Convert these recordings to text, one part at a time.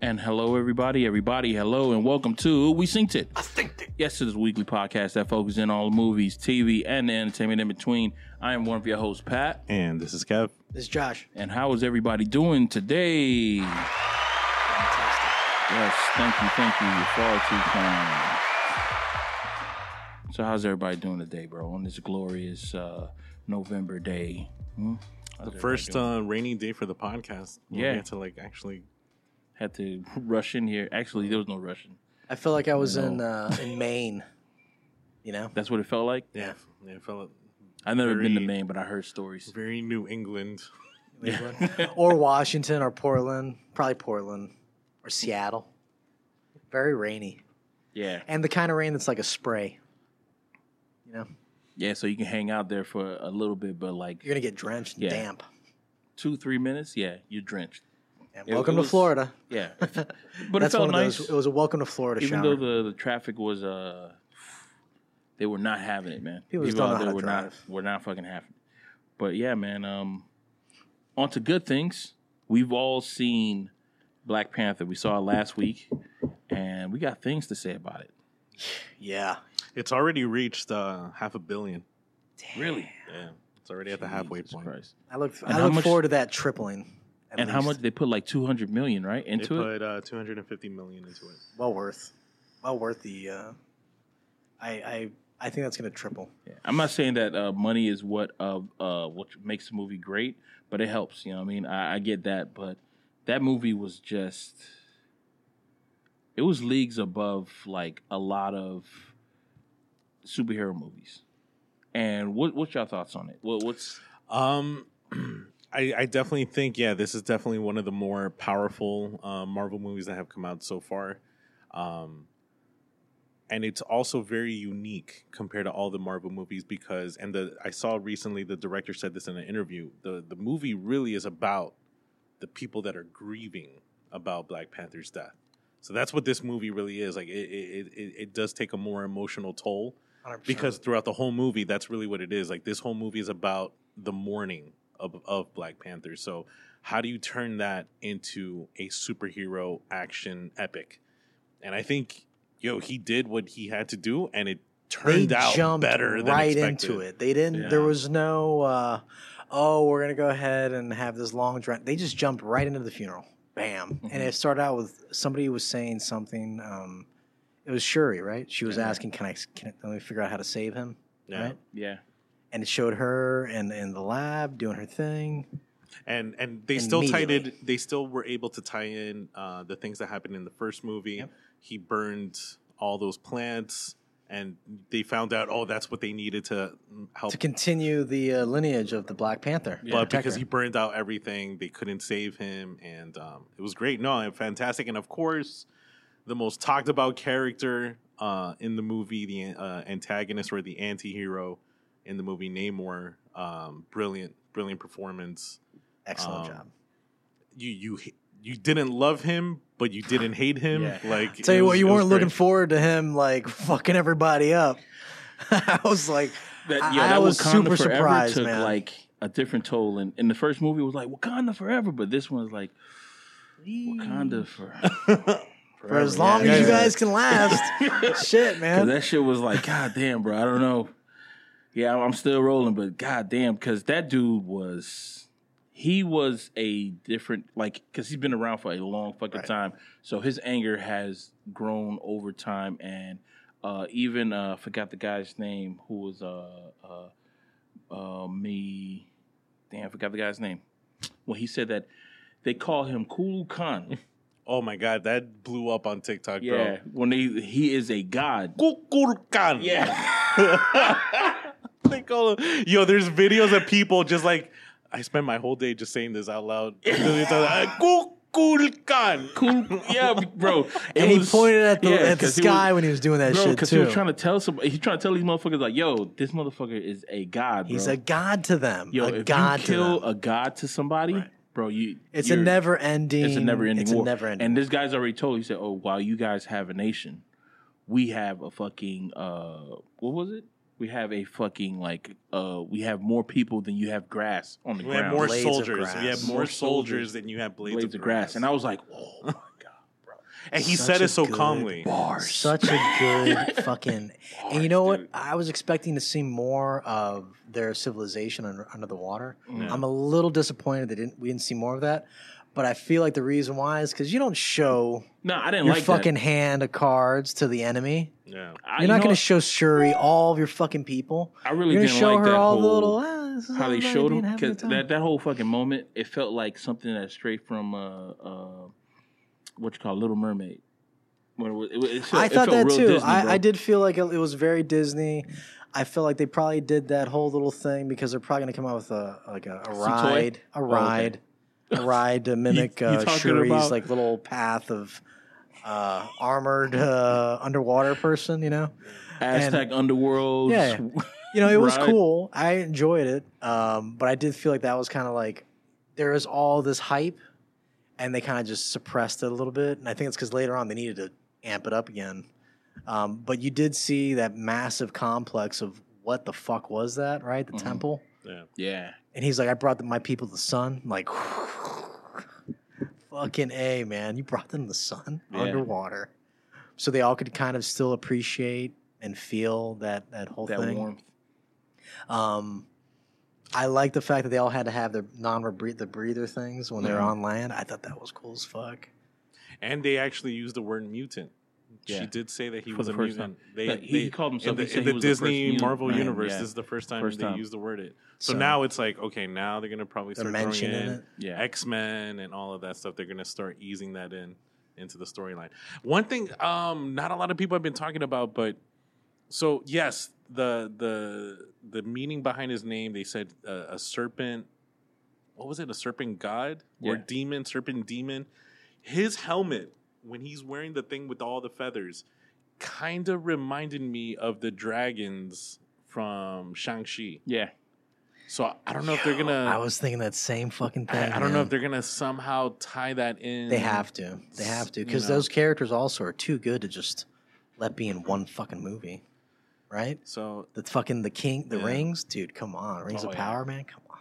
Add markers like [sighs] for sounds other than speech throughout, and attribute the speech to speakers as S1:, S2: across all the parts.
S1: And hello, everybody, everybody, hello, and welcome to We Synced It.
S2: I think that
S1: Yes, it is a weekly podcast that focuses in all the movies, TV, and the entertainment in between. I am one of your hosts, Pat.
S3: And this is Kev.
S4: It's Josh.
S1: And how is everybody doing today?
S4: Fantastic.
S1: Yes, thank you, thank you. You're far too kind. So, how's everybody doing today, bro? On this glorious uh, November day. Hmm? How's
S3: The
S1: everybody
S3: first
S1: doing?
S3: uh, rainy day for the podcast. where
S1: Yeah.
S3: We had to like actually.
S1: had to rush in here. Actually, there was no rushing.
S4: I feel like I was in
S1: No.
S4: uh, in
S1: [laughs]
S4: Maine. You know,
S1: That's what it felt like.
S3: Yeah. yeah it felt
S1: I've never been to
S3: Very-
S1: Maine, but I heard stories.
S3: very New England.
S4: or Washington, or Portland, probably Portland, or Seattle. Very rainy,
S1: Yeah,
S4: and the kind of rain that's like a spray. You know,
S1: yeah. So you can hang out there for a little bit, but like
S4: you're gonna get drenched and
S1: Yeah.
S4: damp.
S1: two, three minutes, yeah, you're drenched.
S4: And
S1: It-
S4: welcome
S1: it
S4: to
S1: was-
S4: Florida.
S1: Yeah, but it
S4: [laughs] that's
S1: felt
S4: one of
S1: nice.
S4: those. It was a welcome to Florida
S1: even
S4: shower.
S1: though the, the traffic was uh they were not having it man
S4: People just don't know how to
S1: were
S4: drive.
S1: not were not fucking having it but yeah man um on to good things we've all seen black panther we saw it last week and we got things to say about it
S4: yeah,
S3: It's already reached uh, half a billion.
S1: really
S3: Yeah. It's already at the halfway point.
S4: I look.
S1: And
S4: I
S1: how
S4: look
S1: much-
S4: forward to that tripling. at
S1: and how much
S4: least.
S1: they put like 200 million right
S3: They
S1: into it
S3: put uh, 250 million into it.
S4: Well worth. Well worth the. Uh, I I I think that's gonna triple.
S1: Yeah. i'm not saying that uh, money is what uh, uh what makes a movie great but it helps you know what i mean I, I get that but that movie was just it was leagues above like a lot of superhero movies. And what what's your thoughts on it? What what's
S3: Um, [clears throat] I, I definitely think yeah, this is definitely one of the more powerful uh, Marvel movies that have come out so far, um, and it's also very unique compared to all the Marvel movies because and the I saw recently the director said this in an interview the the movie really is about the people that are grieving about Black Panther's death. So that's what this movie really is. Like it, it, it, it does take a more emotional toll
S4: 100%.
S3: because throughout the whole movie that's really what it is like this whole movie is about the mourning of, of black panther so how do you turn that into a superhero action epic and i think yo he did what he had to do and it turned
S4: they
S3: out
S4: jumped
S3: better than
S4: right
S3: expected.
S4: into it. They didn't.
S3: Yeah.
S4: There was no. Uh, oh, we're gonna go ahead and have this long drawn. They just jumped right into the funeral. Bam!
S3: Mm-hmm.
S4: And it started out with somebody was saying something. Um, it was Shuri, right? She was
S1: Yeah.
S4: asking, "Can I? Can I, let me figure out how to save him?"
S3: yeah.
S4: Right?
S1: yeah.
S4: And it showed her and in the lab doing her thing.
S3: and and they still tied
S4: Immediately.
S3: it they still were able to tie in uh the things that happened in the first movie
S4: Yep.
S3: he burned all those plants and they found out oh that's what they needed to mm, help
S4: to continue the uh, lineage of the Black Panther.
S1: Yeah.
S3: but because
S4: Tucker.
S3: he burned out everything, they couldn't save him, and um, it was great. No, and fantastic, and of course, the most talked about character uh, in the movie, the uh, antagonist or the anti-hero in the movie, Namor. Um, brilliant, brilliant performance.
S4: Excellent
S3: Um,
S4: job.
S3: You you you didn't love him, but you didn't hate him.
S1: Yeah.
S3: Like
S4: Tell
S3: it
S4: you
S3: was-
S4: what, you
S3: it was
S4: weren't looking
S3: great.
S4: forward to him like [laughs] fucking everybody up. [laughs] I was like, I- I was
S1: Wakanda
S4: super
S1: Forever
S4: surprised,
S1: took
S4: man.
S1: like a different toll and in the first movie it was like Wakanda forever, but this one's like Wakanda for,
S4: [laughs] for as long as you
S3: Yeah.
S4: guys can
S1: [laughs]
S4: last. Shit,
S1: Cause
S4: man.
S1: that shit was like, God damn, bro. I don't know. Yeah, I'm still rolling, but god damn, cause that dude was he was a different like cause he's been around for a long fucking
S4: Right.
S1: time. So his anger has grown over time and uh even uh forgot the guy's name who was uh uh uh me damn I forgot the guy's name. When he said that they call him Kulu Khan.
S3: Oh my god, that blew up on TikTok,
S1: Yeah. When they he is a god.
S3: bro. Kukulkan.
S1: Yeah.
S3: [laughs] they call him. Yo, there's videos of people just like I spent my whole day just saying this out loud.
S1: [laughs]
S4: [laughs]
S3: Kukulkan.
S1: cool. Yeah, bro. It
S4: And he
S1: was-
S4: pointed at the,
S1: yeah,
S4: at the
S1: 'cause he
S4: sky
S1: was-
S4: when he was doing that
S1: bro,
S4: shit
S1: because
S4: too.
S1: he was trying to tell somebody. He's trying to tell these motherfuckers like, "Yo, this motherfucker is a god. Bro.
S4: He's a god to them.
S1: Yo,
S4: a
S1: if
S4: god
S1: you
S4: to
S1: kill
S4: them.
S1: a god to somebody, bro, you
S4: it's a
S1: you're-
S4: never ending.
S1: it's a never ending
S4: It's
S1: war.
S4: a never ending.
S1: And this guy's already told. He said, "Oh, while you guys have a nation, we have a fucking uh, what was it? We have a fucking like uh, we have more people than you have grass on the
S3: We
S1: ground.
S3: have more
S4: Blades of
S3: soldiers.
S4: grass.
S3: We have more soldiers than you have blades, [laughs]
S1: blades of grass. And I was like, oh my god,
S3: and he
S4: Such
S3: said
S4: a
S3: it so
S4: good
S3: calmly.
S1: Bars.
S4: Such a
S1: [laughs]
S4: good fucking. and you know what?
S1: dude.
S4: I was expecting to see more of their civilization under, under the water.
S1: Yeah.
S4: I'm a little disappointed they didn't. We didn't see more of that. But I feel like the reason why is because you don't show
S1: no, I didn't
S4: your
S1: like
S4: fucking
S1: that.
S4: hand of cards to the enemy.
S3: Yeah,
S1: I,
S4: You're
S1: you
S4: not
S1: know
S4: going to
S1: what?
S4: show Shuri all of your fucking people.
S1: I really
S4: You're
S1: didn't
S4: going to show
S1: like
S4: her
S1: that
S4: all
S1: whole,
S4: the little. Ah, this is
S1: how they
S4: everybody
S1: showed him
S4: being having a
S1: because
S4: good time."
S1: that, that whole fucking moment it felt like something that's straight from uh, uh, what you call Little Mermaid. When it was, it, was- it felt,
S4: I thought
S1: it felt
S4: that
S1: real
S4: too.
S1: Disney,
S4: I,
S1: bro.
S4: I did feel like it, it was very Disney. I felt like they probably did that whole little thing because they're probably going to come out with a like a, a
S1: toy? Oh,
S4: ride, a
S1: okay.
S4: ride,
S1: [laughs]
S4: a ride to mimic
S3: you
S4: uh,
S3: talking
S4: Shuri's
S3: about-
S4: like little path of uh, armored uh, underwater person. You know,
S1: Aztec underworld.
S4: Yeah, yeah. you know, it was
S1: Right.
S4: cool. I enjoyed it, um, but I did feel like that was kind of like there was all this hype, and they kind of just suppressed it a little bit. And I think it's because later on they needed to amp it up again. Um, but you did see that massive complex of what the fuck was that, right? The
S1: Mhm.
S4: temple,
S3: yeah.
S1: [laughs] yeah.
S4: and he's like, "I brought my people the sun." I'm like, fucking a man, you brought them the sun
S1: Yeah.
S4: underwater, so they all could kind of still appreciate and feel that that whole
S1: That
S4: thing.
S1: warmth.
S4: Um, I like the fact that they all had to have their non the breather things when they
S3: Mm-hmm.
S4: were
S1: Mhm.
S4: on land. I thought that was cool as fuck.
S3: And they actually used the word mutant.
S1: Yeah.
S3: She did say that he
S1: For
S3: was
S1: the
S3: a
S1: first
S3: mutant.
S1: Yeah,
S3: They,
S1: he
S3: they-
S1: called himself-
S3: in the,
S1: he said
S3: in
S1: he
S3: the
S1: was the first
S3: Disney
S1: mutant
S3: Marvel
S1: man,
S3: universe.
S1: yeah.
S3: This is the first time
S1: First
S3: they
S1: time.
S3: used the word it. So,
S4: So-
S3: now it's like okay, now they're gonna probably start throwing
S4: Dimension in
S3: in
S4: it.
S1: Yeah.
S3: X Men and all of that stuff. They're gonna start easing that in into the storyline. One thing, um, not a lot of people have been talking about, but so yes, the the the meaning behind his name. They said uh, a serpent. What was it? A serpent god or
S1: Yeah.
S3: demon? Serpent demon. His helmet when he's wearing the thing with all the feathers kind of reminded me of the dragons from Shang Chi.
S1: Yeah.
S3: So I don't know if they're
S4: Yo,
S3: gonna.
S4: I was thinking that same fucking thing.
S3: I, I don't know
S4: man.
S3: if they're gonna somehow tie that in.
S4: They have to. They have to
S3: You
S4: because
S3: know.
S4: those characters also are too good to just let be in one fucking movie, right?
S3: So
S4: The fucking the king, the
S3: Yeah.
S4: rings, dude. Come on, rings
S3: Oh,
S4: of
S3: yeah.
S4: power, man. Come on.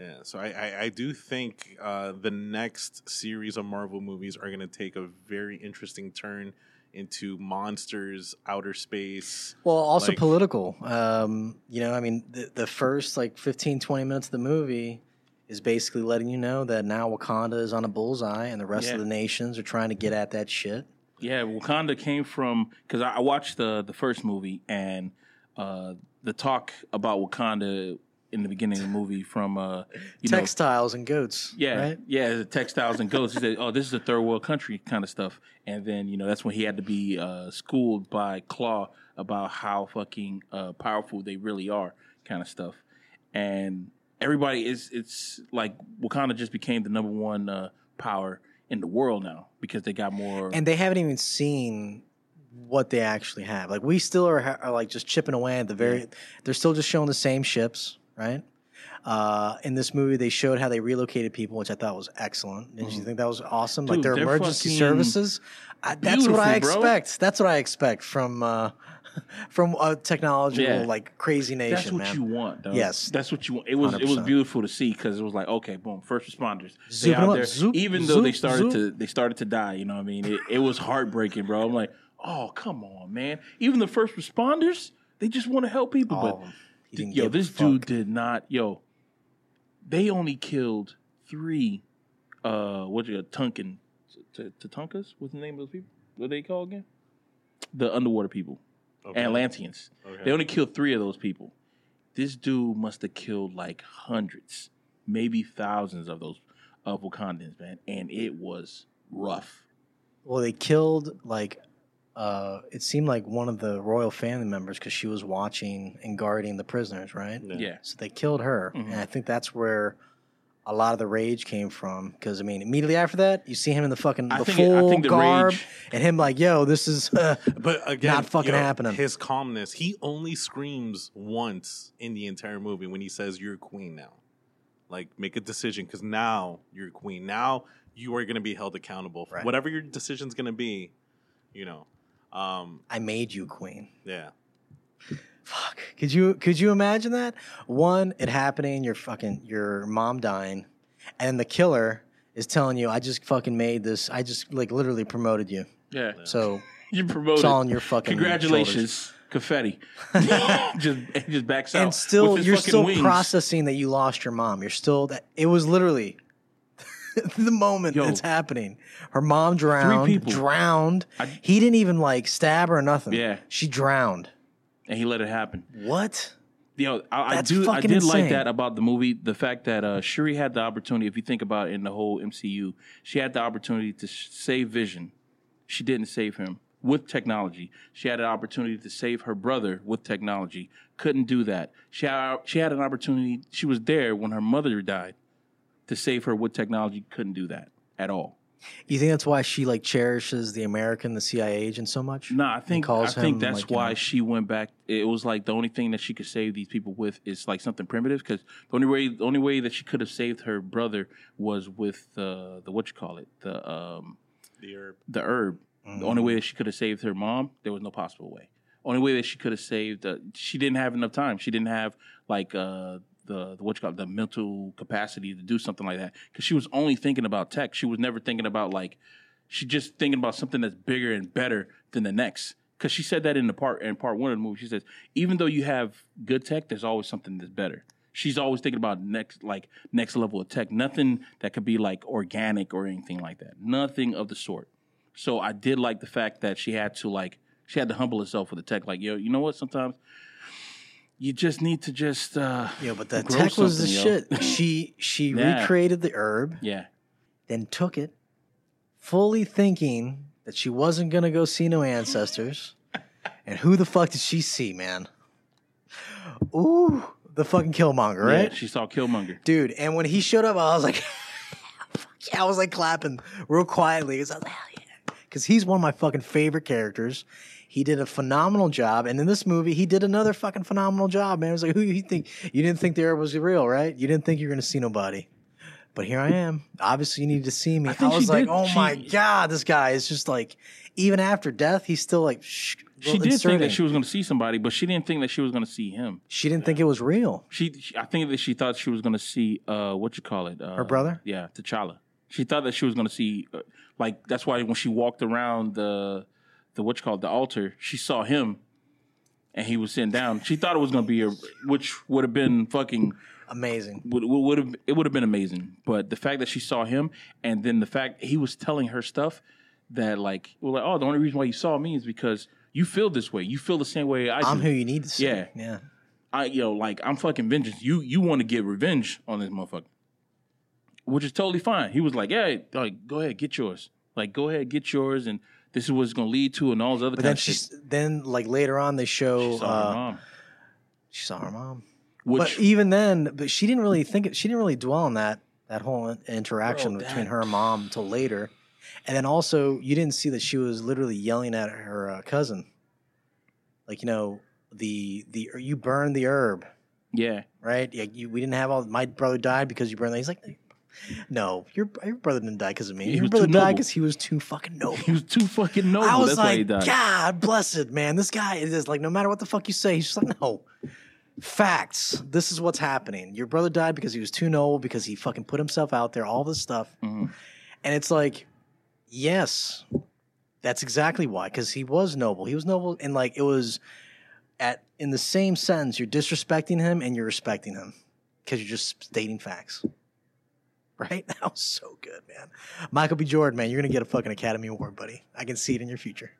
S3: yeah, so I I, I do think uh, the next series of Marvel movies are gonna take a very interesting turn into monsters, outer space.
S4: Well, also
S3: Like-
S4: political. Um, you know, I mean, the, the first like 15, 20 minutes of the movie is basically letting you know that now Wakanda is on a bullseye and the rest
S1: Yeah.
S4: of the nations are trying to get at that shit.
S1: Yeah, Wakanda came from because I, I watched the the first movie and uh, the talk about Wakanda in the beginning of the movie from uh, you know
S4: Textiles and goats.
S1: yeah
S4: Right?
S1: yeah the textiles and goats. He said, "Oh, this is a third world country kind of stuff," and then you know that's when he had to be uh, schooled by Claw about how fucking uh, powerful they really are, kind of stuff. And everybody is it's like Wakanda just became the number one uh, power in the world now because they got more
S4: And they haven't even seen what they actually have. Like, we still are, are like just chipping away at the very, they're still just showing the same ships, right? Uh, in this movie, they showed how they relocated people, which I thought was excellent. Didn't you think that was awesome? like
S1: Mm-hmm. Dude,
S4: their
S1: they're
S4: emergency
S1: fucking
S4: services. I, that's what I
S1: beautiful, bro.
S4: expect. That's what I expect from uh, [laughs] from a technological
S1: Yeah.
S4: like crazy nation.
S1: That's what
S4: man.
S1: you want, though.
S4: Yes.
S1: that's what you want. It was it was
S4: 100%.
S1: beautiful to see because it was like, okay, boom, first responders. they
S4: Zoop 'em
S1: out
S4: up.
S1: there,
S4: Zoop,
S1: even though they
S4: zoop,
S1: started
S4: zoop.
S1: to they started to die. You know what I mean? It, it was heartbreaking, bro. I'm like, oh come on, man. Even the first responders, they just want to help people.
S4: All
S1: but
S4: of 'em. He Oh, didn't
S1: yo,
S4: give a
S1: this
S4: fuck.
S1: dude did not. Yo, they only killed three. Uh, what you Tunkin, T- T- Tatankas? What's the name of those people? What are they called again? The underwater people,
S3: Okay.
S1: Atlanteans.
S3: Okay.
S1: They only killed three of those people. This dude must have killed like hundreds, maybe thousands of those of Wakandans, man. And it was rough.
S4: Well, they killed like uh, it seemed like one of the royal family members because she was watching and guarding the prisoners, right?
S3: Yeah.
S1: Yeah.
S4: So they killed her,
S1: Mhm.
S4: and I think that's where a lot of the rage came from. Because I mean, immediately after that, you see him in the fucking the
S1: I think
S4: full
S1: I think the
S4: garb
S1: rage
S4: and him like, "Yo, this is." [laughs]
S3: But again,
S4: Not fucking happening.
S3: His calmness. He only screams once in the entire movie when he says, "You're a queen now." Like, make a decision because now you're a queen. Now you are going to be held accountable for
S4: Right.
S3: whatever your decision's going to be. You know, um,
S4: I made you queen.
S3: yeah,
S4: Fuck. Could you could you imagine that? One, it happening, your fucking your mom dying, and the killer is telling you, I just fucking made this I just like literally promoted you.
S1: Yeah.
S4: So
S1: You
S4: it's
S1: promoted.
S4: all on your fucking shoulders.
S1: Congratulations, confetti.
S4: [laughs]
S1: [laughs] just just backs out.
S4: And still,
S1: with his
S4: you're
S1: fucking
S4: still
S1: wings.
S4: processing that you lost your mom. You're still that. It was literally [laughs] the moment
S1: Yo.
S4: it's happening. Her mom drowned.
S1: people.
S4: Drowned.
S1: I-
S4: he didn't even like stab her or nothing.
S1: Yeah.
S4: she drowned.
S1: and he let it happen.
S4: What?
S1: You know, I, I
S4: That's
S1: do. I
S4: fucking
S1: did like
S4: insane.
S1: that about the movie. The fact that uh, Shuri had the opportunity. If you think about it, in the whole MCU, she had the opportunity to sh- save Vision. She didn't save him with technology. She had an opportunity to save her brother with technology. Couldn't do that. She had, she had an opportunity. She was there when her mother died to save her with technology. Couldn't do that at all.
S4: You think that's why she like cherishes the American, the CIA agent so much?
S1: No, I think
S4: calls
S1: I think
S4: him,
S1: that's
S4: like, you
S1: why
S4: know-
S1: she went back. It was like the only thing that she could save these people with is like something primitive because the only way the only way that she could have saved her brother was with uh, the what you call it the um,
S3: The herb.
S1: the herb. The only way that she could have saved her mom, there was no possible way. Only way that she could have saved, uh, she didn't have enough time. She didn't have like uh, the, the what you call it, the mental capacity to do something like that because she was only thinking about tech. She was never thinking about like she just thinking about something that's bigger and better than the next. Because she said that in the part in part one of the movie, she says even though you have good tech, there's always something that's better. She's always thinking about next like next level of tech. Nothing that could be like organic or anything like that. Nothing of the sort. So I did like the fact that she had to like she had to humble herself with the tech. Like yo, you know what? Sometimes you just need to just uh,
S4: Yo, but that
S1: Grow
S4: tech was the
S1: something, yo.
S4: shit. She she
S1: [laughs] Yeah.
S4: recreated the herb,
S1: yeah
S4: then took it, fully thinking that she wasn't gonna go see no ancestors. and who the fuck did she see, man? Ooh, the fucking Killmonger, right?
S1: Yeah, she saw Killmonger.
S4: Dude, and when he showed up, I was like, [laughs] fuck yeah, I was like clapping real quietly because I was like, hell yeah. Because he's one of my fucking favorite characters. He did a phenomenal job. And in this movie, he did another fucking phenomenal job, man. It was like, who you think? You didn't think the Arab was real, right? You didn't think you were going to see nobody. But here I am. Obviously, you needed to see me. I,
S1: think she
S4: was like,
S1: did-
S4: oh
S1: she-
S4: my God, this guy is just like, even after death, he's still like, shh.
S1: She did think that she was going to see somebody, but she didn't think that she was going to see him.
S4: She didn't think it was real.
S1: She, she I think that she thought she was going to see uh, what you call it, uh,
S4: Her brother?
S1: Yeah, T'Challa. She thought that she was going to see, uh, like that's why when she walked around the the what you call it, the altar, she saw him, and he was sitting down. She thought it was going to be a, which would have been fucking
S4: Amazing.
S1: would would have it would have been amazing. But the fact that she saw him, and then the fact he was telling her stuff that like, well, like, oh, the only reason why you saw me is because you feel this way. You feel the same way I do.
S4: I'm who you need to see.
S1: Yeah.
S4: Yeah.
S1: I yo, like I'm fucking vengeance. You you want to get revenge on this motherfucker, which is totally fine. He was like, yeah, like go ahead, get yours. Like go ahead, get yours, and this is what it's gonna lead to, and all this other.
S4: But
S1: kind
S4: then
S1: of shit.
S4: she's then like later on they show
S1: She saw
S4: uh,
S1: her mom,
S4: she saw her mom.
S1: which
S4: but even then, but she didn't really think she didn't really dwell on that that whole in- interaction
S1: Bro,
S4: between
S1: that-
S4: her and mom until later. And then also you didn't see that she was literally yelling at her uh, cousin, like you know the the you burned the herb,
S1: yeah, [laughs]
S4: right? Yeah, you, we didn't have all. My brother died because you burned. The, he's like, no, your your brother didn't die because of me.
S1: He
S4: your
S1: was
S4: brother
S1: too
S4: died
S1: noble.
S4: because he was too fucking noble.
S1: he was too fucking noble.
S4: I was
S1: That's why he
S4: like,
S1: died.
S4: God bless it, man. This guy is just like, no matter what the fuck you say, he's just like, no. Facts. This is what's happening. Your brother died because he was too noble, because he fucking put himself out there, all this stuff.
S1: Mhm.
S4: And it's like, yes, that's exactly why. Because he was noble. He was noble. And like, it was at in the same sentence, you're disrespecting him and you're respecting him because you're just stating facts. Right? [laughs] That was so good, man. Michael B. Jordan, man, you're gonna get a fucking Academy Award, buddy. I can see it in your future.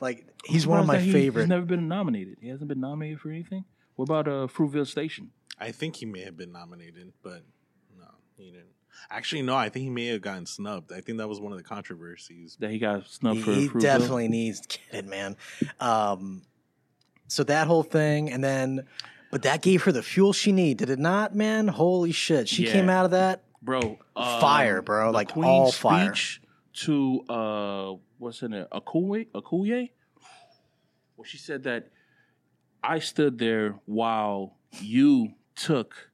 S4: Like he's one of
S1: Surprised
S4: my
S1: that he-
S4: favorite.
S1: He's never been nominated. He hasn't been nominated for anything. What about uh, Fruitville Station?
S3: I think he may have been nominated, but no, he didn't. Actually, no, I think he may have gotten snubbed. I think that was one of the controversies.
S1: That he got snubbed
S4: he
S1: for
S4: he
S1: Fruitville.
S4: definitely needs to get it, man. Um, so that whole thing, and then, but that gave her the fuel she needed, did it not, man? Holy shit, she
S1: Yeah.
S4: came out of that.
S1: bro, um,
S4: Fire,
S1: the
S4: bro, like,
S1: Queen's
S4: all fire.
S1: speech to uh, what's in it? Akuye, Akuye. Well, she said that I stood there while you took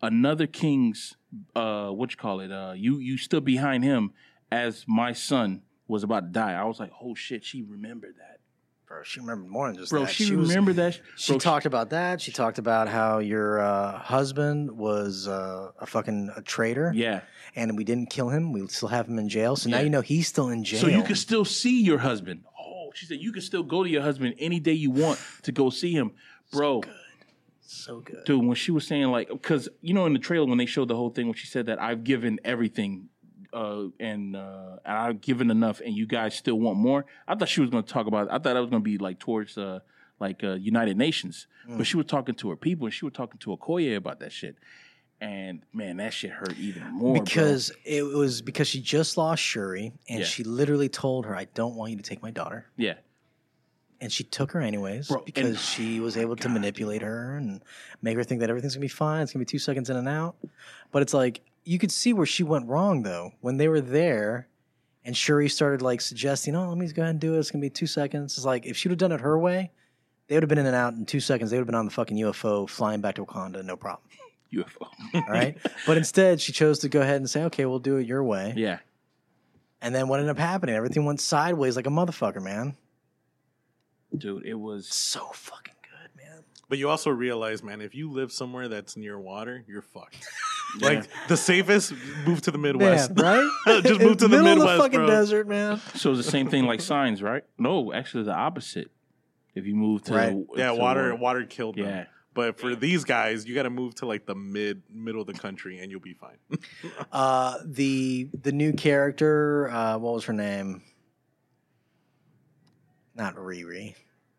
S1: another king's uh, what you call it? Uh, you you stood behind him as my son was about to die. I was like, oh shit, she remembered that.
S4: bro, she remembered more than just
S1: bro.
S4: that.
S1: She,
S4: was-
S1: remembered that.
S4: She
S1: bro,
S4: talked about that. She talked about how your uh, husband was uh, a fucking a traitor,
S1: Yeah.
S4: and we didn't kill him. We still have him in jail. So now
S1: Yeah.
S4: you know he's still in jail.
S1: So you can still see your husband. Oh, she said you can still go to your husband any day you want to go see him, bro.
S4: so good.
S1: Dude, when she was saying like, because you know in the trailer when they showed the whole thing when she said that I've given everything, uh, and uh, and I've given enough, and you guys still want more. I thought she was going to talk about. I thought I was going to be like towards uh like uh, United Nations,
S4: Mm.
S1: but she was talking to her people and she was talking to Okoye about that shit. And man, that shit hurt even more bro.
S4: Because it was because she just lost Shuri, and
S1: Yeah.
S4: she literally told her, "I don't want you to take my daughter,"
S1: yeah,
S4: and she took her anyways
S1: Bro, and- oh
S4: because she was able to manipulate her and make her think that everything's gonna be fine. It's gonna be two seconds in and out, but it's like you could see where she went wrong though when they were there. And Shuri started like suggesting, "Oh, let me just go ahead and do it. It's gonna be two seconds." It's like if she'd have done it her way, they would have been in and out in two seconds. They would have been on the fucking UFO flying back to Wakanda, no problem. [laughs]
S1: UFO. [laughs]
S4: All right. but instead, she chose to go ahead and say, okay, we'll do it your way.
S1: yeah,
S4: And then what ended up happening? Everything went sideways like a motherfucker, man.
S1: dude, it was
S4: So fucking good, man.
S3: But you also realize, man, if you live somewhere that's near water, you're fucked.
S1: yeah.
S3: Like the safest, move to the Midwest.
S4: Man, [laughs] right?
S3: Just move to the
S4: Middle of
S3: Midwest,
S4: the fucking
S3: bro.
S4: desert, man.
S1: So it's the same thing like signs, right? No, actually the opposite. If you move to
S4: Right.
S3: yeah,
S1: to
S3: water, water killed them.
S1: Yeah.
S3: But for these guys, you got to move to like the mid middle of the country, and you'll be fine.
S4: Uh, the the new character, uh, what was her name? Not Riri.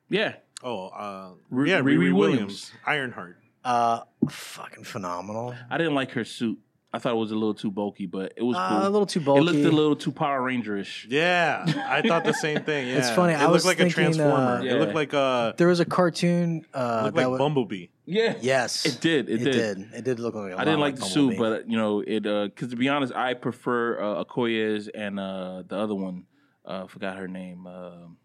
S1: Yeah.
S3: oh, uh,
S1: Ru-
S3: yeah,
S1: Riri
S3: Riri, Williams.
S1: Williams.
S3: Ironheart.
S4: Uh, fucking phenomenal.
S1: I didn't like her suit. I thought it was a little too bulky, but it was
S4: Uh,
S1: cool.
S4: a little too bulky.
S1: It looked a little too Power Rangerish.
S3: Yeah, I thought the same thing.
S4: [laughs]
S3: Yeah,
S4: It's funny,
S3: It
S4: I
S3: looked
S4: was
S3: like a
S4: thinking,
S3: transformer.
S4: uh,
S1: Yeah.
S3: It looked like a
S4: There was a cartoon.
S3: it
S4: Uh,
S3: looked
S4: that
S3: like
S4: was,
S3: Bumblebee.
S1: Yeah.
S4: yes,
S1: It did. It, did.
S4: did. It did look like. I
S1: I didn't like the suit, but you know it because to be honest, I prefer uh, Okoye's and uh, the other one. Uh, forgot her name. Um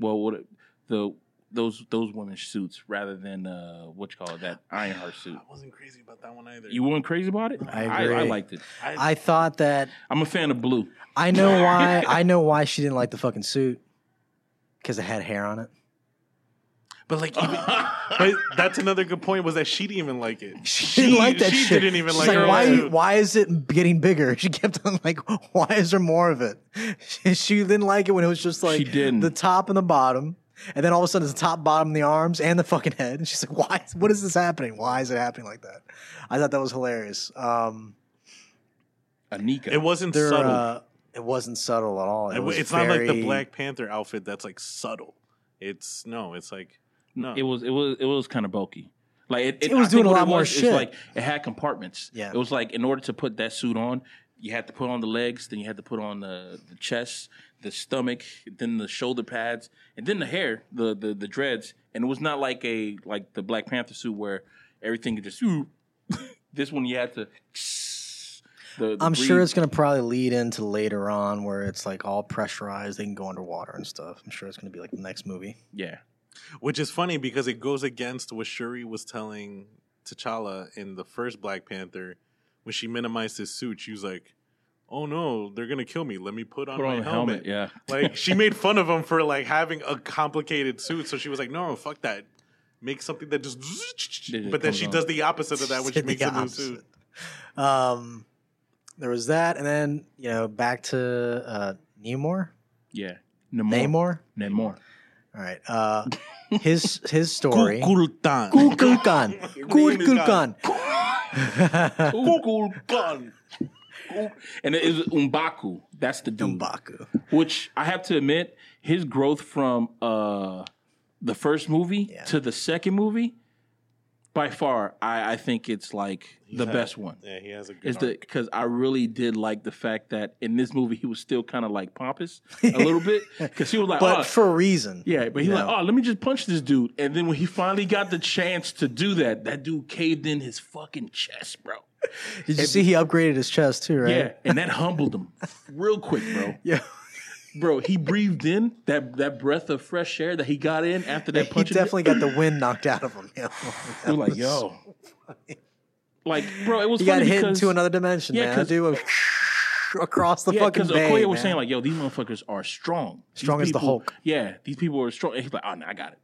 S1: well, what the those those women's suits rather than uh, what you call it that Ironheart suit.
S3: I wasn't crazy about that one either.
S1: You weren't crazy about it.
S4: I
S1: I,
S4: agree.
S1: liked it.
S4: I thought that
S1: I'm a fan of blue. [laughs]
S4: I know why. I know why she didn't like the fucking suit because it had hair on it.
S3: but like, [laughs] even, but that's another good point was that she didn't even like it.
S4: She didn't like that
S3: she
S4: shit.
S3: didn't even
S4: She's
S3: like her
S4: why?
S3: suit.
S4: Why is it getting bigger? [laughs] She kept on like, why is there more of it? [laughs] She, she didn't like it when it was just like
S1: She didn't.
S4: the top and the bottom, and then all of a sudden it's the top, bottom, the arms, and the fucking head. And she's like, why? What is this happening? Why is it happening like that? I thought that was hilarious. Um,
S1: Anika.
S3: It wasn't
S4: there,
S3: subtle.
S4: uh, it wasn't subtle at all. It
S3: It w-
S4: was
S3: it's not like the
S4: very-
S3: Black Panther outfit that's like subtle. It's no, it's like no.
S1: It was it was it was kind of bulky. Like it,
S4: It was
S1: I think
S4: doing a
S1: what
S4: lot more
S1: was is,
S4: shit.
S1: Like it had compartments.
S4: Yeah.
S1: It was like in order to put that suit on, you had to put on the legs, then you had to put on the, the chest, the stomach, then the shoulder pads, and then the hair, the, the the dreads. And it was not like a like the Black Panther suit where everything could just. Ooh. [laughs] this one you had to. the- the
S4: I'm sure
S1: breathe.
S4: it's going to probably lead into later on where it's like all pressurized. They can go underwater and stuff. I'm sure it's going to be like the next movie.
S1: yeah.
S3: Which is funny because it goes against what Shuri was telling T'Challa in the first Black Panther when she minimized his suit. She was like, "Oh no, they're gonna kill me. Let me put on
S1: Put
S3: my
S1: on a helmet.
S3: helmet."
S1: Yeah.
S3: Like
S1: [laughs]
S3: she made fun of him for like having a complicated suit. So she was like, "No, fuck that. Make something that just."
S1: just
S3: But then
S1: comes
S3: she
S1: on.
S3: does the opposite of that when she makes
S4: The
S3: a new
S4: opposite.
S3: suit.
S4: Um, there was that, and then you know back to uh, Namor.
S1: Yeah. Namor.
S4: Namor.
S1: Namor.
S4: All right.
S1: [laughs]
S4: Uh, his his story.
S3: Kukulkan.
S4: Kukulkan.
S3: name is
S4: Kukulkan.
S1: Kukulkan. And it is Umbaku. That's the dude.
S4: Dumbaku.
S1: Which I have to admit, his growth from uh, the first movie
S4: Yeah.
S1: to the second movie, by far, I, I think it's like the
S3: had-
S1: best one.
S3: Yeah, he has a good.
S1: Is the
S3: arc.
S1: because I really did like the fact that in this movie he was still kind of like pompous a little bit because he was like,
S4: But
S1: "Oh,
S4: for a reason.
S1: yeah, but he's
S4: You
S1: like,
S4: know.
S1: oh, let me just punch this dude. And then when he finally got the chance to do that, that dude caved in his fucking chest, bro.
S4: Did you see he upgraded his chest too, right?
S1: Yeah, and that humbled him real quick, bro.
S4: [laughs]
S1: [laughs]
S4: Yeah.
S1: Bro, he breathed in that that breath of fresh air that he got in after that
S4: He
S1: punch.
S4: definitely got the wind knocked out of him. [laughs] Yeah.
S1: We're
S4: [laughs]
S1: like, yo, like, bro, it was
S4: He got
S1: funny
S4: hit
S1: because
S4: into another dimension,
S1: Yeah,
S4: man.
S1: 'cause-
S4: That dude went [laughs] across the
S1: Yeah,
S4: fucking
S1: because
S4: bay.
S1: Okoye was
S4: man.
S1: saying like, "Yo, these motherfuckers are strong, These
S4: Strong as the
S1: people-
S4: Hulk.
S1: Yeah, these people are strong. And he's like, "Oh, no, I got it."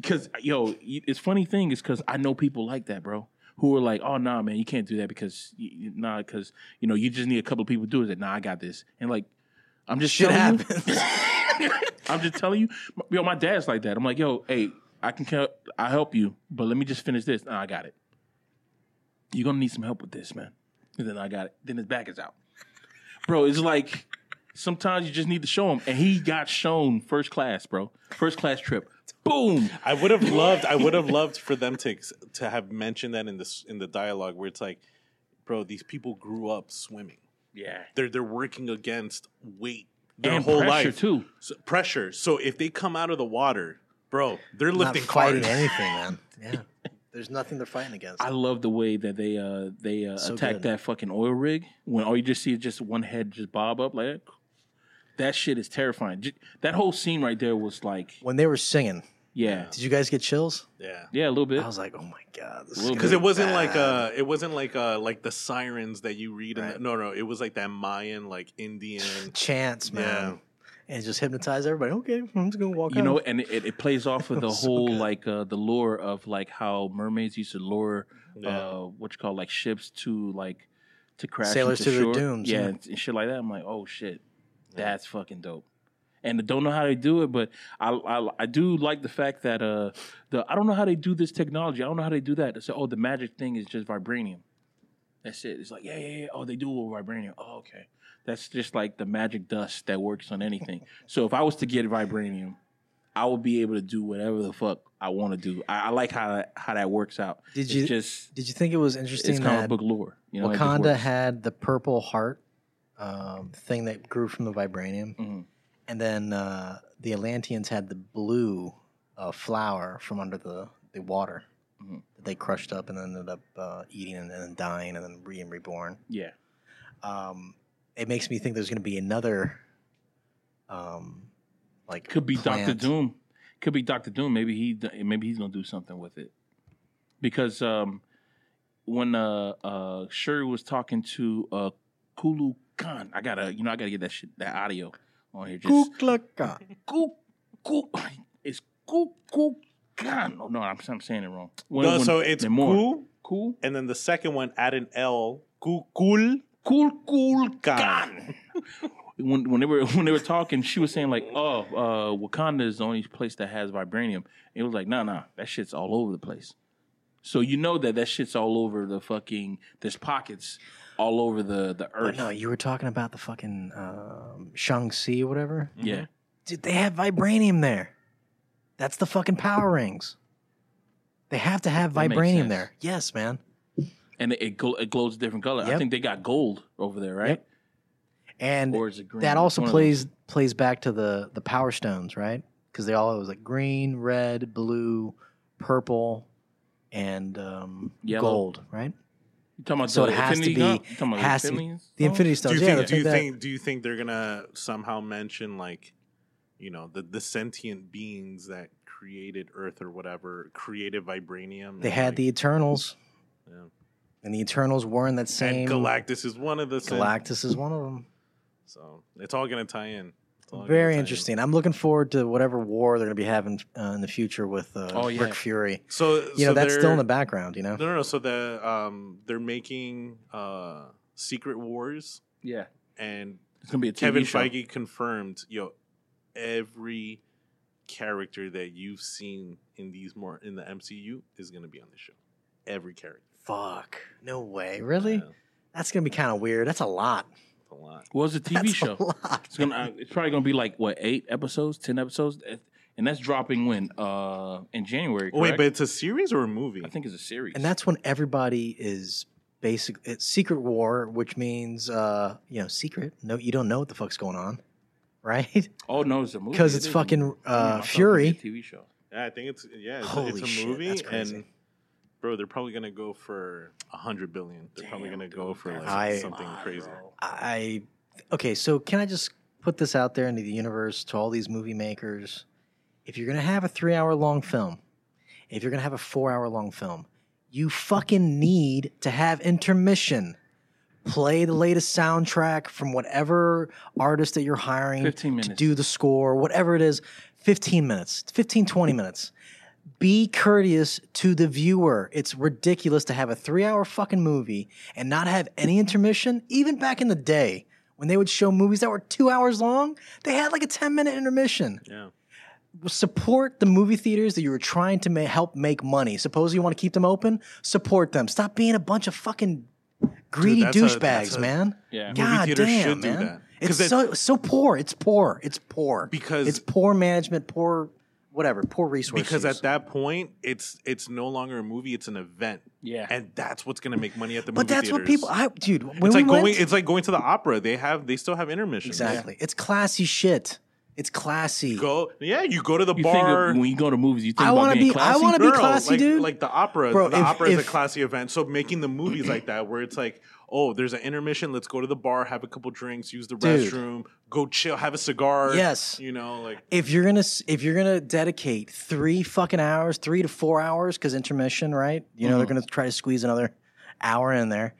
S1: Because uh, yo, y- it's funny thing is because I know people like that, bro, who are like, "Oh, nah, man, you can't do that because y- y- nah, because you know you just need a couple of people to do it." He's Like, nah, I got this, and like, I'm just
S4: Shit
S1: telling you- [laughs] I'm just telling you, m- yo, my dad's like that. I'm like, yo, hey, I can kel- I help you, but let me just finish this. Nah, I got it. You're gonna need some help with this, man. And then I got it. Then his back is out, bro. It's like sometimes you just need to show him, and he got shown first class, bro. First class trip. Boom.
S3: I would have loved. I would have loved for them to ex- to have mentioned that in this in the dialogue where it's like, bro, these people grew up swimming.
S1: Yeah.
S3: They're they're working against weight their
S1: And
S3: whole
S1: pressure
S3: life
S1: too.
S3: So, pressure. So if they come out of the water, bro, they're
S4: not
S3: lifting
S4: fighting
S3: cars.
S4: anything,
S1: [laughs]
S4: man. Yeah, there's nothing they're fighting against.
S1: I love the way that they uh they uh,
S4: So
S1: attack
S4: good.
S1: that fucking oil rig when all you just see is just one head just bob up like that. That shit is terrifying. J- That whole scene right there was like,
S4: when they were singing,
S1: yeah,
S4: did you guys get chills?
S3: Yeah.
S1: yeah, a little bit.
S4: I was like, oh my god, this
S1: Well,
S4: is
S3: Because
S4: gonna
S3: it
S4: be
S3: wasn't like
S4: bad.
S3: uh, it wasn't like uh, like the sirens that you read. In the,
S4: Right.
S3: no, no, it was like that Mayan, like Indian.
S4: chance, man, and just hypnotize everybody. Okay, I'm just gonna walk.
S1: you
S4: out.
S1: know, and it, it plays
S4: [laughs]
S1: off of the
S4: So
S1: whole
S4: good.
S1: like uh, the lore of like how mermaids used to lure [laughs]
S3: Yeah.
S1: uh, what you call like ships to like to crash
S4: Sailors
S1: into
S4: to their
S1: shore.
S4: dooms,
S1: yeah,
S4: yeah.
S1: And, and shit like that. I'm like, oh shit, that's fucking dope. And I don't know how they do it, but I, I I do like the fact that uh the I don't know how they do this technology. I don't know how they do that. So oh, the magic thing is just vibranium. That's it. It's like yeah, yeah, yeah. Oh, they do it with vibranium. Oh, okay. That's just like the magic dust that works on
S4: [laughs]
S1: anything. so if I was to get vibranium, I would be able to do whatever the fuck I want to do. I, I like how that, how that works out.
S4: Did
S1: It's
S4: you-
S1: just
S4: Did you think it was interesting
S1: it's comic
S4: that
S1: book lore. You know, it just
S4: Wakanda
S1: works.
S4: had the purple heart um, thing that grew from the vibranium,
S1: Mhm.
S4: and then uh, the Atlanteans had the blue uh, flower from under the the water
S1: Mhm.
S4: that they crushed up and ended up uh, eating and then dying and then being reborn.
S1: yeah,
S4: Um, it makes me think there's going to be another, um, like
S1: could be Doctor
S4: plant.
S1: Doom. Could be Doctor Doom. Maybe he d- maybe he's gonna do something with it because um, when uh, uh, Shuri was talking to uh, Kulu Khan, I gotta you know I gotta get that shit that audio on here. Just
S4: Kuklaka.
S1: Ku Ku. It's Ku Ku Khan. Oh, no, I'm, I'm saying it wrong. When-
S3: no,
S1: when-
S3: so it's
S1: Namor.
S3: cool,
S1: Cool.
S3: and then the second one add an L. Cool, cool.
S1: Cool, cool,
S3: Khan.
S1: Khan. [laughs] when, when they were when they were talking, she was saying like, "Oh, uh, Wakanda is the only place that has vibranium." It was like, "Nah, nah, that shit's all over the place." So you know that that shit's all over the fucking. There's pockets all over the the
S4: But
S1: earth.
S4: no, you were talking about the fucking um, Shang-Chi or whatever.
S1: yeah,
S4: Dude, they have vibranium there. That's the fucking power rings. They have to have
S1: That makes
S4: vibranium
S1: sense.
S4: there. Yes, man.
S1: and it it, gl- it glows a different color. I
S4: Yep.
S1: think they got gold over there, right?
S4: Yep. And
S1: Or is it green?
S4: that also
S1: One of those.
S4: plays plays back to the the power stones, right? Because they all it was like green, red, blue, purple, and um,
S1: Yellow.
S4: gold, right?
S1: You talking about
S4: so
S1: the
S4: it has to
S1: Infinity
S4: be-
S1: Gaunt? You talking about
S4: has to be-
S1: Infinity
S4: The
S1: Stones?
S4: Infinity Stones.
S3: do you
S4: yeah,
S3: think? Do you
S4: that-
S3: think? Do you think they're gonna somehow mention like, you know, the the sentient beings that created Earth or whatever created vibranium?
S4: they
S3: and,
S4: had
S3: like,
S4: the Eternals,
S3: yeah.
S4: and the Eternals were in that same.
S3: and Galactus is one of the sen-
S4: Galactus is one of them.
S3: So it's all gonna tie in. It's all gonna tie
S4: Very
S3: in.
S4: interesting. I'm looking forward to whatever war they're going to be having uh, in the future with uh,
S1: Oh, yeah.
S4: Rick Fury.
S3: So
S4: You know,
S3: so
S4: that's still in
S3: they're-
S4: the background, you know?
S3: No, no, no. So the um, they're making uh, Secret Wars,
S1: Yeah,
S3: and
S1: it's gonna be a TV
S3: Kevin
S1: show.
S3: Feige confirmed, yo, every character that you've seen in these more in the MCU is going to be on this show. Every character.
S4: Fuck. No way. Really?
S3: Yeah,
S4: That's going to be kind of weird. That's a lot.
S3: it's a lot.
S1: Well, it's a TV
S4: That's
S1: show.
S4: A lot.
S1: It's gonna. uh, It's probably gonna be like what eight episodes, ten episodes, Uh, and that's dropping when uh in January.
S3: Oh, Wait,
S1: correct?
S3: but it's a series or a movie?
S1: I think it's a series.
S4: And that's when everybody is basic. It's Secret War, which means, uh, you know, secret. No, you don't know what the fuck's going on, [laughs] right?
S1: oh no, it's a movie
S4: 'Cause
S1: It
S4: it's
S1: is a
S4: fucking,
S1: movie.
S4: uh,
S1: I thought it was
S4: Fury.
S1: a TV show.
S3: yeah, I think it's yeah, it's,
S4: Holy
S3: it's a
S4: shit,
S3: movie
S4: that's crazy.
S3: and bro, they're probably going to go for a 100 billion. They're probably
S1: Damn,
S3: going to go
S1: dude,
S3: for like
S1: that's
S4: I-
S3: something
S1: lot,
S3: crazy.
S1: bro.
S4: I okay, so can I just put this out there into the universe to all these movie makers? If you're gonna have a three hour long film, if you're gonna have a four hour long film, you fucking need to have intermission. play the latest soundtrack from whatever artist that you're hiring
S1: 15 minutes.
S4: to do the score, whatever it is, 15 minutes, 15, 20 minutes. Be courteous to the viewer. It's ridiculous to have a three hour fucking movie and not have any intermission. Even back in the day, when they would show movies that were two hours long, they had like a 10 minute intermission.
S3: Yeah.
S4: Support the movie theaters that you were trying to ma- help make money. Suppose you want to keep them open, support them. Stop being a bunch of fucking greedy
S3: that's a- that's
S4: douchebags,
S3: a-
S4: man.
S1: yeah.
S3: Movie
S4: God
S3: theaters
S4: damn,
S3: should do
S4: man.
S3: that. 'Cause
S4: It's
S3: that-
S4: so so poor. It's poor. It's poor.
S3: Because-
S4: it's poor management, poor whatever, poor resources.
S3: Because at that point, it's it's no longer a movie; it's an event,
S1: Yeah.
S3: and that's what's going to make money at the
S4: but
S3: movie
S4: that's what
S3: theaters.
S4: people. I dude, when
S3: it's
S4: we
S3: like
S4: went,
S3: going. It's like going to the opera. They have. They still have intermissions.
S4: exactly. It's classy shit. It's classy.
S3: Go. Yeah, you go to the
S1: You think
S3: bar.
S1: of, when you go to movies, you think
S4: I
S1: about
S4: wanna
S1: being
S4: be- I
S1: classy.
S4: wanna be
S3: Girl,
S4: classy,
S3: like,
S4: dude.
S3: Like the opera,
S4: Bro,
S3: the
S4: if-
S3: opera is
S4: if-
S3: a classy event. So making the movies like that, where it's like, oh, there's an intermission. Let's go to the bar, have a couple drinks, use the
S4: Dude.
S3: restroom, go chill, have a cigar.
S4: Yes.
S3: you know, like
S4: If you're gonna s- if you're gonna dedicate three fucking hours, three to four hours, because intermission, right? You know they're gonna try to squeeze another hour in there.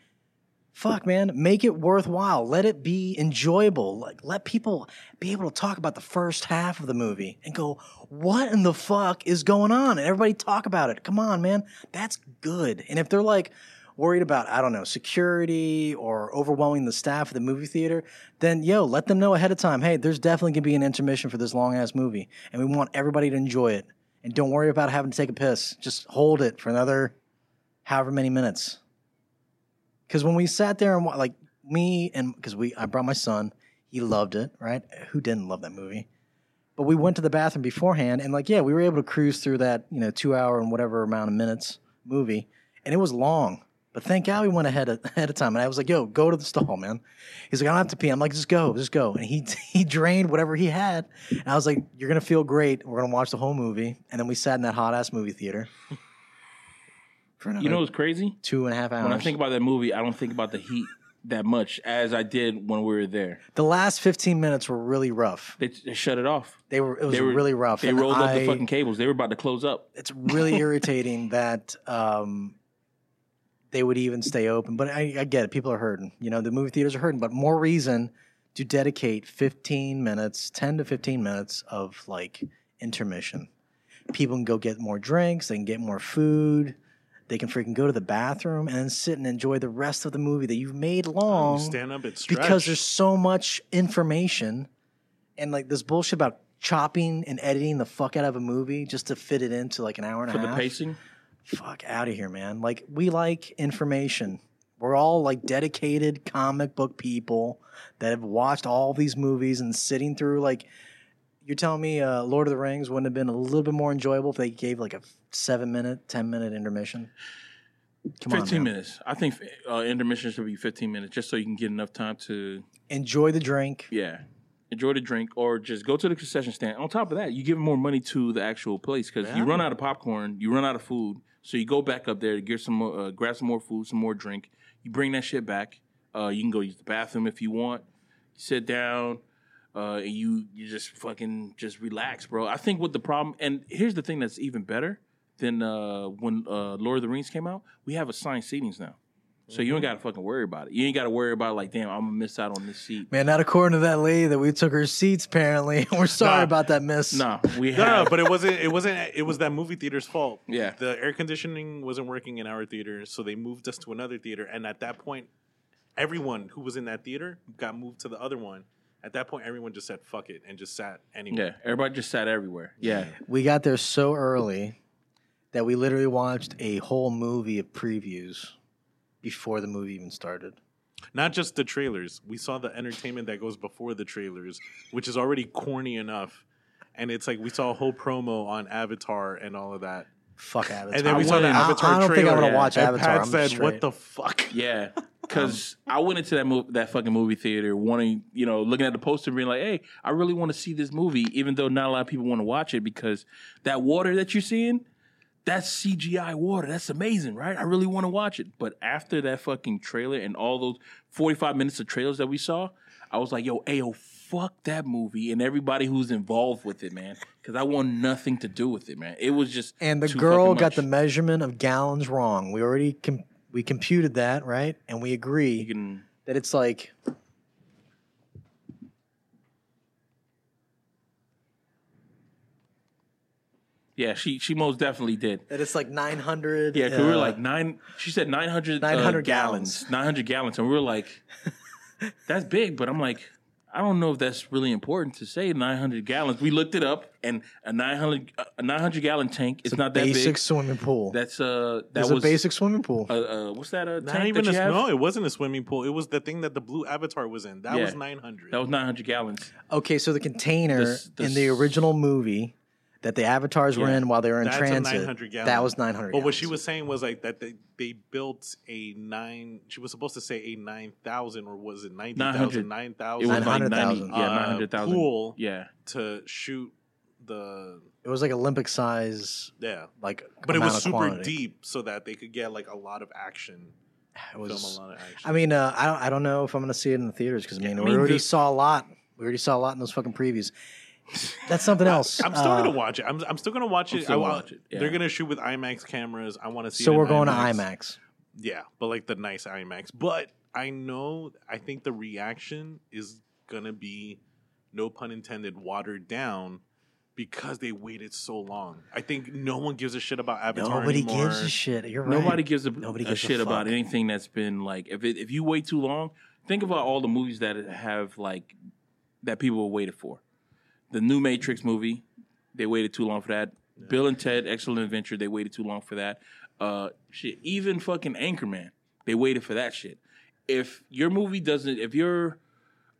S4: Fuck, man, make it worthwhile. Let it be enjoyable. Like let people be able to talk about the first half of the movie and go, "What in the fuck is going on?" And everybody talk about it. Come on, man, that's good. And if they're like worried about I don't know security or overwhelming the staff of the movie theater, then yo, let them know ahead of time. Hey, there's definitely gonna be an intermission for this long ass movie, and we want everybody to enjoy it. And don't worry about having to take a piss. Just hold it for another however many minutes. Because when we sat there and wa- like me and because we, I brought my son. He loved it, right? Who didn't love that movie? But we went to the bathroom beforehand, and like, yeah, we were able to cruise through that, you know, two hour and whatever amount of minutes movie, and it was long. But thank God we went ahead of, [laughs] ahead of time. And I was like, "Yo, go to the stall, man." He's like, "I don't have to pee." I'm like, "Just go, just go." And he [laughs] he drained whatever he had, and I was like, "You're gonna feel great. We're gonna watch the whole movie." And then we sat in that hot ass movie theater
S1: [laughs]
S4: for another
S1: You know what's crazy?
S4: two and a half hours.
S1: When I think about that movie, I don't think about the heat that much as I did when we were there.
S4: The last 15 minutes were really rough.
S1: They, they shut it off.
S4: They were it was
S1: They were
S4: really rough.
S1: They
S4: and
S1: rolled up
S4: I-
S1: the fucking cables. They were about to close up.
S4: It's really irritating [laughs] that um, they would even stay open. But I, I get it. People are hurting. You know, the movie theaters are hurting. But more reason to dedicate 15 minutes, 10 to 15 minutes of like intermission. People can go get more drinks. They can get more food. They can freaking go to the bathroom and then sit and enjoy the rest of the movie that you've made long.
S3: you stand up and stretch.
S4: Oh. because there's so much information and like this bullshit about chopping and editing the fuck out of a movie just to fit it into like an hour and
S1: For
S4: a
S1: the
S4: half.
S1: pacing,
S4: Fuck out of here, man. Like we like information. We're all like dedicated comic book people that have watched all these movies and sitting through like you're telling me uh, Lord of the Rings wouldn't have been a little bit more enjoyable if they gave like a seven minute, ten minute intermission. Come on,
S1: fifteen
S4: man.
S1: minutes. I think uh, intermission should be fifteen minutes, just so you can get enough time to
S4: enjoy the drink.
S1: yeah enjoy the drink or just go to the concession stand. On top of that, you give more money to the actual place because you run out of popcorn, you run out of food, so you go back up there to get some, more- uh, grab some more food, some more drink. You bring that shit back. Uh, you can go use the bathroom if you want. You sit down. Uh, and you you just fucking just relax, bro. I think what the problem and here's the thing that's even better than uh, when uh, Lord of the Rings came out. We have assigned seatings now, so you ain't got to fucking worry about it. You ain't got to worry about like, damn, I'm gonna miss out on this seat.
S4: Man, not according to that lady that we took her seats. Apparently, [laughs] we're sorry
S3: Nah.
S4: about that, miss.
S1: No, we
S3: no, no,
S1: have.
S3: but it wasn't. It wasn't. It was that movie theater's fault.
S1: Yeah.
S3: the air conditioning wasn't working in our theater, so they moved us to another theater. And at that point, everyone who was in that theater got moved to the other one. At that point, everyone just said "fuck it" and just sat
S1: yeah,
S3: anyway.
S1: everybody just sat everywhere. Yeah,
S4: we got there so early that we literally watched a whole movie of previews before the movie even started.
S3: Not just the trailers. We saw the entertainment that goes before the trailers, which is already corny enough. And it's like we saw a whole promo on Avatar and all of that.
S4: Fuck Avatar.
S3: And then we
S1: I
S3: saw the
S1: wouldn't-
S3: Avatar
S4: I, I don't
S3: trailer.
S4: think I want
S1: yeah.
S4: to watch
S3: and
S4: Avatar.
S3: Pat
S4: I'm
S3: said,
S4: straight.
S3: "What the fuck?"
S1: yeah. Because I went into that mov that fucking movie theater, wanting you know, looking at the poster, and being like, "Hey, I really want to see this movie," even though not a lot of people want to watch it because that water that you're seeing, that's CGI water. That's amazing, right? I really want to watch it. But after that fucking trailer and all those 45 minutes of trailers that we saw, I was like, "Yo, ayo." Fuck that movie and everybody who's involved with it, man. Because I want nothing to do with it, man. It was just
S4: And the
S1: too
S4: girl
S1: fucking
S4: got the
S1: much.
S4: measurement of gallons wrong. We already com- we computed that right, and we agree
S1: You can
S4: that it's like
S1: Yeah, she she most definitely did.
S4: that it's like 900
S1: Yeah, 'cause we were
S4: uh,
S1: like nine. She said 900, uh,
S4: 900
S1: gallons,
S4: gallons.
S1: 900 gallons, and we were like,
S4: [laughs]
S1: "That's big," but I'm like, I don't know if that's really important to say 900 gallons. We looked it up, and a 900 a 900 gallon tank is not that
S4: basic
S1: big.
S4: swimming pool
S1: That's uh, that
S4: There's
S1: was
S4: a basic swimming pool
S1: Uh, uh, what's that? Uh,
S3: Not
S1: tank
S3: even
S1: that
S3: a,
S1: you have?
S3: no, it wasn't a swimming pool. It was the thing that the blue avatar was in. That
S1: Yeah.
S3: was 900.
S1: That was 900 gallons.
S4: okay so the container
S1: This- this-
S4: in the original movie that the avatars were
S1: Yeah.
S4: in while they were in
S3: That's a
S4: transit
S3: 900 gallon.
S4: that was 900
S3: but what she
S4: gallons.
S3: was saying was like that they, they built a nine. She was supposed to say a nine thousand or was it ninety
S1: 900.
S3: thousand?
S1: It was like 90,
S3: thousand.
S4: 900,000.
S1: yeah,
S3: Uh,
S1: 900,000.
S3: pool.
S1: Yeah.
S3: to shoot the
S4: it was like olympic size
S3: yeah.
S4: like
S3: But it
S4: amount
S3: was
S4: of
S3: super
S4: quantity.
S3: deep so that they could get like a lot of action.
S4: it
S3: film
S4: was
S3: a lot of action.
S4: I mean, uh, I don't, I don't know if I'm going to see it in the theaters because I mean,
S1: I
S4: we
S1: mean,
S4: already
S1: the-
S4: saw a lot. We already saw a lot in those fucking previews. That's something else.
S3: [laughs] I'm still
S4: Uh,
S3: gonna watch it. I'm, I'm still gonna watch
S1: I'm
S3: it.
S1: still
S3: I wa-
S1: watch it, yeah.
S3: They're gonna shoot with IMAX cameras. I want to see.
S4: So
S3: it in
S4: we're going to IMAX.
S3: Yeah, but like the nice IMAX. But I know. I think the reaction is gonna be, no pun intended, watered down because they waited so long. I think no one gives a shit about Avatar
S4: Nobody
S3: anymore.
S4: gives a shit. You're right.
S1: Nobody gives a,
S4: Nobody
S1: a
S4: gives a
S1: shit about
S4: fuck.
S1: anything that's been like if it, if you wait too long. Think about all the movies that have like that people waited for. The new Matrix movie, they waited too long for that. Bill and Ted Excellent Adventure, they waited too long for that. Uh, shit, even fucking Anchorman, they waited for that shit. If your movie doesn't, if your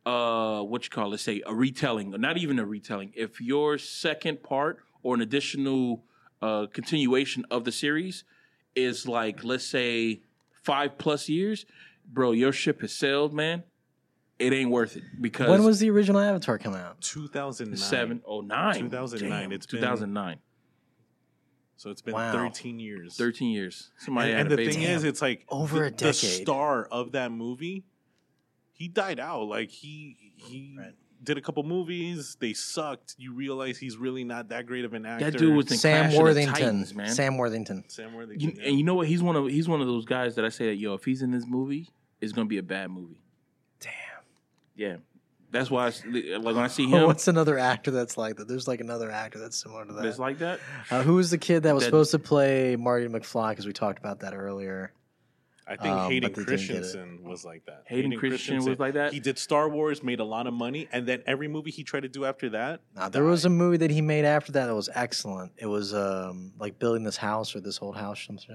S1: uh, what you call it, say a retelling, or not even a retelling, if your second part or an additional uh, continuation of the series is like, let's say, five plus years, bro, your ship has sailed, man. It ain't worth it because
S4: When was the original Avatar come out?
S3: 2009.
S1: seven oh nine
S3: 2009,
S1: Damn,
S3: it's been-
S1: 2009
S3: So it's been
S4: Wow.
S3: 13 years.
S1: 13 years. Somebody
S3: And,
S1: had
S3: and
S1: a
S3: the
S1: baby.
S3: thing is, it's like
S4: Over
S3: the,
S4: a
S3: the
S4: decade.
S3: star of that movie, he died out. Like he he
S4: Right.
S3: did a couple movies. They sucked. You realize he's really not that great of an actor.
S1: that dude was in
S4: Sam
S1: Clash of the
S4: Worthington.
S1: Titans, man.
S4: Sam Worthington.
S3: Sam
S1: You-
S3: Worthington. yeah.
S1: and you know what? He's one of he's one of those guys that I say that yo, if he's in this movie, it's gonna be a bad movie.
S4: Damn.
S1: Yeah, that's why. I, s- like when I
S4: [laughs]
S1: see
S4: Oh,
S1: him,
S4: what's another actor that's like that? There's like another actor that's similar to
S1: it's
S4: that.
S1: like that.
S4: Uh, who was the kid that was
S1: That-
S4: supposed to play Marty McFly? Because we talked about that earlier.
S3: I think
S4: Um,
S3: Hayden
S4: but they didn't get it.
S3: Christensen was like that.
S1: Hayden Christensen was like that?
S3: He did Star Wars, made a lot of money, and then every movie he tried to do after that.
S4: Now, Uh, there was a movie that he made after that that was excellent. It was um, like building this house or this old house, some shit.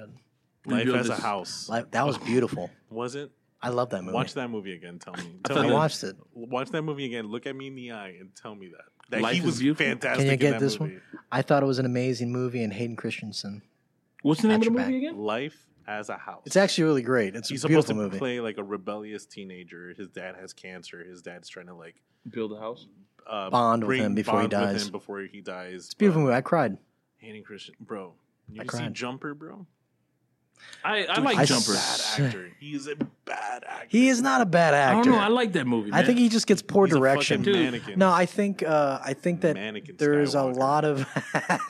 S3: Life
S1: Rebuild
S3: as a
S1: this-
S3: House.
S4: Like, that was beautiful.
S3: Was it?
S4: I love that movie.
S3: Watch that movie again. Tell me.
S1: thought
S3: Tell
S4: I
S3: me.
S1: that-
S4: watched it.
S3: Watch that movie again. Look at me in the eye and tell me that. That
S1: Life
S3: he
S1: is
S3: was
S1: Beautiful.
S3: fantastic.
S4: Can you
S3: in
S4: get
S3: that
S4: this
S3: movie.
S4: I thought it was an amazing movie, and Hayden Christensen.
S1: What's the name of the
S4: Hatchback.
S1: movie again?
S3: Life as a House.
S4: It's actually really great. It's a
S3: He's supposed
S4: beautiful
S3: to
S4: movie.
S3: play like a rebellious teenager. His dad has cancer. His dad's trying to like
S1: Build a house.
S3: uh,
S4: Bond with
S3: bring-
S4: him before he
S3: bond with
S4: dies.
S3: him before he dies.
S4: It's a beautiful movie. I cried.
S3: Hayden Christian, bro. You
S4: I
S3: ever see
S4: cried.
S3: Jumper, bro?
S1: I, I
S3: Dude,
S1: like
S4: I
S3: he's
S1: Jumper.
S3: A
S4: s-
S3: bad actor. He is a bad actor.
S4: He is not a bad
S1: I
S4: actor.
S1: don't know. I like that movie.
S4: I
S1: man.
S4: think he just gets poor
S3: He's a
S4: direction.
S3: fucking
S1: Dude.
S3: mannequin.
S4: No, I think uh, I think that
S3: Mannequin
S4: there's a
S3: Skywalker.
S4: lot of [laughs]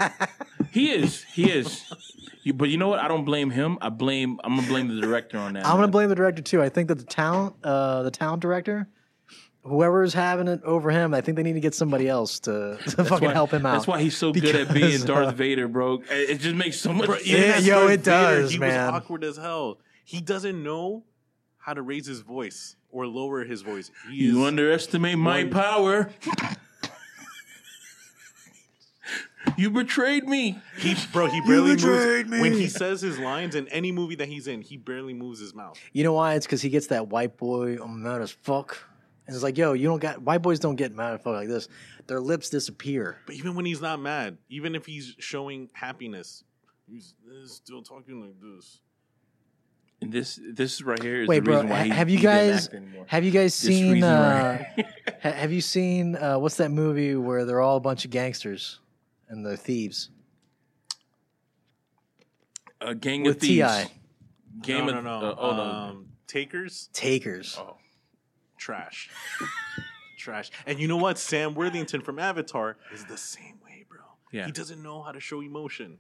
S1: he is. He is. You- but you know what? I don't blame him. I blame. I'm gonna blame the director on that.
S4: I'm gonna
S1: man.
S4: blame the director too. I think that the talent, uh, the talent director, whoever's having it over him, I think they need to get somebody else to, [laughs] to fucking
S1: That's why-
S4: help him out.
S1: That's why he's so good at
S4: Because,
S1: being Darth
S4: uh,
S1: Vader, bro. It it just makes so much.
S3: Bro,
S1: sense.
S3: even
S4: Yeah,
S3: as
S4: yo,
S3: Darth
S4: it does,
S3: he
S4: man.
S3: was awkward as hell. He doesn't know how to raise his voice or lower his voice. He
S1: You
S3: is-
S1: underestimate my
S3: One-
S1: power. you betrayed me.
S3: He, bro, he barely
S4: betrayed
S3: moves
S4: me.
S3: when he says his lines in any movie that he's in. He barely moves his mouth.
S4: You know why? It's because he gets that white boy. I'm mad as fuck. And it's like, yo, you don't got white boys don't get mad as fuck like this. Their lips disappear.
S3: But even when he's not mad, even if he's showing happiness, he's he's still talking like this.
S1: And this, this right here is
S4: Wait,
S1: the
S4: bro,
S1: reason why he,
S4: ha- have you
S1: he doesn't
S4: guys-
S1: act anymore.
S4: Have you guys
S1: This reason
S4: seen? Uh,
S1: [laughs] right here.
S4: ha- have you seen uh, what's that movie where they're all a bunch of gangsters and they're thieves?
S1: [laughs] a gang
S4: uh, with
S1: of thieves.
S4: T.I..
S1: Game
S3: no,
S1: of
S3: no, no.
S1: uh, oh, no.
S3: um, Takers,
S4: Takers.
S1: Oh.
S3: trash, trash. And you know what? Sam Worthington from Avatar is the same way, bro.
S1: Yeah.
S3: He doesn't know how to show emotion.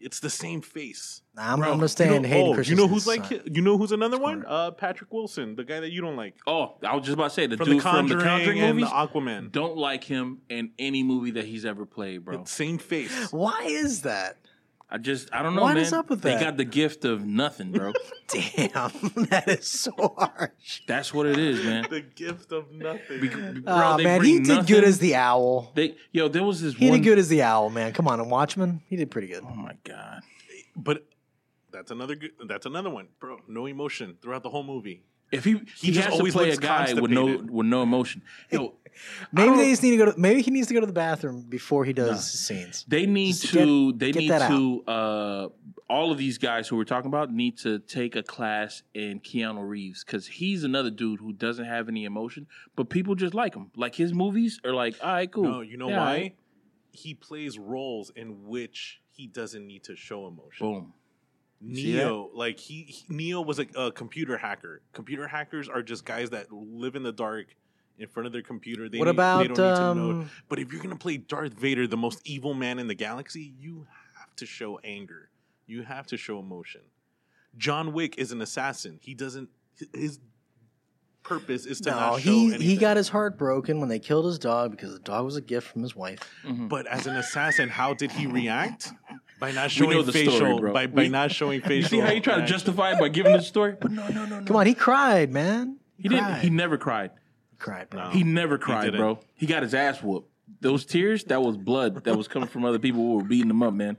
S3: It's the same face.
S4: Nah, I'm,
S3: Bro,
S4: I'm
S3: you
S4: gonna stay in
S3: know-
S4: Hayden
S3: oh, you know who's like
S4: Christensen's side.
S3: you know who's another
S4: It's
S3: one?
S4: correct.
S3: Uh, Patrick Wilson, the guy that you don't like
S1: Oh, I was just about to say the
S3: from,
S1: dude
S3: the
S1: from
S3: Conjuring
S1: the Conjuring
S3: and
S1: movies.
S3: the Aquaman.
S1: Don't like him in any movie that he's ever played, bro.
S3: The same face.
S4: Why is that?
S1: I just I don't know.
S4: What
S1: man.
S4: is up with that?
S1: They got the gift of nothing, bro.
S4: Damn, [laughs] that is so harsh.
S1: That's what it is,
S4: [laughs]
S1: man.
S3: [laughs] the gift of nothing.
S1: Be- be- bro,
S4: Oh
S1: they
S4: man,
S1: bring
S4: he did
S1: nothing.
S4: good as the owl.
S1: they. Yo, there was this
S4: He
S1: one.
S4: did good as the owl, man. Come on, and Watchmen, he did pretty good.
S1: oh my god.
S3: but that's another good, that's another one, bro. No emotion throughout the whole movie.
S1: If he he,
S3: just
S1: has
S3: always
S1: to play a
S3: looks
S1: guy with no
S3: constipated.
S1: with no emotion. Yo,
S4: Maybe
S1: don't-
S4: they just need to go to. Maybe he needs to go to the bathroom before he does his scenes.
S1: they need
S4: Just
S1: to they
S4: get
S1: need
S4: that
S1: to uh all of these guys who we're talking about need to take a class in Keanu Reeves because he's another dude who doesn't have any emotion, but people just like him. Like his movies are like, all right, cool.
S3: No, you know
S1: Yeah, all
S3: why?
S1: right.
S3: He plays roles in which he doesn't need to show emotion.
S1: Boom. see that?
S3: Neo, like he, he- Neo was like a computer hacker. Computer hackers are just guys that live in the dark in front of their computer. They
S4: what
S3: need-
S4: about
S3: they don't need to know.
S4: um,
S3: But if you're gonna play Darth Vader, the most evil man in the galaxy, you have to show anger. You have to show emotion. John Wick is an assassin. He doesn't. hi- His purpose is to
S4: no?
S3: not show
S4: He he
S3: anything.
S4: got his heart broken when they killed his dog because the dog was a gift from his wife.
S1: Mhm.
S3: But as an assassin, how did he react? By not
S1: We
S3: showing
S1: know the story,
S3: facial.
S1: bro.
S3: by by
S1: We-
S3: not showing facial.
S1: [laughs] You see how you try to
S3: reaction.
S1: justify it by giving the story? But no, no, no, no.
S4: Come on, he cried, man.
S1: He didn't.
S4: cried.
S1: He never cried.
S4: cried, bro.
S3: No.
S1: He never cried,
S3: didn't.
S1: bro. He got his ass whooped. Those tears, that was blood that was coming from other people who were beating him up, man.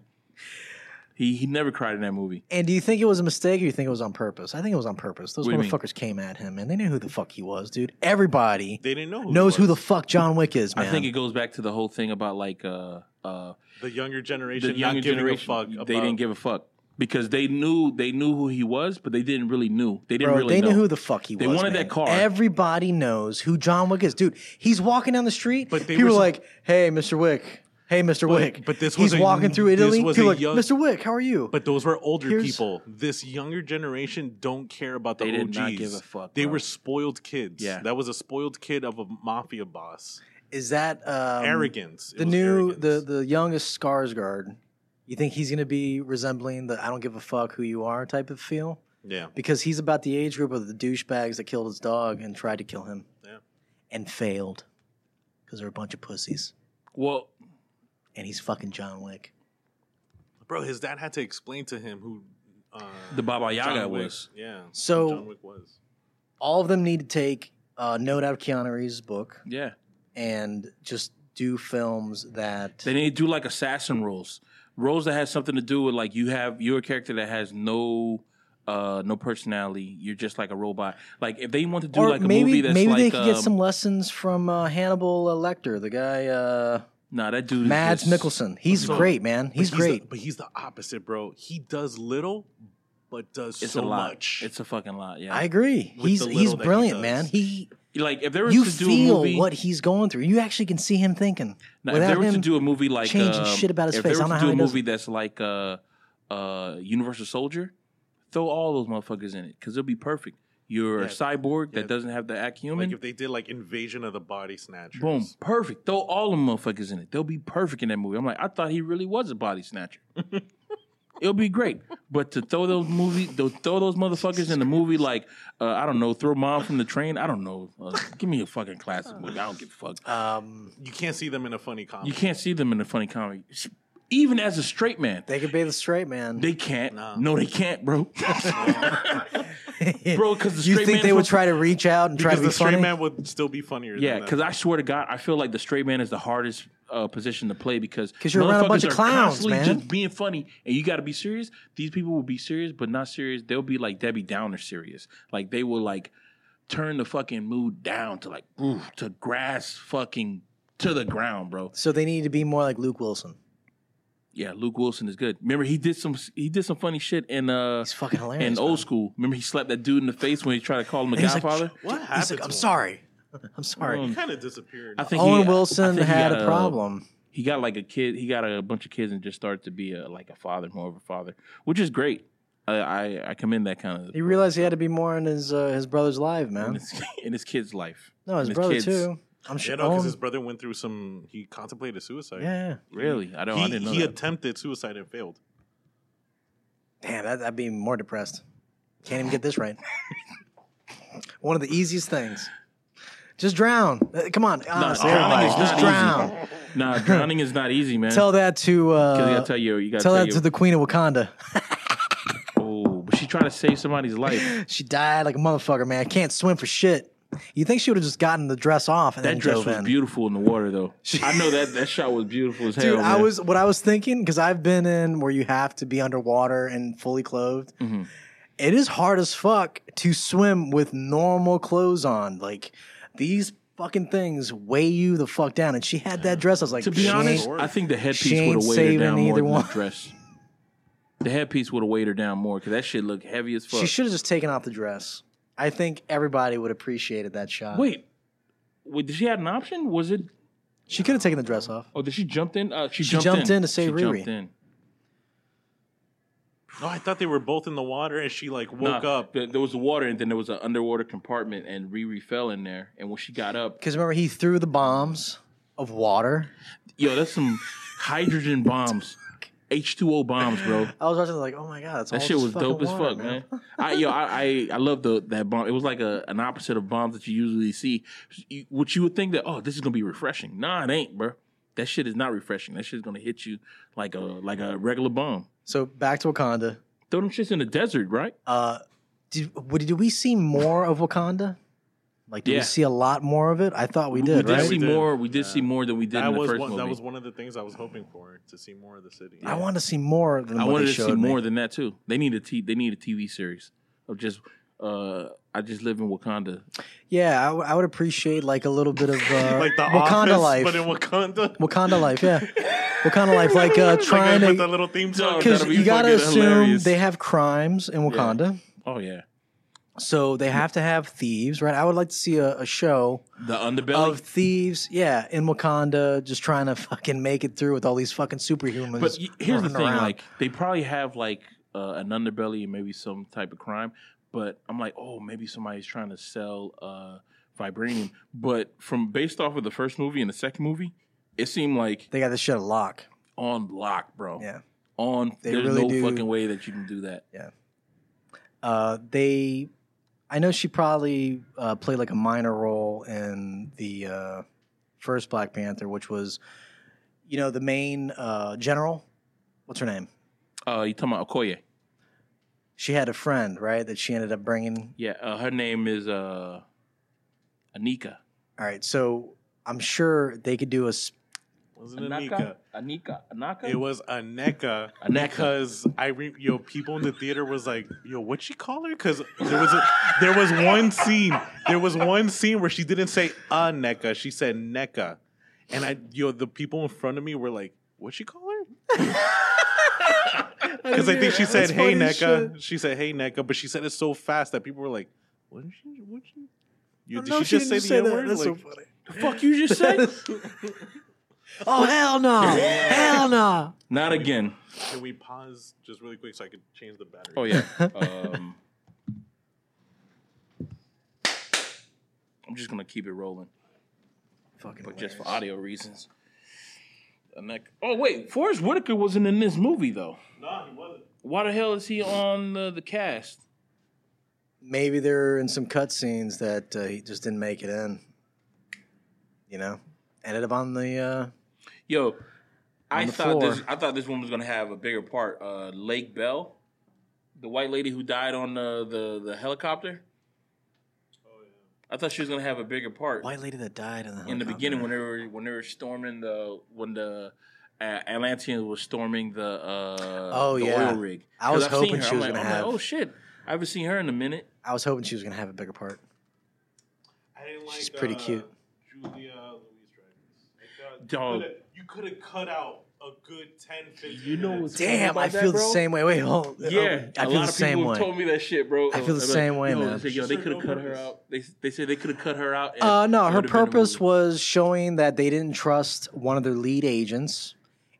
S1: He he never cried in that movie.
S4: And do you think it was a mistake or you think it was on purpose? I think it was on purpose. Those
S1: What do you mean?
S4: motherfuckers came at him and they knew who the fuck he was, dude. Everybody
S3: They didn't know. Who
S4: knows
S3: he
S4: who the
S3: was.
S4: fuck John Wick is, man.
S1: I think it goes back to the whole thing about like uh uh
S3: the younger generation.
S1: the younger
S3: not giving
S1: generation.
S3: A fuck about,
S1: they didn't give a fuck because they knew they knew who he was, but they didn't really knew. They didn't
S4: Bro,
S1: really
S4: they
S1: know.
S4: knew who the fuck he
S1: They
S4: was.
S1: wanted
S4: man.
S1: that car.
S4: Everybody knows who John Wick is, dude. He's walking down the street.
S3: But they
S4: people
S3: were
S4: are
S3: so-
S4: like, "Hey, Mr. Wick. Hey, Mr. Wick."
S3: but this was
S4: he's
S3: a-
S4: walking through
S3: this
S4: Italy.
S3: was
S4: People
S3: a
S4: are like,
S3: young-
S4: "Mr. Wick, how are you?"
S3: But those were older
S4: Here's-
S3: people. This younger generation don't care about the
S1: They did
S3: OGs.
S1: not give a fuck,
S3: They
S1: bro.
S3: were spoiled kids.
S1: Yeah.
S3: that was a spoiled kid of a mafia boss.
S4: is that um,
S3: arrogance. It
S4: The
S3: was
S4: new,
S3: arrogance.
S4: the the youngest Skarsgård. You think he's gonna be resembling the "I don't give a fuck who you are" type of feel?
S3: yeah.
S4: because he's about the age group of the douchebags that killed his dog and tried to kill him.
S3: Yeah.
S4: And failed because they're a bunch of pussies.
S1: well,
S4: And he's fucking John Wick.
S3: Bro, his dad had to explain to him who uh,
S1: the Baba
S3: John
S1: Yaga
S3: Wick-
S1: was.
S3: Yeah, who
S4: So-
S3: John Wick was.
S4: All of them need to take a note out of Keanu Reeves' book
S1: Yeah.
S4: and just do films that.
S1: They need to do like assassin roles, roles that has something to do with like you have you're a character that has no. Uh, no personality. You're just like a robot. Like if they want to do
S4: or
S1: like a
S4: maybe
S1: movie that's
S4: maybe
S1: like
S4: they could get
S1: um,
S4: some lessons from uh, Hannibal uh, Lecter, the guy uh,
S1: nah, that dude. is
S4: Mads
S1: just-
S4: Mikkelsen. He's
S3: So-
S4: great, man.
S3: But
S4: He's, great.
S3: The, but he's the opposite, bro. He does little, but does
S1: It's a
S3: so
S1: lot.
S3: much.
S1: It's a fucking lot. Yeah.
S4: I agree.
S3: With
S4: He's
S3: the
S4: he's
S3: little that he
S4: brilliant,
S3: does.
S4: man. He
S1: like if they were
S4: you
S1: to do a
S4: feel
S1: movie,
S4: what he's going through. You actually can see him thinking.
S1: Now, if
S4: Without
S1: they were to
S4: him
S1: do a movie like
S4: changing
S1: um,
S4: shit about his
S1: if
S4: face,
S1: they
S4: I
S1: were
S4: don't
S1: to do
S4: know how
S1: a
S4: he does
S1: movie that's like uh, uh, Universal Soldier, throw all those motherfuckers in it because it'll be perfect. You're a
S3: Yeah.
S1: cyborg
S3: Yeah.
S1: that doesn't have the act human.
S3: like if they did like Invasion of the Body Snatchers.
S1: Boom, perfect. Throw all the motherfuckers in it. They'll be perfect in that movie. I'm like, I thought he really was a body snatcher.
S4: [laughs]
S1: It'll be great, but to throw those movie, to throw those motherfuckers in the movie, like uh, I don't know, throw mom from the train. I don't know. Uh, give me a fucking classic movie. I don't give a fuck.
S4: Um,
S3: You can't see them in a funny comedy.
S1: You can't see them in a funny comedy, even as a straight man.
S4: they could be the straight man.
S1: They can't.
S3: No.
S1: No, they can't, bro. [laughs]
S4: [laughs]
S1: bro, because the
S4: you
S1: straight
S4: think
S1: man's
S4: they
S1: supposed
S4: would
S1: to-
S4: try to reach out and try
S3: because
S4: to be
S3: the straight
S4: funny?
S3: man would still be funnier.
S1: Yeah,
S3: than
S1: because I swear to God, I feel like the straight man is the hardest uh, position to play because
S4: 'Cause you're around a bunch
S1: motherfuckers
S4: of
S1: are
S4: clowns,
S1: constantly
S4: man.
S1: Just being funny, and you got to be serious. These people will be serious, but not serious. They'll be like Debbie Downer serious. Like they will like turn the fucking mood down to like ooh, to grass fucking to the ground, bro.
S4: so they need to be more like Luke Wilson.
S1: Yeah, Luke Wilson is good. Remember he did some he did some funny shit in uh
S4: He's fucking hilarious.
S1: in
S4: man.
S1: old school. Remember he slapped that dude in the face when he tried to call him a
S4: And he's like,
S1: Godfather.
S3: what happened?
S4: He's like,
S3: to
S4: I'm
S3: him?
S4: sorry. [laughs] I'm sorry.
S1: Um,
S3: He kind of disappeared.
S1: I think
S4: Owen
S1: he- uh, I
S4: Wilson
S1: think he
S4: had
S1: got
S4: a problem.
S1: he got like a kid he got a bunch of kids and just started to be a like a father more of a father which is great i i, I commend that kind of
S4: He realized he had to be more in his uh, his brother's life,
S1: in
S4: man.
S1: his, [laughs] in his kid's life
S4: No, his
S1: and his
S4: brother
S1: kids.
S4: too. I'm
S3: yeah,
S4: sure.
S3: no, because
S4: Owen,
S3: his brother went through some. He contemplated suicide.
S4: Oh. yeah,
S1: really i don't
S3: he,
S1: i didn't know
S3: he
S1: that.
S3: attempted suicide and failed.
S4: Damn, that, that'd be even more depressed. Can't even get this right. [laughs] One of the easiest things. Just drown. Uh, Come on, honestly,
S1: drowning
S4: everybody,
S1: is
S4: just
S1: not
S4: drown.
S1: Nah, drowning is not easy, man.
S4: Tell that to
S1: Because you
S4: uh,
S1: gotta tell you, you gotta
S4: tell
S1: tell,
S4: that
S1: you.
S4: to the Queen of Wakanda. [laughs]
S1: oh, but she's trying to save somebody's life.
S4: She died like a motherfucker, man. Can't swim for shit. You think she would have just gotten the dress off and
S1: That
S4: then
S1: dress
S4: dove
S1: was
S4: in.
S1: beautiful in the water,
S4: [laughs]
S1: though. I know that that shot was beautiful as hell.
S4: Dude, I
S1: man.
S4: was what I was thinking because I've been in where you have to be underwater and fully clothed.
S1: Mhm.
S4: It is hard as fuck to swim with normal clothes on. Like these fucking things weigh you the fuck down. And she had that dress. I was like,
S1: To be
S4: she
S1: honest,
S4: ain't-
S1: I think the
S4: she
S1: headpiece
S4: ain't
S1: would have weighed her down
S4: saving
S1: more
S4: either
S1: than
S4: one.
S1: the dress. The headpiece would have weighed her down more because that shit looked heavy as fuck.
S4: she should have just taken off the dress. I think everybody would have appreciated that shot.
S1: Wait, wait, did she have an option? Was it?
S4: she could have taken the dress off.
S1: Oh, did she jumped in? Uh, she,
S4: She
S1: jumped,
S4: jumped
S1: in.
S4: in to save
S1: she jumped
S4: Riri.
S1: in.
S3: No, I thought they were both in the water, and she like woke
S1: Nah,
S3: up.
S1: th- there was the water, and then there was an underwater compartment, and Riri fell in there. And when she got up,
S4: Because remember, he threw the bombs of water.
S1: yo, that's
S4: [laughs]
S1: some hydrogen bombs, H two O bombs, bro.
S4: I was watching, like, oh my god, that's
S1: That
S4: all
S1: shit
S4: this
S1: was
S4: fucking
S1: dope as
S4: water,
S1: fuck, man.
S4: [laughs]
S1: I yo, I I, I love the that bomb. It was like a an opposite of bombs that you usually see. You- Which you would think that oh, this is gonna be refreshing. Nah, it ain't, bro. That shit is not refreshing. That shit's gonna hit you like a like a regular bomb.
S4: So back to Wakanda.
S1: Throw them shits in the desert, right?
S4: Uh, did, would, did we see more of Wakanda? Like, did
S1: Yeah.
S4: we see a lot more of it? I thought we did,
S1: we did
S4: right?
S1: see
S3: We did.
S1: more. We did
S3: Yeah.
S1: see more than we did
S3: That
S1: in the
S3: was
S1: first
S3: one,
S1: movie.
S3: that was one of the things I was hoping for to see more of the city.
S4: I wanted to see more than
S1: I
S4: what
S1: wanted
S4: they
S1: to
S4: showed
S1: see
S4: me.
S1: more than that too. They need a t- they need a TV series of just uh I just live in Wakanda.
S4: Yeah, I, w- I would appreciate like a
S1: [laughs]
S4: little bit of uh,
S3: like the
S4: Wakanda
S3: office,
S4: life.
S3: but in Wakanda.
S4: Wakanda
S1: [laughs]
S4: life, yeah. Wakanda life, like uh, trying
S3: like, with that
S4: to.
S3: little theme
S1: No,
S3: song.
S4: Because
S1: That'll be
S4: you gotta
S1: fucking
S4: assume
S1: hilarious.
S4: they have crimes in Wakanda,
S1: Oh yeah.
S4: so they have to have thieves, right? I would like to see a, a show
S1: The underbelly.
S4: of thieves, yeah, in Wakanda, just trying to [laughs] fucking make it through with all these fucking superhumans.
S1: But y- here's the
S4: running
S1: thing:
S4: around.
S1: like they probably have like uh, an underbelly and maybe some type of crime. But I'm like, oh, maybe somebody's trying to sell uh, vibranium. But from based off of the first movie and the second movie, it seemed like
S4: they got this shit a lock.
S1: on block, bro.
S3: Oh.
S4: Yeah.
S1: On
S4: They
S1: there's
S4: really
S1: no
S4: do-
S1: fucking way that you can do that.
S4: Uh, they, I know she probably uh, played like a minor role in the uh, first Black Panther, which was, you know, the main uh, general. What's her name?
S1: Uh, you talking about Okoye?
S4: She had a friend, right? That she ended up bringing.
S1: Yeah. Uh, her name is uh, Anika.
S4: All right, so I'm sure they could do a. s-
S3: Wasn't Anika?
S1: Anika. Anaka.
S3: It was Aneka.
S1: Aneka.
S3: Because I re- yo people in the theater was like, yo, what she call her? Because there was a, there was one scene, there was one scene where she didn't say Aneka, she said Neka, and I yo the people in front of me were like, what she call her?
S4: [laughs]
S3: Because I think she said,
S4: That's
S3: hey
S4: funny as
S3: Neka, she said hey Neka, but she said it so fast that people were like, what did she? What she? You, did
S4: No,
S3: she, just say
S4: didn't
S3: the N word?
S4: That's
S3: Like,
S4: so funny.
S1: the fuck you just
S3: [laughs]
S1: said?
S4: Oh hell no! hell no!
S1: Not again.
S3: can we pause just really quick so I could change the battery?
S1: Oh
S3: [laughs]
S1: yeah. um, I'm just gonna keep it rolling,
S4: Fucking
S1: but just for
S4: hilarious.
S1: audio reasons. And that- oh wait, Forrest Whitaker wasn't in this movie though.
S3: No, he wasn't.
S1: Why the hell is he on the, the cast?
S4: maybe they're in some cut scenes that uh, he just didn't make it in. You know, ended up on the. Uh,
S1: Yo, I
S4: On the
S1: thought
S4: floor.
S1: this I thought this one was gonna have a bigger part. Uh, Lake Bell, the white lady who died on the the, the helicopter. I thought she was gonna have a bigger part.
S4: white lady that died in the
S1: in the
S4: helicopter.
S1: beginning when they were when they were storming the when the uh, Atlanteans were storming the uh
S4: Oh,
S1: the
S4: yeah.
S1: oil rig.
S4: I was
S1: 'Cause I've seen
S4: hoping
S1: her.
S4: she
S1: I'm
S4: was
S1: like-
S4: gonna
S1: I'm like,
S4: have- Uh,
S1: oh shit, I haven't seen her in a minute.
S4: I was hoping she was gonna have a bigger part.
S3: I didn't like.
S4: She's pretty
S3: uh,
S4: cute.
S3: Julia Louis Dreyfus.
S1: Dog.
S3: You could have cut out a good 10, 15
S1: You know
S3: minutes.
S1: what's-
S4: Damn,
S1: about
S4: I
S1: that,
S4: feel the
S1: bro?
S4: same way. Wait, hold. oh,
S1: Yeah,
S4: um, I
S1: a
S4: feel
S1: lot
S4: the
S1: of people
S4: same way.
S1: told me that shit, bro.
S4: I feel the
S1: They're
S4: same way,
S1: yo,
S4: man.
S1: They, said, yo, they could have cut her out. They they said they could have cut her out. and
S4: Uh, no,
S1: it
S4: her
S1: would've been a
S4: purpose
S1: movie.
S4: was showing that they didn't trust one of their lead agents,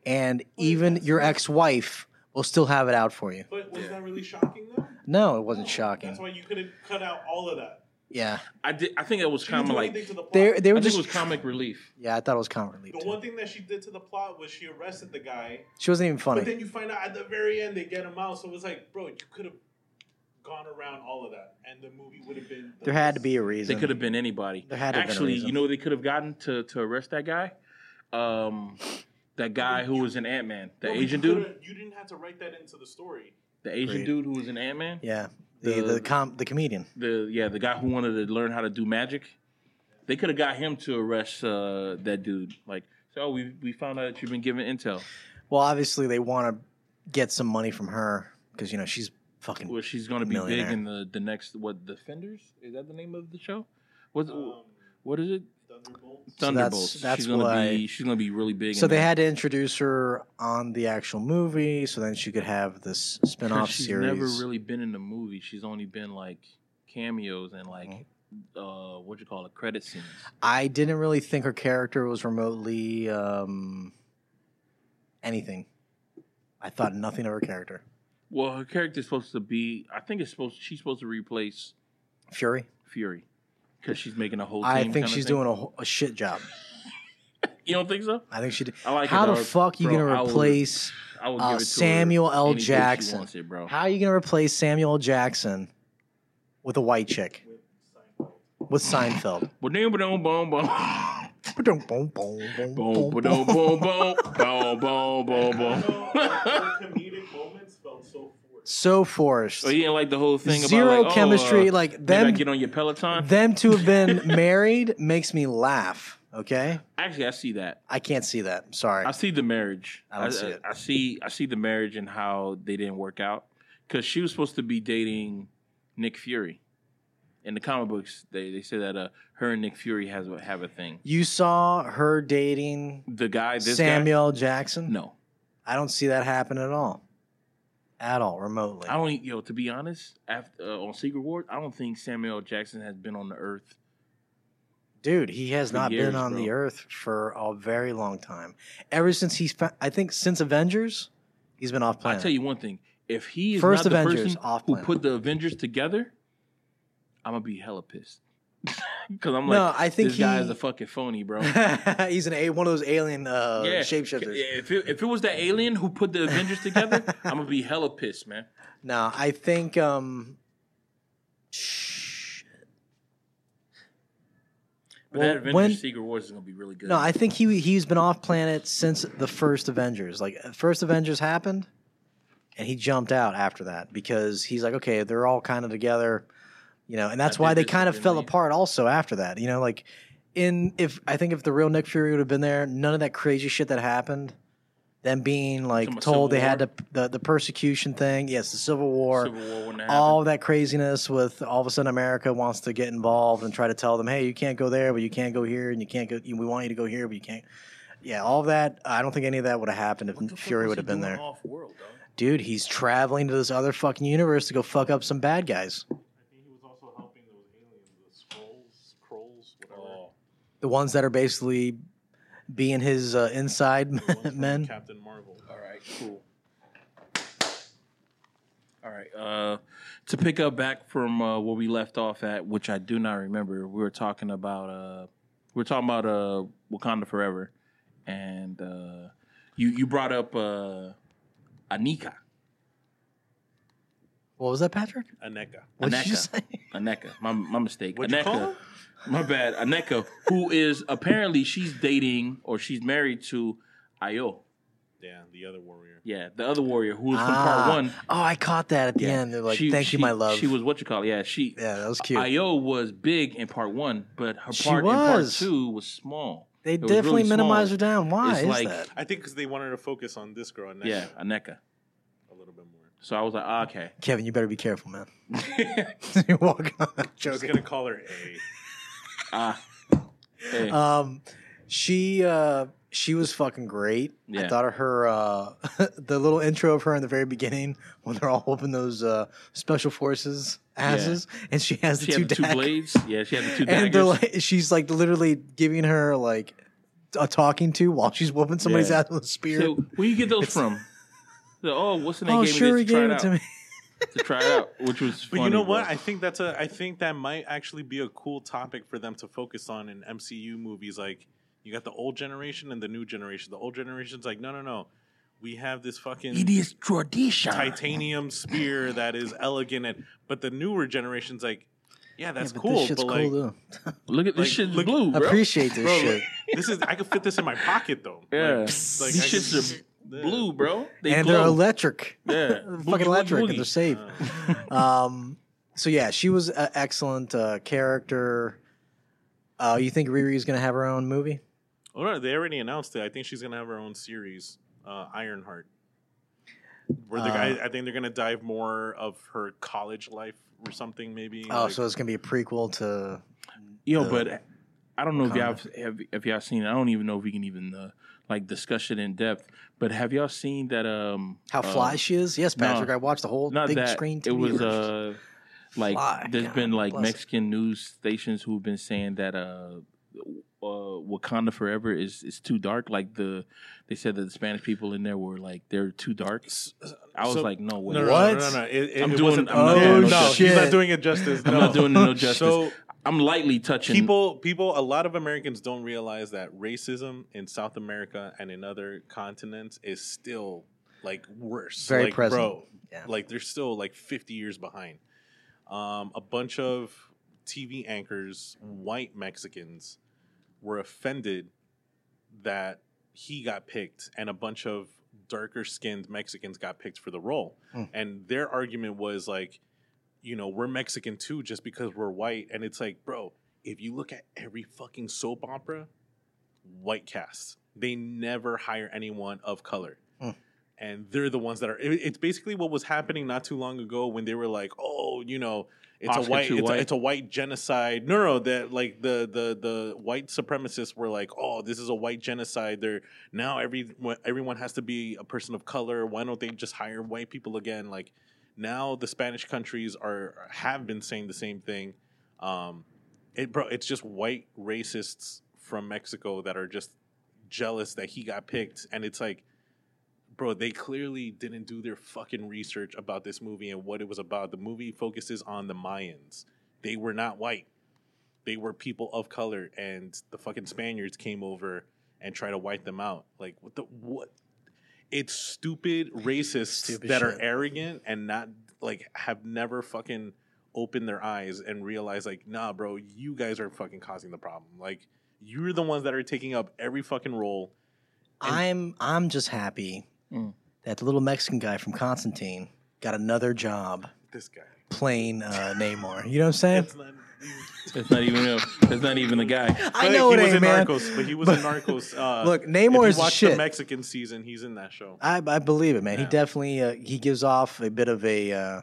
S4: and even your ex-wife will still have it out for you.
S3: But was that really shocking though?
S1: Oh,
S4: No, it wasn't shocking.
S3: That's why you could have cut out all of that.
S4: Yeah,
S1: I did. I think it was
S3: She
S1: kind
S3: didn't do
S1: of like
S3: anything to the plot.
S4: they they
S1: I think it
S4: were just
S1: was comic
S4: [laughs]
S1: relief.
S4: yeah. I thought it was comic relief.
S3: the
S4: too.
S3: one thing that she did to the plot was she arrested the guy,
S4: She wasn't even
S3: but
S4: funny.
S3: then you find out at the very end they get him out. So it's like, bro, you could have gone around all of that, and the movie would have been. the
S4: There had to
S3: best.
S4: be a reason.
S1: They could have been anybody.
S4: There had to have been a
S1: Actually,
S4: reason.
S1: you know, they could have gotten to to arrest that guy. Um, that guy who was in Ant Man, the
S3: No, but you
S1: Asian dude,
S3: could've- You didn't have to write that into the story.
S1: the Asian
S4: Great.
S1: dude who was in Ant Man.
S4: Yeah, the
S1: The-
S4: the com the comedian.
S1: The yeah, the guy who wanted to learn how to do magic. They could have got him to arrest uh, that dude. Like, so oh, we we found out that you've been given intel.
S4: Well, obviously they want to get some money from her because you know she's fucking.
S1: Well, she's going to be big
S4: Millionaire.
S1: in the the next what Defenders is that the name of the show? What
S3: Um,
S1: what is it?
S3: [laughs] Thunderbolts.
S4: So
S1: Thunderbolts.
S4: that's- that's
S1: she's gonna
S4: why-
S1: be she's gonna be really big.
S4: So
S1: in
S4: they
S1: that.
S4: had to introduce her on the actual movie, so then she could have this
S1: [laughs]
S4: spin-off
S1: she's
S4: series.
S1: never really been in a movie. She's only been like cameos and like
S4: Mm-hmm.
S1: uh, what you call it credit scenes.
S4: I didn't really think her character was remotely um, anything. I thought nothing of her character.
S1: Well, her character's supposed to be. I think it's supposed. She's supposed to replace
S4: Fury.
S1: Fury because she's making a whole. Team
S4: I think
S1: kinda
S4: she's
S1: thing.
S4: doing a, wh- a shit job.
S1: You don't think so?
S4: I think she did.
S1: I like.
S4: How
S1: it,
S4: the
S1: dog.
S4: fuck you
S1: Bro, I
S4: gonna
S1: would-
S4: replace?
S1: I would
S4: uh,
S1: give it to her
S4: Samuel L.
S1: any day she
S4: Jackson.
S1: wants it, bro.
S4: How are you gonna replace Samuel L. Jackson with a white chick with Seinfeld?
S1: Ba-doom, ba-doom, boom, boom.
S4: Boom, boom, boom, boom,
S1: Boom,
S4: boom,
S1: ba-doom, boom,
S4: boom.
S1: boom. Boom, boom, boom,
S3: I
S1: boom.
S3: don't know, her comedic moments felt so forced.
S4: So forced.
S1: [laughs] So you didn't like the whole thing
S4: Zero
S1: about like,
S4: chemistry,
S1: Oh, uh,
S4: like
S1: maybe I
S4: them
S1: get on your Peloton.
S4: them to have been [laughs] married makes me laugh. Okay,
S1: Actually, I see that.
S4: I can't see that. Sorry.
S1: I see the marriage.
S4: I don't see it.
S1: I see. I see the marriage and how they didn't work out because she was supposed to be dating Nick Fury. In the comic books, they, they say that uh, her and Nick Fury has a- have a thing.
S4: You saw her dating
S1: The guy, this guy?
S4: Samuel Jackson?
S1: no,
S4: I don't see that happen at all. At all, remotely.
S1: I don't. e- Yo, to be honest, after uh, on Secret Wars, I don't think Samuel Jackson has been on the Earth.
S4: Dude, he has
S1: For
S4: not
S1: years,
S4: been on the
S1: bro.
S4: earth for a very long time. Ever since he's, fa- I think, since Avengers, he's been off
S1: I
S4: planet.
S1: tell
S4: [laughs]
S1: you one thing: if he is
S4: First
S1: not the
S4: Avengers,
S1: person
S4: off
S1: who
S4: planet.
S1: put the Avengers together, I'm gonna be hella pissed [laughs] because I'm like,
S4: no, I think
S1: this guy is
S4: he-
S1: a fucking phony,
S4: [laughs]
S1: bro.
S4: he's an a one of those alien uh, shapeshifters.
S1: Yeah, if it, if it was that alien who put the Avengers
S4: [laughs]
S1: together, I'm gonna be hella pissed, man.
S4: No, I think um, shh.
S1: But
S4: Well,
S1: that Avengers
S4: when-
S1: Secret Wars is gonna be really good.
S4: No, I think he he's been off planet since the first Avengers. Like first Avengers happened, and he jumped out after that because he's like, okay, they're all kind of together, you know, and that's
S1: I
S4: why
S1: did
S4: they
S1: this
S4: kind of
S1: every
S4: fell
S1: night.
S4: apart. Also after that, you know, like in if I think if the real Nick Fury would have been there, none of that crazy shit that happened. Them being like
S1: Talking about Civil
S4: told they had
S1: War?
S4: to the, the persecution thing, yes, the Civil War,
S1: Civil War wouldn't happen.
S4: all that craziness with all of a sudden America wants to get involved and try to tell them, hey, you can't go there, but you can't go here, and you can't go. You, we want you to go here, but you can't. Yeah, all of that. I don't think any of that would have happened
S1: What the
S4: if
S1: fuck
S4: Fury
S1: was he
S4: would have been
S1: doing
S4: there.
S1: Off world, dog?
S4: Dude, he's traveling to this other fucking universe to go fuck up some bad guys.
S3: I think he was also helping those aliens, the scrolls, scrolls, whatever.
S4: The ones that are basically being his uh, inside
S3: The ones from
S4: men.
S3: Captain Marvel.
S1: All right, cool. All right. Uh, to pick up back from uh, where we left off at, which I do not remember, we were talking about uh, we were talking about uh, Wakanda Forever, and uh, you you brought up uh, Anika,
S4: What was that, Patrick?
S3: Aneka.
S4: What did you
S1: Aneka.
S4: say?
S1: Aneka. My my mistake.
S3: What'd you call her?
S1: My bad. Aneka, who is apparently she's dating or she's married to Ayo.
S3: Yeah, the other warrior.
S1: Yeah, the other warrior who was from
S4: Ah.
S1: part one.
S4: Oh, I caught that at the
S1: Yeah.
S4: end. They're like,
S1: She-
S4: "Thank
S1: she-
S4: you, my love."
S1: She was what you call it. Yeah, she.
S4: yeah, that was cute.
S1: Io was big in part one, but her
S4: She
S1: part in part
S4: was.
S1: two was small.
S4: they
S1: it was
S4: definitely
S1: really
S4: minimized
S1: small.
S4: her down. Why
S1: It's
S4: is
S1: like-
S4: that?
S3: I think because they wanted to focus on this girl, Aneka,
S1: Yeah, Aneka.
S3: a little bit more.
S1: So I was like, ah,
S3: [laughs]
S1: okay.
S4: Kevin, you better be careful, man. [laughs] you walk on
S3: I'm just
S4: joking.
S3: gonna call her [laughs] A.
S1: ah, hey,
S4: Um, she uh, she was fucking great.
S1: Yeah.
S4: I thought of her uh, [laughs] the little intro of her in the very beginning when they're all whooping those uh, special forces asses, and she has the
S1: she
S4: two,
S1: had the two
S4: dag-
S1: blades. Yeah, she had the two
S4: and they're
S1: daggers.
S4: like, she's like literally giving her like a talking to while she's whooping somebody's
S1: Yeah.
S4: ass with a spear.
S1: so where you get those from? So, oh, what's the name?
S4: oh,
S1: gave
S4: sure,
S1: me
S4: he
S1: this to try
S4: gave it
S1: out.
S4: to me.
S1: to try it out, which was.
S3: But
S1: funny,
S3: you know
S1: bro.
S3: what? I think that's a. I think that might actually be a cool topic for them to focus on in MCU movies. Like you got the old generation and the new generation. The old generation's like, no, no, no. We have this
S1: it
S3: fucking
S1: is tradition.
S3: titanium spear that is elegant, and but the newer generation's like, yeah, that's
S4: yeah, but
S3: cool.
S4: This shit's
S3: but
S4: cool
S3: like,
S4: too.
S1: Look at this
S3: Like,
S1: shit is
S3: look-
S1: blue, bro.
S4: Appreciate this
S3: bro,
S4: shit.
S3: [laughs] this is I could fit this in my pocket though.
S1: Yeah.
S3: like,
S1: These
S3: I
S1: shits
S3: could- yeah.
S1: blue, bro. They
S4: and
S1: glow.
S4: they're electric.
S1: yeah,
S4: They're
S1: Boogie,
S4: [laughs]
S1: woogie,
S4: fucking electric,
S1: woogie.
S4: and they're safe.
S3: Uh,
S4: [laughs] Um, so yeah, she was an excellent uh, character. Uh, you think Riri is gonna have her own movie?
S3: oh no, they already announced it. I think she's gonna have her own series, uh, Ironheart. Where they're,
S4: Uh,
S3: I, I think they're gonna dive more of her college life or something, maybe.
S4: Oh,
S3: like-
S4: so it's gonna be a prequel to.
S1: Yo,
S4: Uh,
S1: but I don't know if y'all
S4: comment.
S1: have if y'all seen. it. I don't even know if we can even uh, like discuss it in depth. But have y'all seen that? Um,
S4: How
S1: uh,
S4: fly she is? Yes,
S1: no,
S4: Patrick. I watched the whole
S1: Not
S4: big
S1: that
S4: screen. TV
S1: it was
S4: version.
S1: uh,
S4: [laughs]
S1: like
S4: Fly,
S1: there's
S4: God
S1: been like
S4: bless it.
S1: Mexican news stations who've been saying that uh, uh, Wakanda Forever is is too dark. Like the they said that the Spanish people in there were like they're too dark.
S3: S-
S1: I was
S3: so-
S1: like, no way.
S3: no, no,
S4: What? Oh,
S3: no, no, no. It, it,
S1: I'm
S3: it
S1: doing-
S3: wasn't.
S1: I'm not
S3: yeah,
S1: doing it
S3: no,
S1: justice.
S3: he's
S4: Shit.
S3: not doing it justice.
S1: I'm
S3: no.
S1: not doing it no justice.
S3: [laughs] So
S1: I'm lightly touching.
S3: people, people, a lot of Americans don't realize that racism in South America and in other continents is still like worse.
S4: Very
S3: like,
S4: present.
S3: bro.
S4: Yeah.
S3: Like they're still like 50 years behind. Um, a bunch of TV anchors, white Mexicans, were offended that he got picked, and a bunch of darker skinned Mexicans got picked for the role.
S4: Mm.
S3: And their argument was like, you know, we're Mexican too just because we're white. And it's like, bro, if you look at every fucking soap opera, white cast, they never hire anyone of color.
S1: Hmm.
S4: Mm.
S3: And they're the ones that are. it- It's basically what was happening not too long ago when they were like, "Oh, you know, it's
S1: Oscar
S3: a white,
S1: too
S3: it's,
S1: white.
S3: A, it's a white genocide." No, no, that like the the the white supremacists were like, "Oh, this is a white genocide." They're now every everyone has to be a person of color. Why don't they just hire white people again? Like now the Spanish countries are have been saying the same thing. Um, it bro, it's just white racists from Mexico that are just jealous that he got picked, and it's like, bro, they clearly didn't do their fucking research about this movie and what it was about. The movie focuses on the Mayans. They were not white. They were people of color, and the fucking Spaniards came over and tried to wipe them out. Like what the what? It's stupid racists
S4: Stupid
S3: that are
S4: shit.
S3: arrogant and not like have never fucking opened their eyes and realized like, nah, bro, you guys are fucking causing the problem. Like you're the ones that are taking up every fucking role.
S4: I'm I'm just happy
S1: Mm.
S4: that the little Mexican guy from Constantine got another job [laughs]
S3: This guy.
S4: playing uh, Namor. You know what I'm
S3: [laughs]
S4: saying?
S3: It's not-
S1: That's not even. A, that's not even a guy.
S4: I
S3: But
S4: know
S3: he
S4: it
S3: was
S4: ain't,
S3: in
S4: man.
S3: Narcos, but he
S4: [laughs]
S3: was
S4: But-
S3: in Narcos. Uh,
S4: Look,
S3: if
S4: Namor
S3: you
S4: is the
S3: watch the
S4: shit.
S3: Mexican season, he's in that show.
S4: I, I believe it, man. He
S3: Yeah.
S4: definitely uh, he gives off a bit of a uh, uh,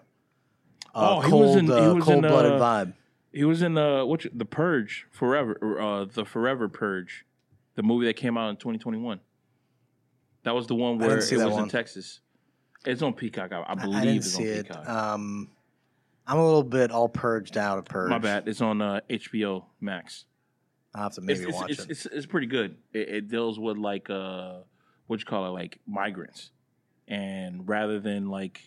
S1: Oh, he was
S4: cold
S1: in- he
S4: uh,
S1: was in,
S4: cold blooded
S1: uh,
S4: vibe.
S1: He was in uh what the Purge Forever or, uh the Forever Purge, the movie that came out in 2021. That was the one
S4: didn't
S1: where it was
S4: see that
S1: in
S4: one.
S1: Texas. It's on Peacock. I, I
S4: I-
S1: believe
S4: I didn't
S1: it's on
S4: see it.
S1: Peacock.
S4: Um, I'm a little bit all purged out of purge.
S1: My bad. It's on uh, HBO Max.
S4: I will have to
S1: It's
S4: maybe
S1: it's,
S4: watch
S1: it's,
S4: it.
S1: it's it's pretty good. It, it deals with like uh what you call it like migrants, and rather than like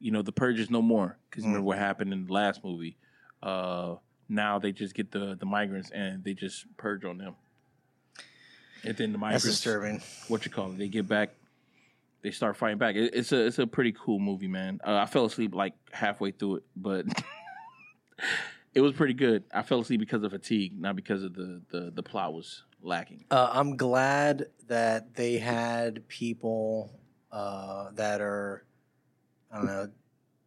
S1: you know the purge is no more because remember
S4: Mm.
S1: what happened in the last movie. Uh, now they just get the the migrants and they just purge on them. And then the
S4: That's
S1: migrants
S4: disturbing.
S1: what you call it. They get back, they start fighting back. It, it's a it's a pretty cool movie, man. Uh, I fell asleep like halfway through it, but [laughs] it was pretty good. I fell asleep because of fatigue, not because of the the, the plot was lacking.
S4: Uh, I'm glad that they had people uh, that are, I don't know,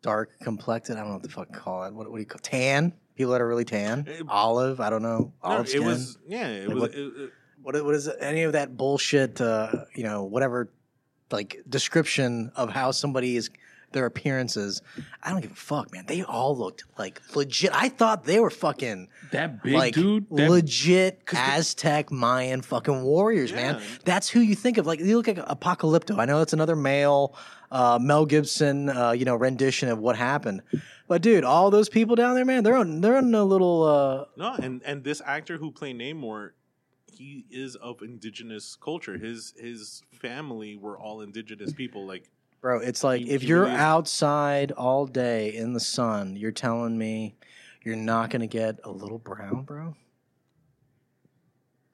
S4: dark complected. I don't know what the fuck to call it. What, what do you call tan? People that are really tan,
S3: It-
S4: olive. I don't know,
S3: No,
S4: olive
S3: it
S4: skin.
S3: was yeah, it
S4: Like
S3: was.
S4: what-
S3: It, it-
S4: what, what is it? any of that bullshit? Uh, you know, whatever, like description of how somebody is their appearances. I don't give a fuck, man. They all looked like legit. I thought they were fucking
S1: That big
S4: like
S1: dude, that,
S4: legit Aztec Mayan fucking warriors, man.
S3: Yeah.
S4: That's who you think of. Like you look at Apocalypto. I know that's another male uh, Mel Gibson, uh, you know, rendition of what happened. But dude, all those people down there, man, they're on they're on a little. Uh,
S3: no, and and this actor who played Namor, he is of indigenous culture. His his family were all indigenous people. Like
S4: Bro, it's like
S1: He-
S4: if
S1: he
S4: you're
S1: really is.
S4: outside all day in the sun, you're telling me you're not going to get a little brown, bro?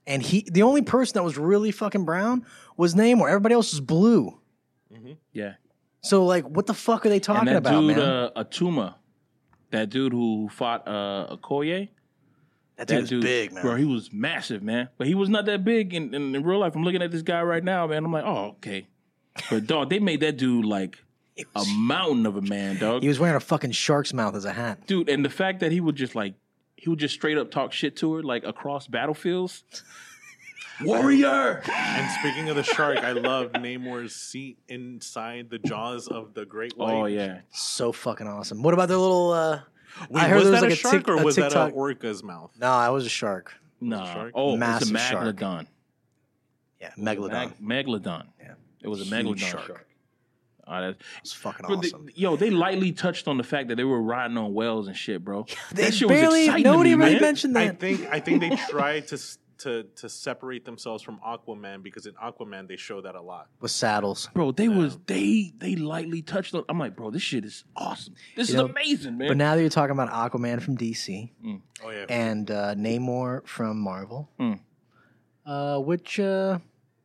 S4: And he, the only person that was really fucking brown was Namor. Everybody else is blue.
S3: mm-hmm.
S1: Yeah.
S4: So, like, what the fuck are they talking
S1: and that
S4: about,
S1: dude,
S4: man?
S1: Uh, Atuma, that dude who fought uh, Okoye,
S4: that
S1: that
S4: dude was big, man.
S1: bro, he was massive, man. But he was not that big in, in, in real life. I'm looking at this guy right now, man. I'm like, oh, okay. But dog, they made that dude like
S4: He
S1: a
S4: was,
S1: mountain of a man, dog.
S4: he was wearing a fucking shark's mouth as a hat.
S1: dude, and the fact that he would just like he would just straight up talk shit to her like across
S4: [laughs]
S1: battlefields. Oh, Warrior.
S3: And speaking of the shark, I love Namor's seat inside the jaws of the great white.
S1: Oh yeah.
S4: So fucking awesome. What about their little, uh,
S3: Wait,
S4: I heard
S3: was
S4: there was
S3: that
S4: like
S3: a
S4: a
S3: shark
S4: tic-
S3: or
S4: a
S3: was that
S4: TikTok-
S3: an orca's mouth?
S4: no, I was a shark.
S1: No.
S3: shark?
S1: Oh,
S4: Massive
S1: it's a
S4: shark.
S1: megalodon.
S4: Yeah, Megalodon.
S1: Meg- megalodon.
S4: Yeah.
S1: It was a
S4: Huge
S1: megalodon
S4: shark.
S1: shark. Oh, that-
S4: It was fucking
S1: but the-
S4: awesome.
S1: yo, they lightly touched on the fact that they were riding on whales and shit,
S4: [laughs]
S1: bro.
S4: They
S1: that shit was
S4: barely,
S1: exciting.
S4: nobody
S1: to me,
S4: really
S1: man.
S4: mentioned
S3: I
S4: that.
S3: think I think they tried to s- to to separate themselves from Aquaman because in Aquaman they show that a lot.
S4: with saddles.
S1: Bro, they was
S3: Yeah.
S1: they they lightly touched on. I'm like, bro, this shit is awesome. This
S4: You
S1: is
S4: know,
S1: amazing, man.
S4: But now that you're talking about Aquaman from DC
S3: Oh yeah,
S4: and uh, Namor from Marvel,
S1: Hmm.
S4: uh, which uh,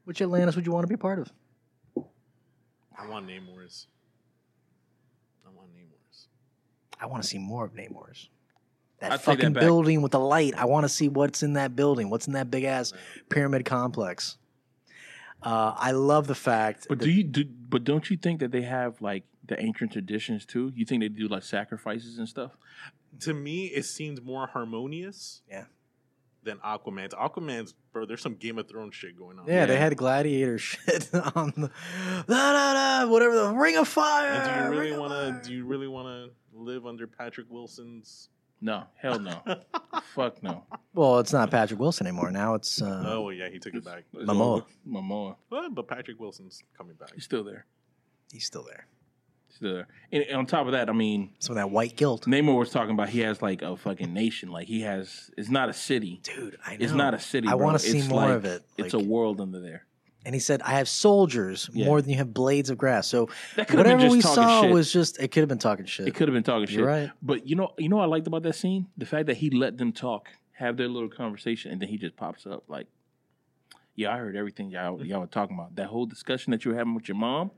S4: which Atlantis would you want to be part of?
S3: I want Namor's. I want Namor's.
S4: I want to see more of Namor's. That
S1: I'll take that
S4: fucking
S1: back.
S4: building with the light. I want to see what's in that building. What's in that big ass pyramid complex? Uh, I love the fact.
S1: But
S4: that-
S1: do you do? But don't you think that they have like the ancient traditions too? You think they do like sacrifices and stuff?
S3: To me, it seemed more harmonious.
S4: Yeah.
S3: Than Aquaman's. Aquaman's, bro. There's some Game of Thrones shit going on.
S4: yeah, they had gladiator [laughs] shit on the da, da, da, whatever the Ring of Fire.
S3: And do you really
S4: Ring of
S3: want
S4: Fire.
S3: to? Do you really want to live under Patrick Wilson's?
S1: No, hell [laughs] no, fuck no.
S4: Well, it's not Patrick Wilson anymore. Now it's uh,
S3: oh yeah, he took
S4: [laughs]
S3: it back.
S1: It's
S4: Momoa.
S1: over. Momoa,
S3: Well, but Patrick Wilson's coming back.
S1: he's still there,
S4: he's still there.
S1: still there. And, and on top of that, I mean,
S4: Some of that white guilt,
S1: Namor was talking about he has like a fucking nation. Like he has, it's not a city.
S4: dude. I know.
S1: It's not a city.
S4: I
S1: bro.
S4: wanna see
S1: It's
S4: more
S1: like-
S4: of it.
S1: It's a
S4: Like-
S1: world under there.
S4: And he said, "I have soldiers
S1: Yeah.
S4: more than you have blades of grass." So
S1: That could have
S4: whatever
S1: been
S4: we
S1: just talking
S4: saw
S1: shit.
S4: was just it could have been talking shit.
S1: it could have been talking shit.
S4: You're right.
S1: But you know, you know, what I liked about that scene the fact that he let them talk, have their little conversation, and then he just pops up like, "Yeah, I heard everything y'all
S3: Mm.
S1: y'all were talking about. That whole discussion that you were having with your mom,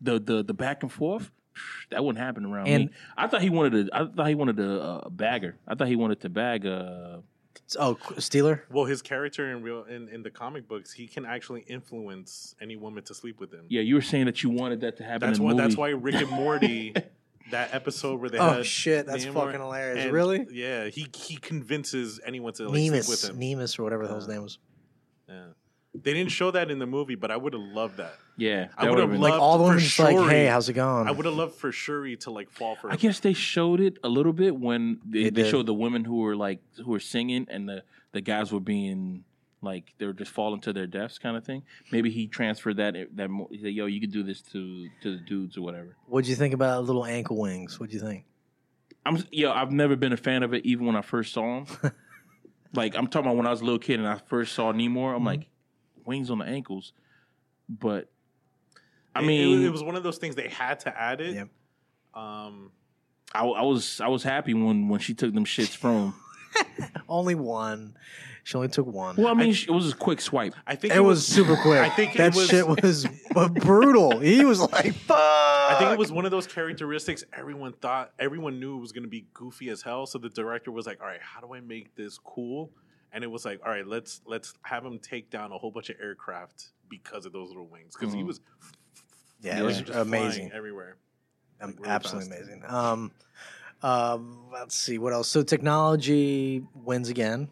S1: the the the back and forth, psh, that wouldn't happen around
S4: And-
S1: me. I thought he wanted to. I thought he wanted to uh, bag her. I thought he wanted to bag. Uh,
S4: Oh, Steeler.
S3: Well, his character in real in, in the comic books, he can actually influence any woman to sleep with him.
S1: yeah, you were saying that you wanted that to happen.
S3: that's
S1: in
S3: why.
S1: the movie.
S3: That's why Rick and
S1: [laughs]
S3: Morty, that episode where they
S4: Oh
S3: had
S4: shit, that's
S3: Namor
S4: fucking hilarious.
S3: and-
S4: Really?
S3: Yeah, he he convinces anyone to like, sleep with
S4: Nemus,
S3: him.
S4: Nemus, or whatever the hell
S1: Uh,
S4: his name was.
S3: Yeah. They didn't show that in the movie, but I would have loved that.
S1: Yeah,
S3: I
S1: that
S3: would've
S1: would've been-
S4: Like
S3: Loved
S4: all the
S3: for
S4: women just
S3: sure.
S4: like, "Hey, how's it going?"
S3: I would have loved for Shuri to like fall for.
S1: I
S3: him.
S1: guess they showed it a little bit when they,
S4: They
S1: they
S4: did.
S1: showed the women who were like who were singing and the the guys were being like they were just falling to their deaths kind of thing. Maybe he transferred that eh, that mo- he said, yo you could do this to to the dudes or whatever.
S4: What'd you think about little ankle wings? What'd you think? [laughs]
S1: I'm s- yo I've never been a fan of it even when I first saw [laughs] him. like I'm talking about when I was a little kid and I first saw Namor. I'm like wings on the ankles, but I
S3: It- it
S1: mean
S3: was- it, was one of those things they had to add it.
S4: Yep.
S3: Um,
S1: I, I was I was happy when when she took them shits from him.
S4: Only one. She only took one.
S1: Well, I mean it was a quick swipe.
S3: I think
S4: it was
S3: [laughs]
S4: super quick.
S3: I think it
S4: that
S3: was-
S4: shit was brutal. He was like, "Fuck!"
S3: I think it was one of those characteristics everyone thought everyone knew it was going to be goofy as hell. So the director was like, "All right, how do I make this cool?" And it was like, "All right, let's let's have him take down a whole bunch of aircraft because of those little wings." Because he
S1: Mhm.
S3: was
S4: Yeah,
S1: Yeah.
S4: it was
S3: just
S4: amazing.
S3: flying everywhere.
S4: Um,
S3: really
S4: absolutely
S3: fast.
S4: amazing. Um, um, let's see what else. So technology wins again,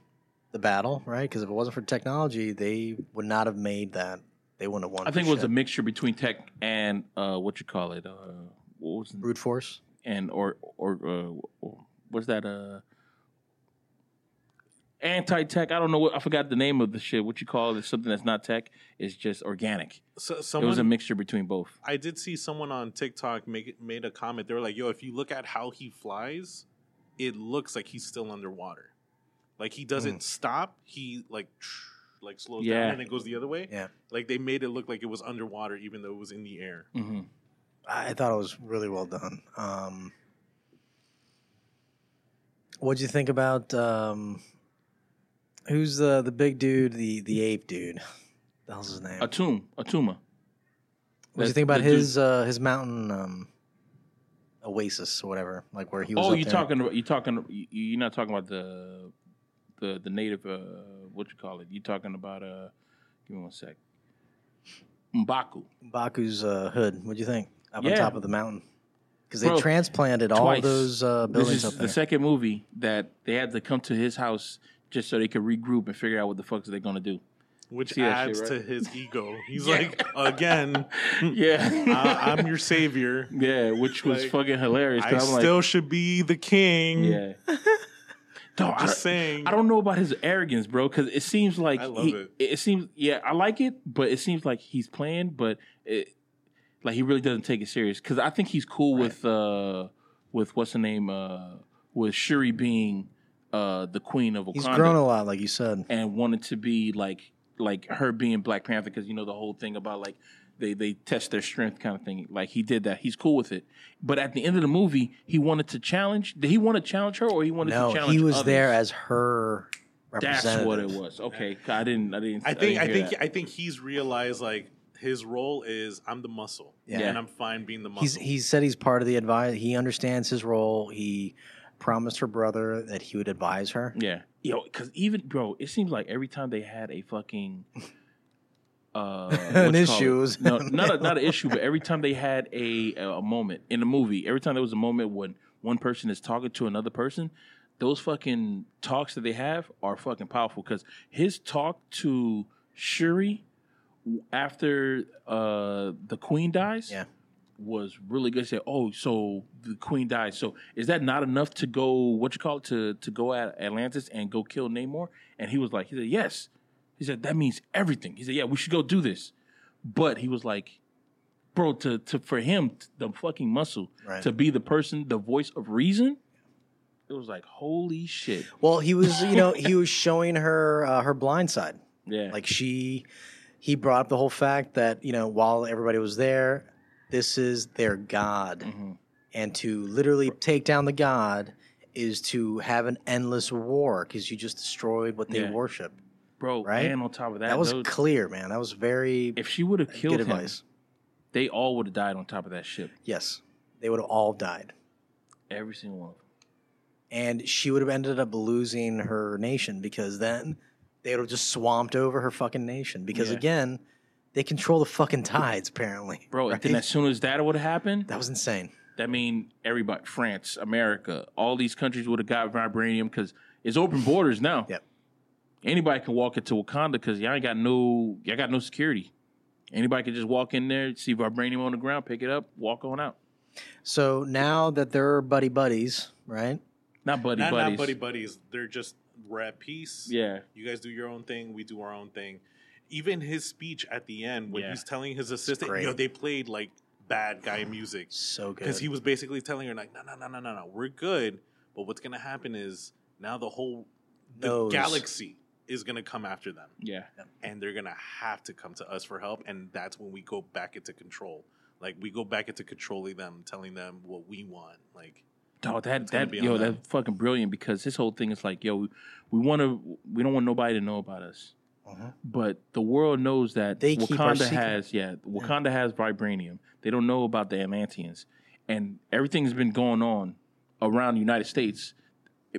S4: the battle, right? Because if it wasn't for technology, they would not have made that. They wouldn't have won.
S1: I
S4: for
S1: think it was a
S4: shit.
S1: mixture between tech and uh, what you call it, uh, what was the,
S4: brute force.
S1: and or or uh, or- was that uh, anti tech? I don't know what I forgot the name of the shit. What you call it? Something that's not tech. It's just organic.
S3: So
S1: it was a
S3: someone
S1: mixture between both.
S3: I did see someone on TikTok make made a comment. They were like, "Yo, if you look at how he flies, it looks like he's still underwater. Like he doesn't
S4: Hmm.
S3: stop. He like [sniffs] like slows
S1: Yeah.
S3: down and it goes the other way.
S4: Yeah.
S3: Like they made it look like it was underwater, even though it was in the air.
S1: hmm
S4: I thought it was really well done. Um, what'd you think about um, who's the the big dude, the the ape dude? The hell's his name?
S1: Atum, Atuma.
S4: What'd you
S1: That's
S4: think about
S1: Uh, the dude-
S4: his uh, his mountain um, oasis or whatever? Like where he was.
S1: Oh,
S4: up
S1: you
S4: there?
S1: talking about you talking you- you're not talking about the the the native uh what you call it? You talking about uh give me one sec. Mbaku.
S4: Baku's uh, hood? What'd you think up
S1: Yeah.
S4: on top of the mountain? Because they
S1: Bro,
S4: transplanted all
S1: twice.
S4: those uh,
S1: This
S4: buildings
S1: is
S4: up there.
S1: the second movie that they had to come to his house just so they could regroup and figure out what the fuck they're gonna
S4: [laughs]
S1: do.
S3: which
S1: See that shit,
S3: adds
S1: right?
S3: to
S1: [laughs]
S3: his ego. He's
S1: Yeah.
S3: like, again, I,
S1: Yeah.
S3: I'm your
S1: [laughs]
S3: savior.
S1: yeah, which was
S3: Like,
S1: fucking hilarious.
S3: I
S1: 'cause I'm like,
S3: still should be the king.
S1: yeah. [laughs] Dog, I,
S3: Just
S1: don't-
S3: saying.
S1: I don't know about his arrogance, bro, because it seems like
S3: I love
S1: he-
S3: it.
S1: seems yeah, I like it, but it seems like he's playing, but it like he really doesn't take it serious. Because I think he's cool with uh with what's the name uh with Shuri being uh the queen of Wakanda
S4: He's grown a lot, like you said.
S1: and wanted to be like like her being Black Panther because you know the whole thing about like they they test their strength kind of thing. Like he did that. He's cool with it. But at the end of the movie, he wanted to challenge. Did he want to challenge her or he wanted to
S4: No,
S1: challenge?
S4: he was
S1: others?
S4: there as her representative.
S1: That's what it was. Okay, I didn't. I didn't.
S3: I think I,
S1: didn't hear
S3: think
S1: that.
S3: I think he's realized like his role is I'm the muscle.
S4: Yeah.
S3: And I'm fine being the muscle.
S4: He's he said he's part of the advise. He understands his role. He promised her brother that he would advise her.
S1: Yeah, yo, because even bro, it seems like every time they had a fucking uh, what you call
S4: issue,
S1: it?
S4: it was-
S1: no, not a, not an issue, but every time they had a a moment in the movie, every time there was a moment when one person is talking to another person, those fucking talks that they have are fucking powerful. Because his talk to Shuri after uh, the Queen dies,
S4: Yeah.
S1: was really good. He Said, oh, so the queen died. So is that not enough to go? What you call it to to go at Atlantis and go kill Namor? And he was like, he said, yes. He said that means everything. He said, yeah, we should go do this. But he was like, bro, to to for him t- the fucking muscle
S4: Right.
S1: to be the person, the voice of reason. It was like holy shit.
S4: Well, he was you know he was showing her uh, her blind side.
S1: Yeah,
S4: Like she, he brought up the whole fact that you know while everybody was there, this is their god,
S1: Mhm.
S4: and to literally take down the god is to have an endless war because you just destroyed what they
S1: Yeah.
S4: worship.
S1: bro.
S4: right?
S1: And on top of that,
S4: That was
S1: those-
S4: clear, man. That was very
S1: if she would have killed
S4: good
S1: him,
S4: advice.
S1: they all would have died on top of that ship.
S4: Yes, they would have all died.
S1: Every single one of them.
S4: and she would have ended up losing her nation because then they would have just swamped over her fucking nation because
S1: Yeah.
S4: again they control the fucking tides apparently
S1: Bro,
S4: right?
S1: and then as soon as that would have happened,
S4: that was insane
S1: That mean everybody, France, America, all these countries would have got vibranium because it's open borders now.
S4: Yep.
S1: Anybody can walk into Wakanda because y'all ain't got no y'all got no security. Anybody can just walk in there, see vibranium on the ground, pick it up, walk on out.
S4: so now that they're buddy buddies right
S1: Not buddy
S3: not,
S1: buddies.
S3: not buddy buddies. They're just we're at peace.
S1: Yeah.
S3: You guys do your own thing. We do our own thing. Even his speech at the end when
S1: Yeah.
S3: he's telling his assistant,
S4: great.
S3: you know, they played like
S1: [sighs]
S3: bad guy music.
S4: so good
S3: because he was basically telling her like, no, no, no, no, no, no, we're good. But what's gonna happen is now the whole the
S4: Knows.
S3: galaxy is gonna come after them,
S1: Yeah.
S3: and they're gonna have to come to us for help, and that's when we go back into control. Like we go back into controlling them, telling them what we want. Like
S1: Dog, that
S3: gonna
S1: that
S3: be
S1: yo,
S3: on them.
S1: that's fucking brilliant because his whole thing is like, yo, we, we want to, we don't want nobody to know about us,
S4: Mhm.
S1: but the world knows that
S4: They keep our
S1: Wakanda
S4: secret.
S1: has, yeah, Wakanda has vibranium. They don't know about the Atlanteans, and everything's been going on around the United States.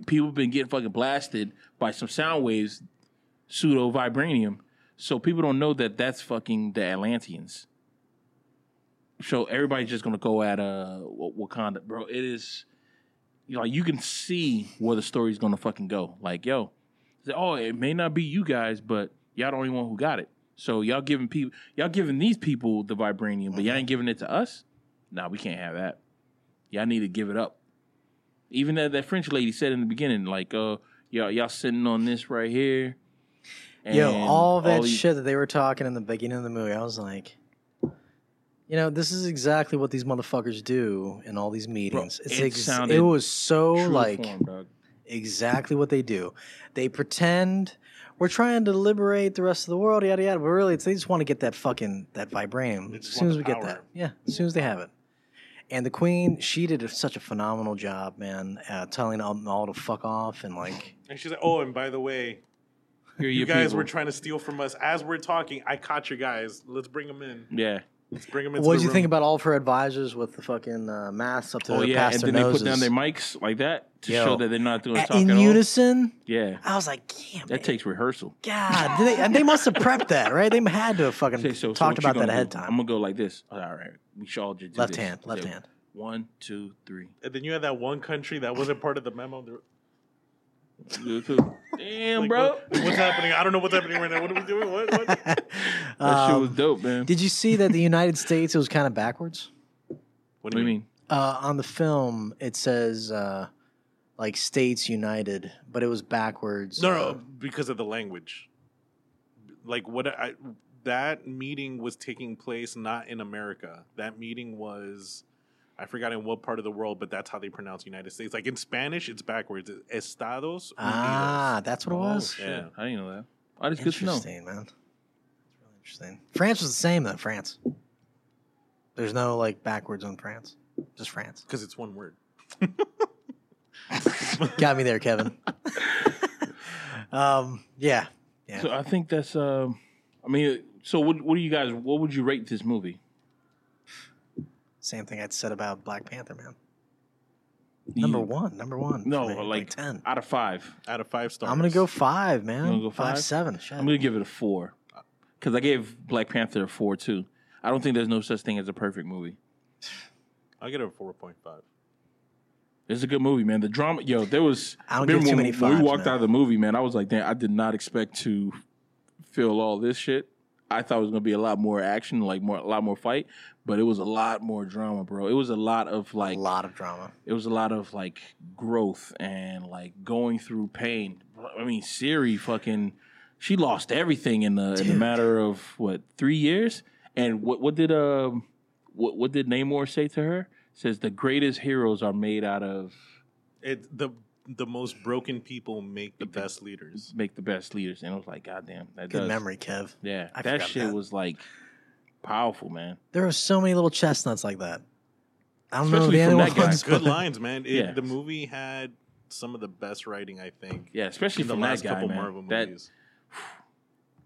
S1: People have been getting fucking blasted by some sound waves, pseudo vibranium. So people don't know that that's fucking the Atlanteans. So everybody's just gonna go at uh Wa- Wakanda, bro. It is you know, like you can see where the story's gonna fucking go. Like, yo, say, oh, it may not be you guys, but y'all the only one who got it. So y'all giving people, y'all giving these people the vibranium, but y'all ain't giving it to us. Nah, we can't have that. Y'all need to give it up. Even that that French lady said in the beginning, like, uh, y'all y'all sitting on this right here.
S4: yo
S1: and
S4: all that
S1: these-
S4: shit that they were talking in the beginning of the movie i was like you know this is exactly what these motherfuckers do in all these meetings it's
S1: it
S4: ex-
S1: sounded
S4: it was so
S1: True
S4: like
S1: form, dog.
S4: exactly what they do. They pretend we're trying to liberate the rest of the world, yada yada. But really, it's, they just want to get that fucking that vibranium
S3: They
S4: as
S3: just
S4: soon
S3: want
S4: as
S3: the
S4: we get
S3: power.
S4: that. Yeah, as soon as they have it. And the Queen, she did such a phenomenal job, man, uh, telling them all to fuck off and like.
S3: And she's like, "Oh, and by the way,
S1: Here
S3: you
S1: your
S3: guys
S1: people.
S3: were trying to steal from us. As we're talking, I caught you guys. Let's bring them in.
S1: yeah.
S3: Let's bring them in."
S4: What did you think about all of her advisors with the fucking uh, masks up to
S1: Oh
S4: their
S1: yeah,
S4: past
S1: and
S4: their
S1: then they
S4: noses?
S1: put down their mics like that to
S4: Yo.
S1: show that they're not doing
S4: A-
S1: talk
S4: in
S1: at all.
S4: unison.
S1: Yeah,
S4: I was like, damn,
S1: that
S4: man,
S1: takes rehersal.
S4: God, did they, and they must have prepped that, right? They had to have
S1: [laughs]
S4: fucking
S1: Okay, so so
S4: talked
S1: what you
S4: about that
S1: gonna
S4: ahead of
S1: do?
S4: time.
S1: I'm gonna go like this. All right, we should all just do
S4: left
S1: this.
S4: hand, left
S1: So,
S4: hand.
S1: One, two, three.
S3: And then you had that one country that wasn't part of the memo.
S1: [laughs]
S3: They're
S1: Two, two. Damn,
S3: like,
S1: bro,
S3: "What- what's happening? I don't know what's happening right now. What are we doing? What? what?
S1: that shit was
S4: Um,
S1: dope, man.
S4: Did you see that the United States it was kind of backwards?
S1: [laughs] What do you mean?
S4: Uh, on the film, it says uh, like States United, but it was backwards.
S3: No,
S4: Uh,
S3: no, because of the language. Like what I that meeting was taking place not in America. That meeting was I forgot in what part of the world, but that's how they pronounce United States. Like in Spanish, it's backwards. It's Estados Unidos.
S4: ah, that's what it was.
S1: Oh, shit.
S3: Yeah.
S1: I didn't know that. Oh, that's good to know.
S4: Interesting, man. It's really interesting. France was the same though. France. There's no like backwards on France.
S1: [laughs]
S4: Just France.
S3: because it's one word.
S4: Got me
S1: [laughs]
S4: there, Kevin. um, yeah, yeah.
S1: So uh, I think that's. Um, I mean, so what? What do you guys? What would you rate this movie?
S4: Same thing I'd said about Black Panther, man.
S1: You-
S4: Number one, number one. for
S1: No,
S4: me,
S1: like,
S4: ten.
S1: out of five.
S3: Out of five stars.
S4: I'm gonna go five, man.
S1: gonna go
S4: five?
S1: five?
S4: seven. Shit.
S1: I'm gonna give it a four because I gave Black Panther a four too. I don't think there's no such thing as a perfect movie.
S3: I'll get a four point five.
S1: It's a good movie, man. The drama, yo, there was.
S4: I don't
S1: remember
S4: give too
S1: when,
S4: many
S1: when we
S4: fives,
S1: walked
S4: man.
S1: out of the movie, man, I was like, damn, I did not expect to feel all this shit. I thought it was gonna be a lot more action, like more a lot more fight, but it was a lot more drama, bro. It was a lot of like
S4: a lot of drama.
S1: it was a lot of like growth and like going through pain. I mean, Siri fucking she lost everything in the in the
S4: Dude.
S1: matter of what three years. And what what did um what what did Namor say to her? Says the greatest heroes are made out of
S3: It the the most broken people make the best leaders.
S1: make the best leaders. And I was like, God damn, that
S4: Good
S1: does.
S4: memory, Kev.
S1: Yeah,
S4: I
S1: that
S4: forgot
S1: shit
S4: that.
S1: was like powerful, man.
S4: There are so many little chestnuts like that. I don't
S1: Especially
S4: know
S1: from
S4: the
S1: that
S4: other
S1: guy. [laughs]
S4: ones.
S3: Good
S4: but-
S3: lines, man. It,
S1: Yeah.
S3: The movie had some of the best writing, I think.
S1: Yeah, especially
S3: in the
S1: from
S3: last
S1: that guy,
S3: couple
S1: man.
S3: Marvel
S1: that [sighs]
S3: movies.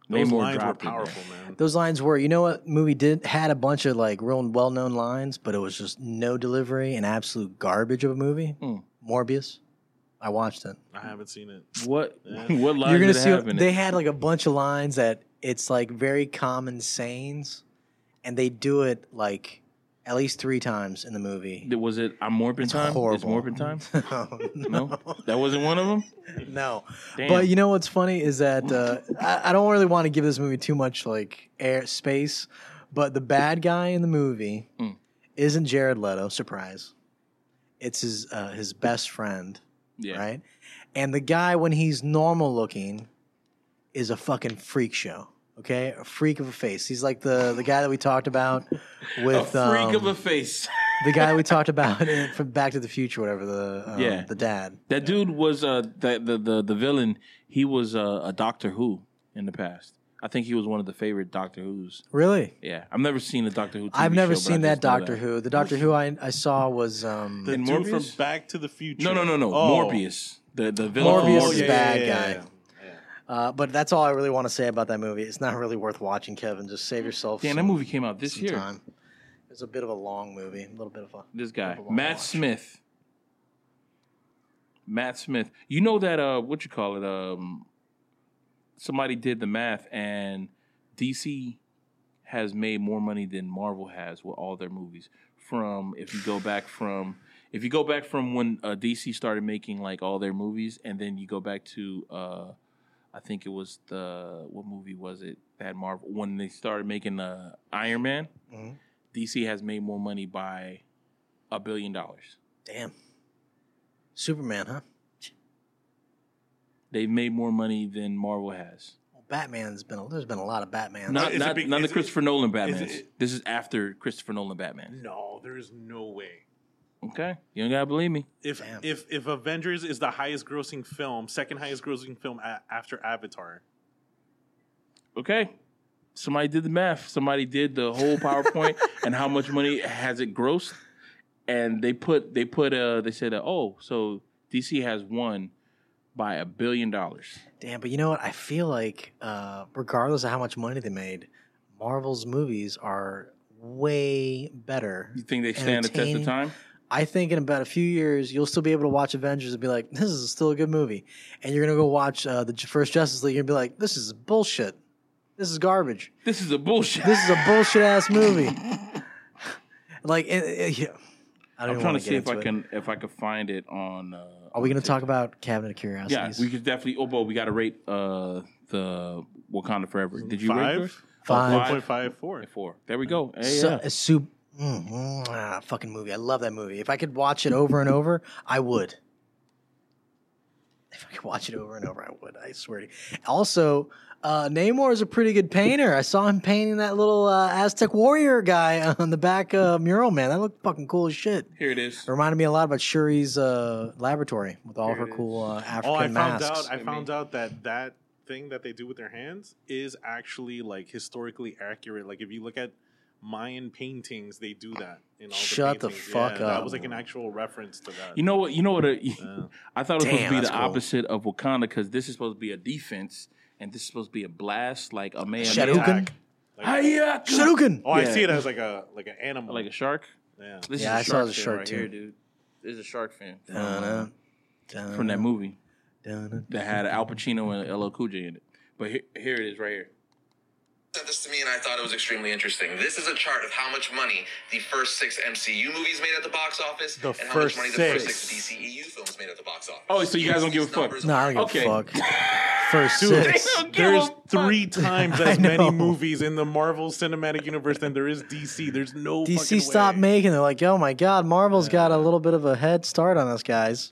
S3: Those
S1: Namor
S3: lines were
S1: dropped it, man.
S3: powerful, man.
S4: [laughs] Those lines were, you know what movie did had a bunch of like real well known lines, but it was just no delivery and absolute garbage of a movie.
S1: Mm.
S4: Morbius. I watched it.
S3: I haven't seen it.
S1: [laughs] What
S3: Yeah.
S1: what line
S4: You're gonna
S1: did it
S4: see
S1: have in it?
S4: they had like a bunch of lines that it's like very common sayings, and they do it like at least three times in the movie.
S1: Th- Was it I'm Morbin
S4: It's
S1: time? It's
S4: horrible.
S1: Morbin
S4: [laughs]
S1: time?
S4: no,
S1: No, that wasn't one of them.
S4: [laughs] no.
S1: Damn.
S4: But you know what's funny is that uh, I, I don't really want to give this movie too much like air space, but the bad guy in the movie
S1: Mm.
S4: isn't Jared Leto. Surprise! It's his uh, his best friend,
S1: yeah.
S4: right? And the guy when he's normal looking is a fucking freak show. Okay, a freak of a face. He's like the the guy that we talked about
S1: [laughs] a
S4: with
S1: freak of
S4: um,
S1: a [laughs] face.
S4: the guy we talked about in, from Back to the Future, whatever the um,
S1: Yeah.
S4: the dad.
S1: That dude was uh the the the, the villain. He was uh, a Doctor Who in the past. I think he was one of the favorite Doctor Who's.
S4: Really,
S1: Yeah, I've never seen a Doctor Who. TV
S4: I've never
S1: show, but I
S4: seen that
S1: just know
S4: Doctor Who. The Doctor Who I, I saw was um,
S3: The
S1: And
S3: dude from
S1: Morbius?
S3: Back to the Future.
S1: No, no, no, no.
S3: Oh.
S1: Morbius, the the villain. from
S4: Morbius is
S1: Morbius.
S4: yeah, bad guy. uh, but that's all I really want to say about that movie. It's not really worth watching, Kevin. Just save yourself.
S1: Damn, that
S4: some-
S1: movie came out this
S4: some
S1: year.
S4: Time. It was a bit of a long movie, a little bit of a.
S1: This guy,
S4: Have a long
S1: Matt
S4: watch.
S1: Smith. Matt Smith. You know that uh, what you call it? Um, somebody did the math, and DC has made more money than Marvel has with all their movies. From if you go back from if you go back from when uh, DC started making like all their movies, and then you go back to uh, I think it was the what movie was it that Marvel when they started making uh, Iron Man.
S4: Mhm.
S1: DC has made more money by a billion dollars.
S4: Damn. Superman, huh?
S1: They've made more money than Marvel has.
S4: Well, Batman's been. A, there's been a lot of Batman.
S1: Not
S3: is it
S1: not,
S3: big-
S1: not the
S3: is it-
S1: Christopher Nolan Batmans.
S3: it-
S1: this is after Christopher Nolan Batman.
S3: No, there is no way.
S1: Okay, you don't gotta believe me.
S3: If
S4: Damn.
S3: if if Avengers is the highest grossing film, second highest grossing film a- after Avatar,
S1: Okay,
S3: [laughs]
S1: somebody did the math. Somebody did the whole PowerPoint and how much money has it grossed. and they put they put uh they said uh, oh so DC has won by a billion dollars.
S4: [laughs] Damn, but you know what? I feel like, uh, regardless of how much money they made, Marvel's movies are way better.
S1: You think they stand the test of
S4: Entertaining.
S1: time?
S4: I think in about a few years, you'll still be able to watch Avengers and be like, this is still a good movie. And you're going to go watch uh, the J- first Justice League and be like, this is bullshit. This is garbage.
S1: This is a bullshit.
S4: This is a bullshit ass movie. like, it, it- yeah. I don't
S1: I'm
S4: even
S1: trying
S4: wanna
S1: to
S4: get
S1: see if I
S4: into it.
S1: can if I can find it on. Uh,
S4: Are we
S1: on
S4: going to
S1: TikTok.
S4: talk about Cabinet of
S1: Yeah,
S4: Curiosities?
S1: we could definitely. Oh, but we got to rate uh, the Wakanda Forever. Did you rate yours?
S3: five?
S4: Five.
S3: One point five four.
S1: Four. There we go. Hey,
S4: So,
S1: yeah.
S4: a soup. Mm, mm, ah, fucking movie. I love that movie. If I could watch it over and over, I would. If I could watch it over and over, I would. I swear to you. Also, uh, Namor is a pretty good painter. I saw him painting that little uh, Aztec warrior guy [laughs] on the back uh, mural, man. That looked fucking cool as shit.
S1: Here it is.
S4: It reminded me a lot about Shuri's uh, laboratory with all of
S1: Here
S4: her
S1: it
S4: cool uh, African
S3: Oh, I found
S4: masks.
S3: out. I
S1: I
S3: found
S1: mean-
S3: out that that thing that they do with their hands is actually like historically accurate. Like if you look at Mayan paintings, they do that. In all
S4: Shut the
S3: the, paintings.
S4: fuck
S3: That
S4: up.
S3: was like an actual reference to that. Uh,
S1: You know what? You know what? A, [laughs]
S3: Yeah.
S1: I thought it was supposed
S4: Damn,
S1: to be the
S4: that's cool.
S1: opposite of Wakanda because this is supposed to be a defense and this is supposed to be a blast like a man.
S4: Shadow- Hadouken?
S1: Hiya!
S4: Shuriken!
S3: Oh, I
S1: Yeah.
S3: see it as like a like an animal.
S1: Like a shark.
S3: yeah.
S1: This
S4: Yeah, I
S1: is a
S4: saw
S1: shark
S4: the
S1: fin
S4: shark
S1: right
S4: too.
S1: here, dude. There's a shark fin from,
S4: Dun-dun,
S1: from that
S4: dun-dun,
S1: movie
S4: dun-dun.
S1: that had Al Pacino and LL Cool J in it. But here, here it is, right here.
S2: sent this to me and I thought it was extremely interesting. This is a chart of how much money the first six MCU movies made at the box office
S3: The
S2: and how
S3: first
S2: much money the first
S3: six.
S2: six DCEU films made at the box office.
S1: Oh, so you guys don't give a
S2: These
S1: fuck?
S2: numbers
S4: No, I don't give a
S1: Okay.
S3: [laughs]
S4: fuck. First
S3: Dude,
S4: six.
S1: don't give
S3: there's
S1: a fuck.
S3: three times
S4: [laughs] I
S3: as many
S4: know.
S3: movies in the Marvel Cinematic Universe than there is DC. There's no fucking
S4: DC stopped
S3: way.
S4: making. They're like, oh my god, Marvel's got a little bit of a head start on us guys.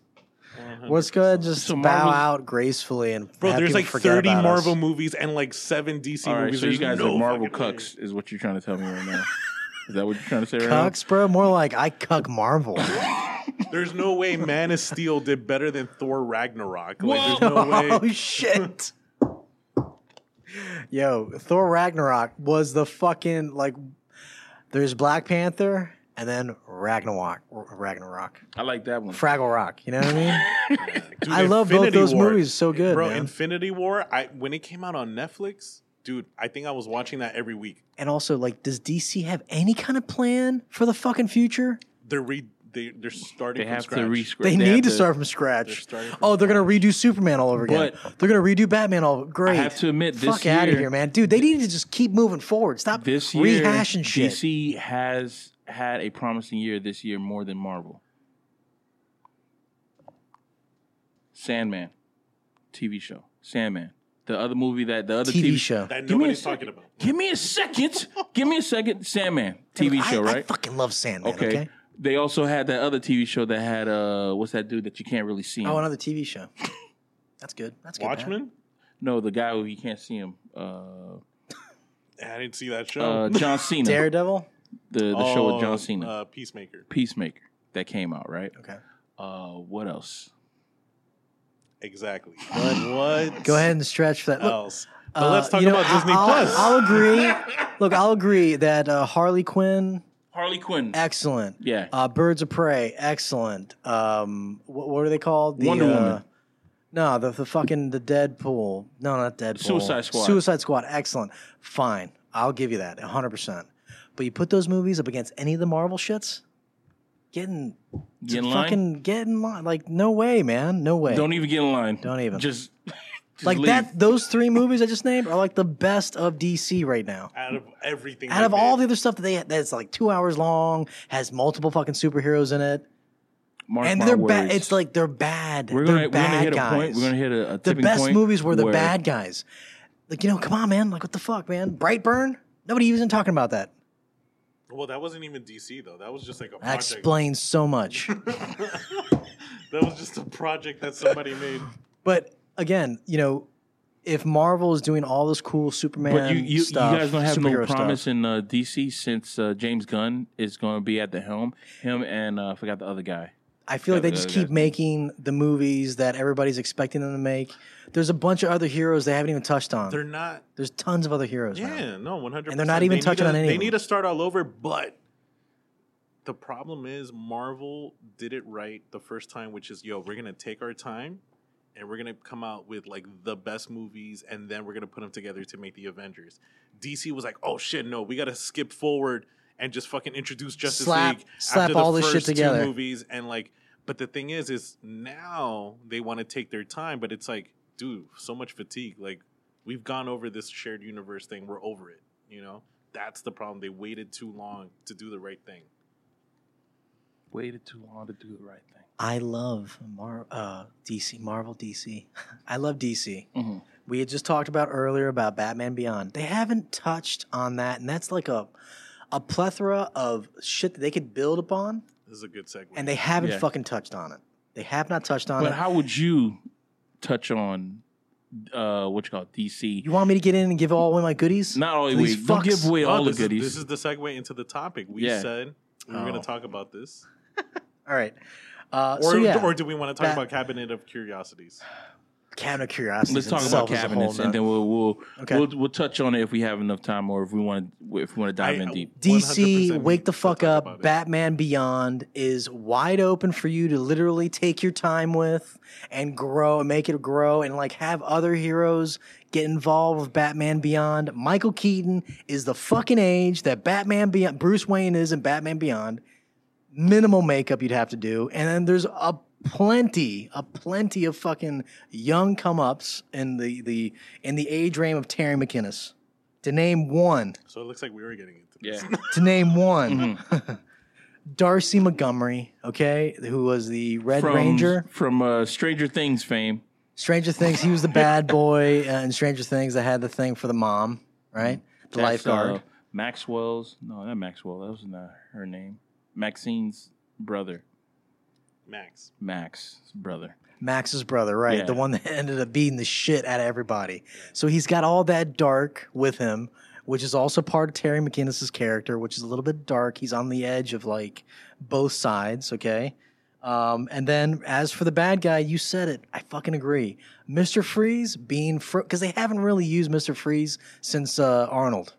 S4: Let's go ahead and just
S1: So
S4: bow
S1: Marvel's-
S4: out gracefully and
S3: Bro,
S4: have
S3: there's
S4: people
S3: like
S4: forget
S3: 30
S4: about
S3: Marvel
S4: Us.
S3: movies and like seven DC
S1: All right,
S3: movies.
S1: so you guys
S3: There's no
S1: are Marvel
S3: fucking way.
S1: cucks, is what you're trying to tell me right
S4: [laughs]
S1: now. is that what you're trying to say right now?
S4: Cucks, bro. More like I cuck
S3: [laughs]
S4: Marvel.
S3: There's no way Man of Steel did better than Thor Ragnarok. Like,
S1: Whoa.
S3: there's no way.
S4: [laughs] [laughs] oh shit. Yo, Thor Ragnarok was the fucking like. There's Black Panther and then Ragnarok, Ragnarok,
S1: I like that one.
S4: Fraggle Rock. You know what I
S3: [laughs]
S4: mean?
S3: Dude,
S4: I love both
S3: Infinity
S4: those
S3: War.
S4: movies. So good,
S3: Bro,
S4: man.
S3: Infinity War, I when it came out on Netflix, dude, I think I was watching that every week.
S4: and also, like, does DC have any kind of plan for the fucking future?
S3: They're re they, they're starting
S1: They
S3: from
S1: have to
S3: scratch.
S1: rescript.
S4: They, need
S1: have
S4: to start from
S3: They're
S4: scratch.
S3: starting from
S4: oh, they're gonna redo Superman all over again. They're gonna redo Batman all. Great.
S1: I have to admit, this
S4: Fuck out of
S1: year-
S4: here, man. Dude, they need to just keep moving forward. Stop
S1: this year
S4: rehashing shit.
S1: DC has had a promising year this year more than Marvel. Sandman, TV show. Sandman, the other movie that the other
S4: TV,
S1: TV,
S4: show.
S3: that
S1: Give me a
S3: nobody's
S1: second.
S3: talking about.
S1: Give me a second. Give me a second. Sandman, TV
S4: I-
S1: show,
S4: I,
S1: right?
S4: fucking love Sandman. Okay.
S1: okay. They also had that other TV show that had uh, what's that dude that you can't really see him?
S4: Oh, another TV show. That's good. That's good. Matt.
S3: Watchmen?
S1: no, the guy who you can't see him. Uh,
S4: Oh.
S3: I didn't see that show.
S1: uh,
S4: [laughs]
S1: John Cena.
S4: Daredevil.
S1: the the show with
S3: Oh,
S1: John Cena.
S3: Uh, Peacemaker.
S1: Peacemaker that came out, right?
S4: Okay.
S1: Uh, what else?
S4: [sighs]
S3: Exactly. What?
S4: Go ahead and stretch for that. Look,
S3: Else. Oh. But
S4: uh,
S3: let's talk
S4: you know,
S3: about
S4: I-
S3: Disney
S4: I'll-
S3: Plus.
S4: I'll agree.
S3: [laughs]
S4: Look, I'll agree that uh, Harley Quinn,
S1: Harley Quinn.
S4: excellent.
S1: yeah.
S4: Uh, Birds of Prey, excellent. Um, what, what are they called? The,
S1: Wonder
S4: uh,
S1: Woman.
S4: No, the, the fucking the Deadpool. No, not Deadpool.
S1: Suicide Squad.
S4: Suicide Squad, excellent. Fine, I'll give you that, hundred percent. But you put those movies up against any of the Marvel shits, getting
S1: Get in line.
S4: fucking get in line. Like no way, man, no way.
S1: Don't even get in line.
S4: Don't even.
S1: Just, [laughs] just
S4: like
S1: leave.
S4: that. Those three movies I just named are like the best of DC right now.
S3: out of everything.
S4: Out
S3: they
S4: of all
S3: made.
S4: the other stuff that they that's like two hours long, has multiple fucking superheroes in it.
S1: Mark
S4: and
S1: my
S4: they're
S1: words.
S4: bad. It's like they're bad.
S1: we're gonna
S4: they're
S1: we're gonna
S4: bad
S1: hit
S4: guys.
S1: a point. We're gonna hit a, a
S4: the
S1: tipping
S4: best
S1: point
S4: movies were the
S1: where-
S4: bad guys. Like you know, come on, man. Like what the fuck, man? Brightburn. Nobody even talking about that.
S3: Well, that wasn't even DC though. That was just like a
S4: That
S3: project.
S4: explains so much.
S3: that was just a project that somebody made.
S4: but again, you know, if Marvel is doing all this cool Superman
S1: But you you, you
S4: stuff,
S1: guys don't have no
S4: superhero
S1: promise
S4: stuff,
S1: in uh, DC since uh, James Gunn is gonna be at the helm. Him and uh, I forgot the other guy.
S4: I feel like they just
S1: Yeah,
S4: keep making the movies that everybody's expecting them to make. There's a bunch of other heroes they haven't even touched on.
S3: [laughs] They're not.
S4: There's tons of other heroes. man.
S3: Yeah, no, one hundred.
S4: And they're not even touching
S3: a,
S4: on any
S3: They
S4: of
S3: need
S4: them.
S3: to start all over, but the problem is Marvel did it right the first time, which is yo, we're gonna take our time and we're gonna come out with like the best movies, and then we're gonna put them together to make the Avengers. DC was like, oh shit, no, we gotta skip forward and just fucking introduce Justice
S4: Slap-
S3: League
S4: slap
S3: after the
S4: all this shit
S3: first two
S4: together.
S3: movies, and like, but the thing is, is now they want to take their time, but it's like, dude, so much fatigue. Like, we've gone over this shared universe thing. We're over it. You know, that's the problem. They waited too long to do the right thing.
S1: Waited too long to do the right thing.
S4: I love Mar- uh, DC, Marvel, DC. [laughs] I love DC.
S1: Mhm.
S4: We had just talked about earlier about Batman Beyond. They haven't touched on that, and that's like a a plethora of shit that they could build upon,
S3: This is a good segue. Oh,
S4: and they haven't
S1: Yeah.
S4: fucking touched on it. They have not touched on
S1: But
S4: it.
S1: how would you touch on uh, what you call it, DC?
S4: you want me to get in and give all away my goodies?
S1: Not all the
S4: These
S1: way. Don't
S4: fucks.
S1: give away
S3: Oh,
S1: all the
S3: this
S1: goodies.
S3: Is, this is the segue into the topic. We
S1: Yeah.
S3: said we were
S4: Oh.
S3: going to talk about this,
S4: All right. Uh,
S3: or
S4: so yeah,
S3: or do we want to talk
S4: That-
S3: about Cabinet of Curiosities?
S4: cabinet curiosity.
S1: Let's talk about cabinets, and then we'll we'll,
S4: Okay.
S1: we'll we'll touch on it if we have enough time, or if we want to if we want to dive in deep.
S4: DC,
S3: 100%
S4: wake the
S3: need to
S4: fuck
S3: talk about
S4: up.
S3: it.
S4: Batman Beyond is wide open for you to literally take your time with and grow and make it grow and like have other heroes get involved with Batman Beyond. Michael Keaton is the fucking age that Batman Beyond, Bruce Wayne is in Batman Beyond. Minimal makeup you'd have to do. And then there's a plenty, a plenty of fucking young come ups in the, the, in the age range of Terry McInnes. To name one
S3: So it looks like we were getting into
S1: Yeah,
S3: this.
S4: to name one, [laughs] Darcy Montgomery, okay, who was the Red
S1: from
S4: Ranger.
S1: from uh, Stranger Things fame.
S4: Stranger Things, he was the bad boy uh, in Stranger Things that had the thing for the mom, right? The
S1: That's,
S4: lifeguard.
S1: uh, Maxwell's no, not Maxwell. That was not her name. Maxine's brother,
S3: Max.
S1: Max's brother.
S4: Max's brother, right?
S1: Yeah.
S4: The one that [laughs] ended up beating the shit out of everybody. So he's got all that dark with him, which is also part of Terry McInnes's character, which is a little bit dark. He's on the edge of like both sides, okay? Um, and then as for the bad guy, you said it. I fucking agree. Mr. Freeze being because they haven't really used Mr. Freeze since uh, Arnold.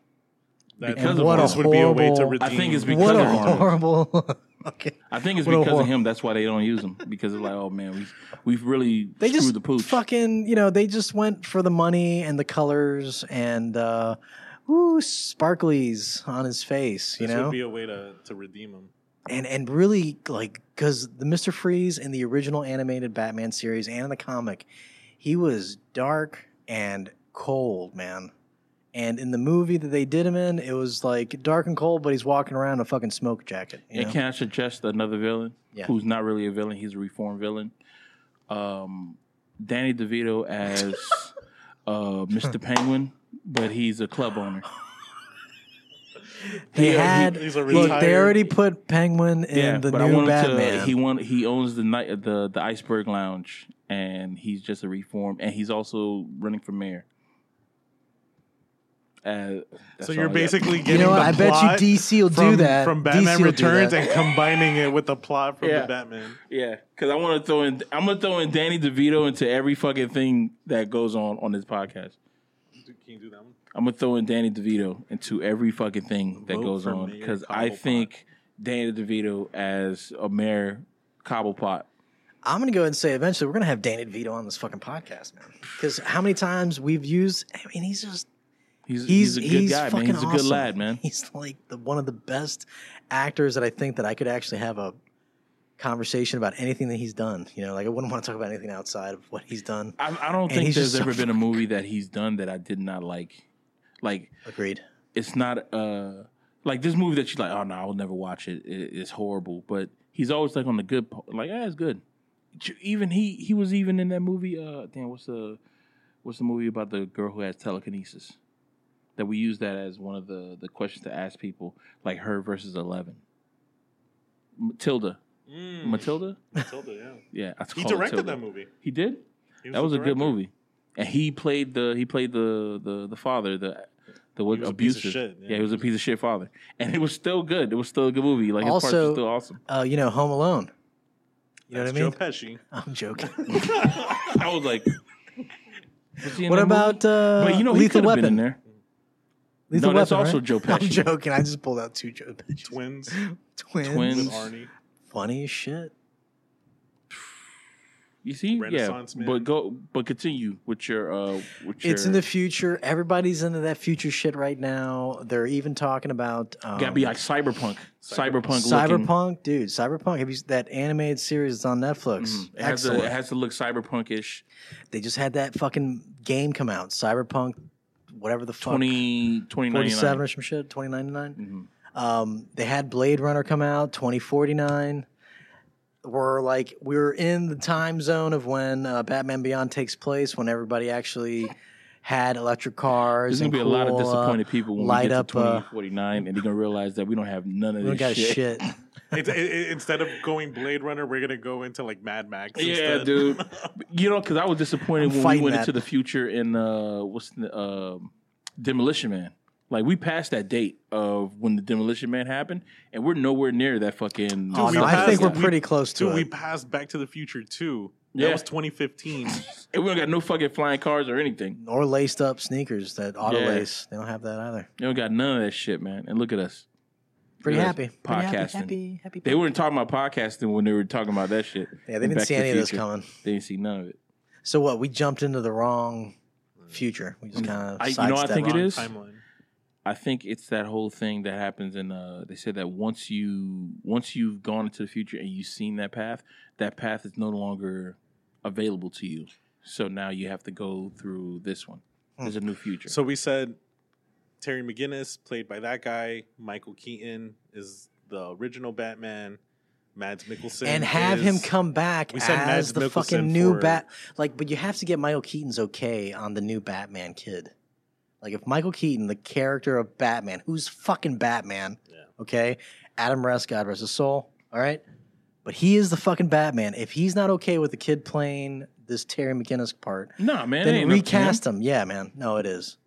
S3: That,
S1: Because of what a
S3: this would be a way to
S4: horrible-
S3: redeem.
S1: I think it's because
S4: What a
S1: of Arnold.
S4: horrible. [laughs] okay.
S1: I think it's
S4: What a
S1: because of
S4: whore.
S1: him. That's why they don't use him because it's like, oh man, we we've really
S4: they
S1: screwed
S4: just
S1: the pooch.
S4: fucking you know they just went for the money and the colors and uh ooh sparklies on his face you
S3: this
S4: know
S3: would be a way to, to redeem him.
S4: and and really like because the Mister Freeze in the original animated Batman series and in the comic, he was dark and cold, man. And in the movie that they did him in, it was like dark and cold, but he's walking around in a fucking smoke jacket. You
S1: And
S4: know?
S1: can I suggest another villain
S4: Yeah.
S1: who's not really a villain? He's a reformed villain. Um, Danny DeVito
S4: [laughs]
S1: as uh, Mr. Penguin, but he's a club owner.
S4: they
S3: he-
S4: had
S3: he's a
S4: look. They
S3: retired-
S4: already put Penguin in the
S1: but I
S4: new
S1: wanted
S4: Batman.
S1: to. He won. He owns the night the the Iceberg Lounge, and he's just a reform, and he's also running for mayor. Uh, that's
S3: So
S1: all
S3: you're
S1: I got.
S3: basically getting
S4: You know what?
S3: the
S4: I bet
S3: plot
S4: you DC will
S3: from,
S4: do that.
S3: from
S4: DC
S3: Batman
S4: will do
S3: Returns
S4: that.
S3: and combining it with the plot from
S1: Yeah.
S3: the Batman.
S1: [laughs] yeah, because I want to throw in. I'm gonna throw in Danny DeVito into every fucking thing that goes on on this podcast.
S3: Can you do that one?
S1: I'm gonna throw in Danny DeVito into every fucking thing that
S3: Vote
S1: goes
S3: for
S1: on
S3: Mayor
S1: because I
S3: Cobblepot.
S1: think Danny DeVito as a mayor cobblepot.
S4: I'm going to go ahead and say eventually we're going to have Danny DeVito on this fucking podcast, man. Because how many times we've used, I mean, he's just,
S1: He's
S4: he's,
S1: he's, a good
S4: he's
S1: guy, man.
S4: fucking
S1: He's a good
S4: awesome.
S1: lad, man.
S4: He's like the, one of the best actors that I think that I could actually have a conversation about anything that he's done. You know, like I wouldn't want to talk about anything outside of what he's done.
S1: I, I don't
S4: And
S1: think
S4: he's
S1: there's
S4: just so
S1: ever been a movie that he's done that I did not like. Like
S4: Agreed.
S1: it's not uh like this movie that you're like, oh no, I will never watch it. it. It's horrible. But he's always like on the good, po- like yeah, it's good. J- Even he he was even in that movie. Uh, damn, what's the what's the movie about the girl who has telekinesis? That we use that as one of the the questions to ask people, like her versus Eleven. Matilda,
S3: Mm, [laughs]
S1: Matilda,
S3: Matilda, yeah.
S1: yeah, that's
S3: He
S1: called
S3: directed
S1: Hmm. Matilda.
S3: that movie.
S1: He did.
S3: He
S1: That was
S3: the
S1: a good
S3: director.
S1: movie, and he played the he played the the the father the the what,
S3: He was a piece
S1: abusive.
S3: of shit,
S1: yeah.
S3: yeah.
S1: he was a piece of shit father, and it was still good. It was still a good movie. Like his parts
S4: Also-
S1: were still awesome.
S4: Uh, you know, Home Alone. You know
S3: That's
S4: what I mean?
S3: Joe Pesci.
S1: [laughs]
S4: I'm joking.
S1: I
S4: [laughs]
S1: was like, was he in
S4: what
S1: that movie?
S4: about uh,
S1: But you know, he
S4: Lethal
S1: could have
S4: Weapon?
S1: been in there.
S4: Lethal
S1: no, that's
S4: Weapon,
S1: also
S4: right?
S1: Joe
S4: [laughs] I'm
S1: Pesci.
S4: joking. I just pulled out two Joe Pesci. [laughs]
S3: Twins
S4: Twins.
S1: Twins. [laughs]
S3: with Arnie.
S4: Funny as shit.
S1: You see, yeah.
S3: Renaissance man.
S1: But go, but continue with your, uh, with your.
S4: It's in the future. Everybody's into that future shit right now. They're even talking about um,
S1: gotta be like cyberpunk, cyberpunk, looking.
S4: cyberpunk, dude. Cyberpunk. Have you that animated series that's on Netflix?
S1: Mhm. It has, to,
S4: Excellent.
S1: it has to look cyberpunkish.
S4: they just had that fucking game come out, Cyberpunk, whatever the fuck,
S1: 20,
S4: 47
S1: 2099.
S4: or some shit, twenty ninety nine.
S1: Mhm.
S4: Um, they had Blade Runner come out, 2049. We're like, we're in the time zone of when uh, Batman Beyond takes place, when everybody actually had electric cars.
S1: There's gonna
S4: and
S1: be a lot of
S4: cool, uh,
S1: disappointed people when
S4: light
S1: we get
S4: up,
S1: to
S4: uh,
S1: 2049, and they're gonna realize that we don't have none of
S4: We don't
S1: this
S4: got
S1: shit.
S4: shit.
S3: It's- it- it- instead of going Blade Runner, we're gonna go into like Mad Max.
S1: [laughs] Yeah,
S4: [laughs]
S3: instead.
S1: dude. You know, because I was disappointed
S4: I'm
S1: when we
S4: fighting
S1: went
S4: that.
S1: into the future in uh, what's the, um Demolition Man. Like we passed that date of when the Demolition Man happened, and we're nowhere near that fucking.
S4: Oh,
S3: we
S4: no, I think we're
S3: passed-
S4: pretty close to
S3: Dude, we
S4: it.
S3: passed Back to the Future too. That
S1: Yeah. [laughs]
S3: was 2015.
S1: and we don't got no fucking flying cars or anything.
S4: Or laced up sneakers that auto
S1: Yeah.
S4: lace. They don't have that either.
S1: We don't got none of that shit, man. And look at us.
S4: Pretty
S1: Yes,
S4: happy. Pretty
S1: podcasting.
S4: Happy, happy, happy.
S1: They weren't talking about podcasting when they were talking about that shit.
S4: yeah, they didn't
S1: Back
S4: see
S1: to the
S4: any of this
S1: Future.
S4: coming.
S1: They didn't see none of it.
S4: So what? We jumped into the wrong future. We just kind
S1: Mm. I-
S4: of
S1: you know, I think it
S3: Wrong
S1: is.
S3: timeline.
S1: I think it's that whole thing that happens in uh they said that once you once you've gone into the future and you've seen that path, that path is no longer available to you. So now you have to go through this one.
S4: Hmm.
S1: There's a new future.
S3: So we said Terry McGinnis, played by that guy. Michael Keaton is the original Batman. Mads Mikkelsen
S4: and have him
S3: is-
S4: come back
S3: We
S4: as
S3: sent Mads
S4: the
S3: Mikkelsen
S4: fucking new
S3: for-
S4: bat. Like, but you have to get Michael Keaton's okay on the new Batman kid. Like, if Michael Keaton, the character of Batman, who's fucking Batman, okay, Adam Rest, God rest his soul, all right. But he is the fucking Batman. If he's not okay with the kid playing this Terry McGinnis part,
S1: nah, man, it
S4: then
S1: ain't up to
S4: recast him. Yeah, man. No, it is.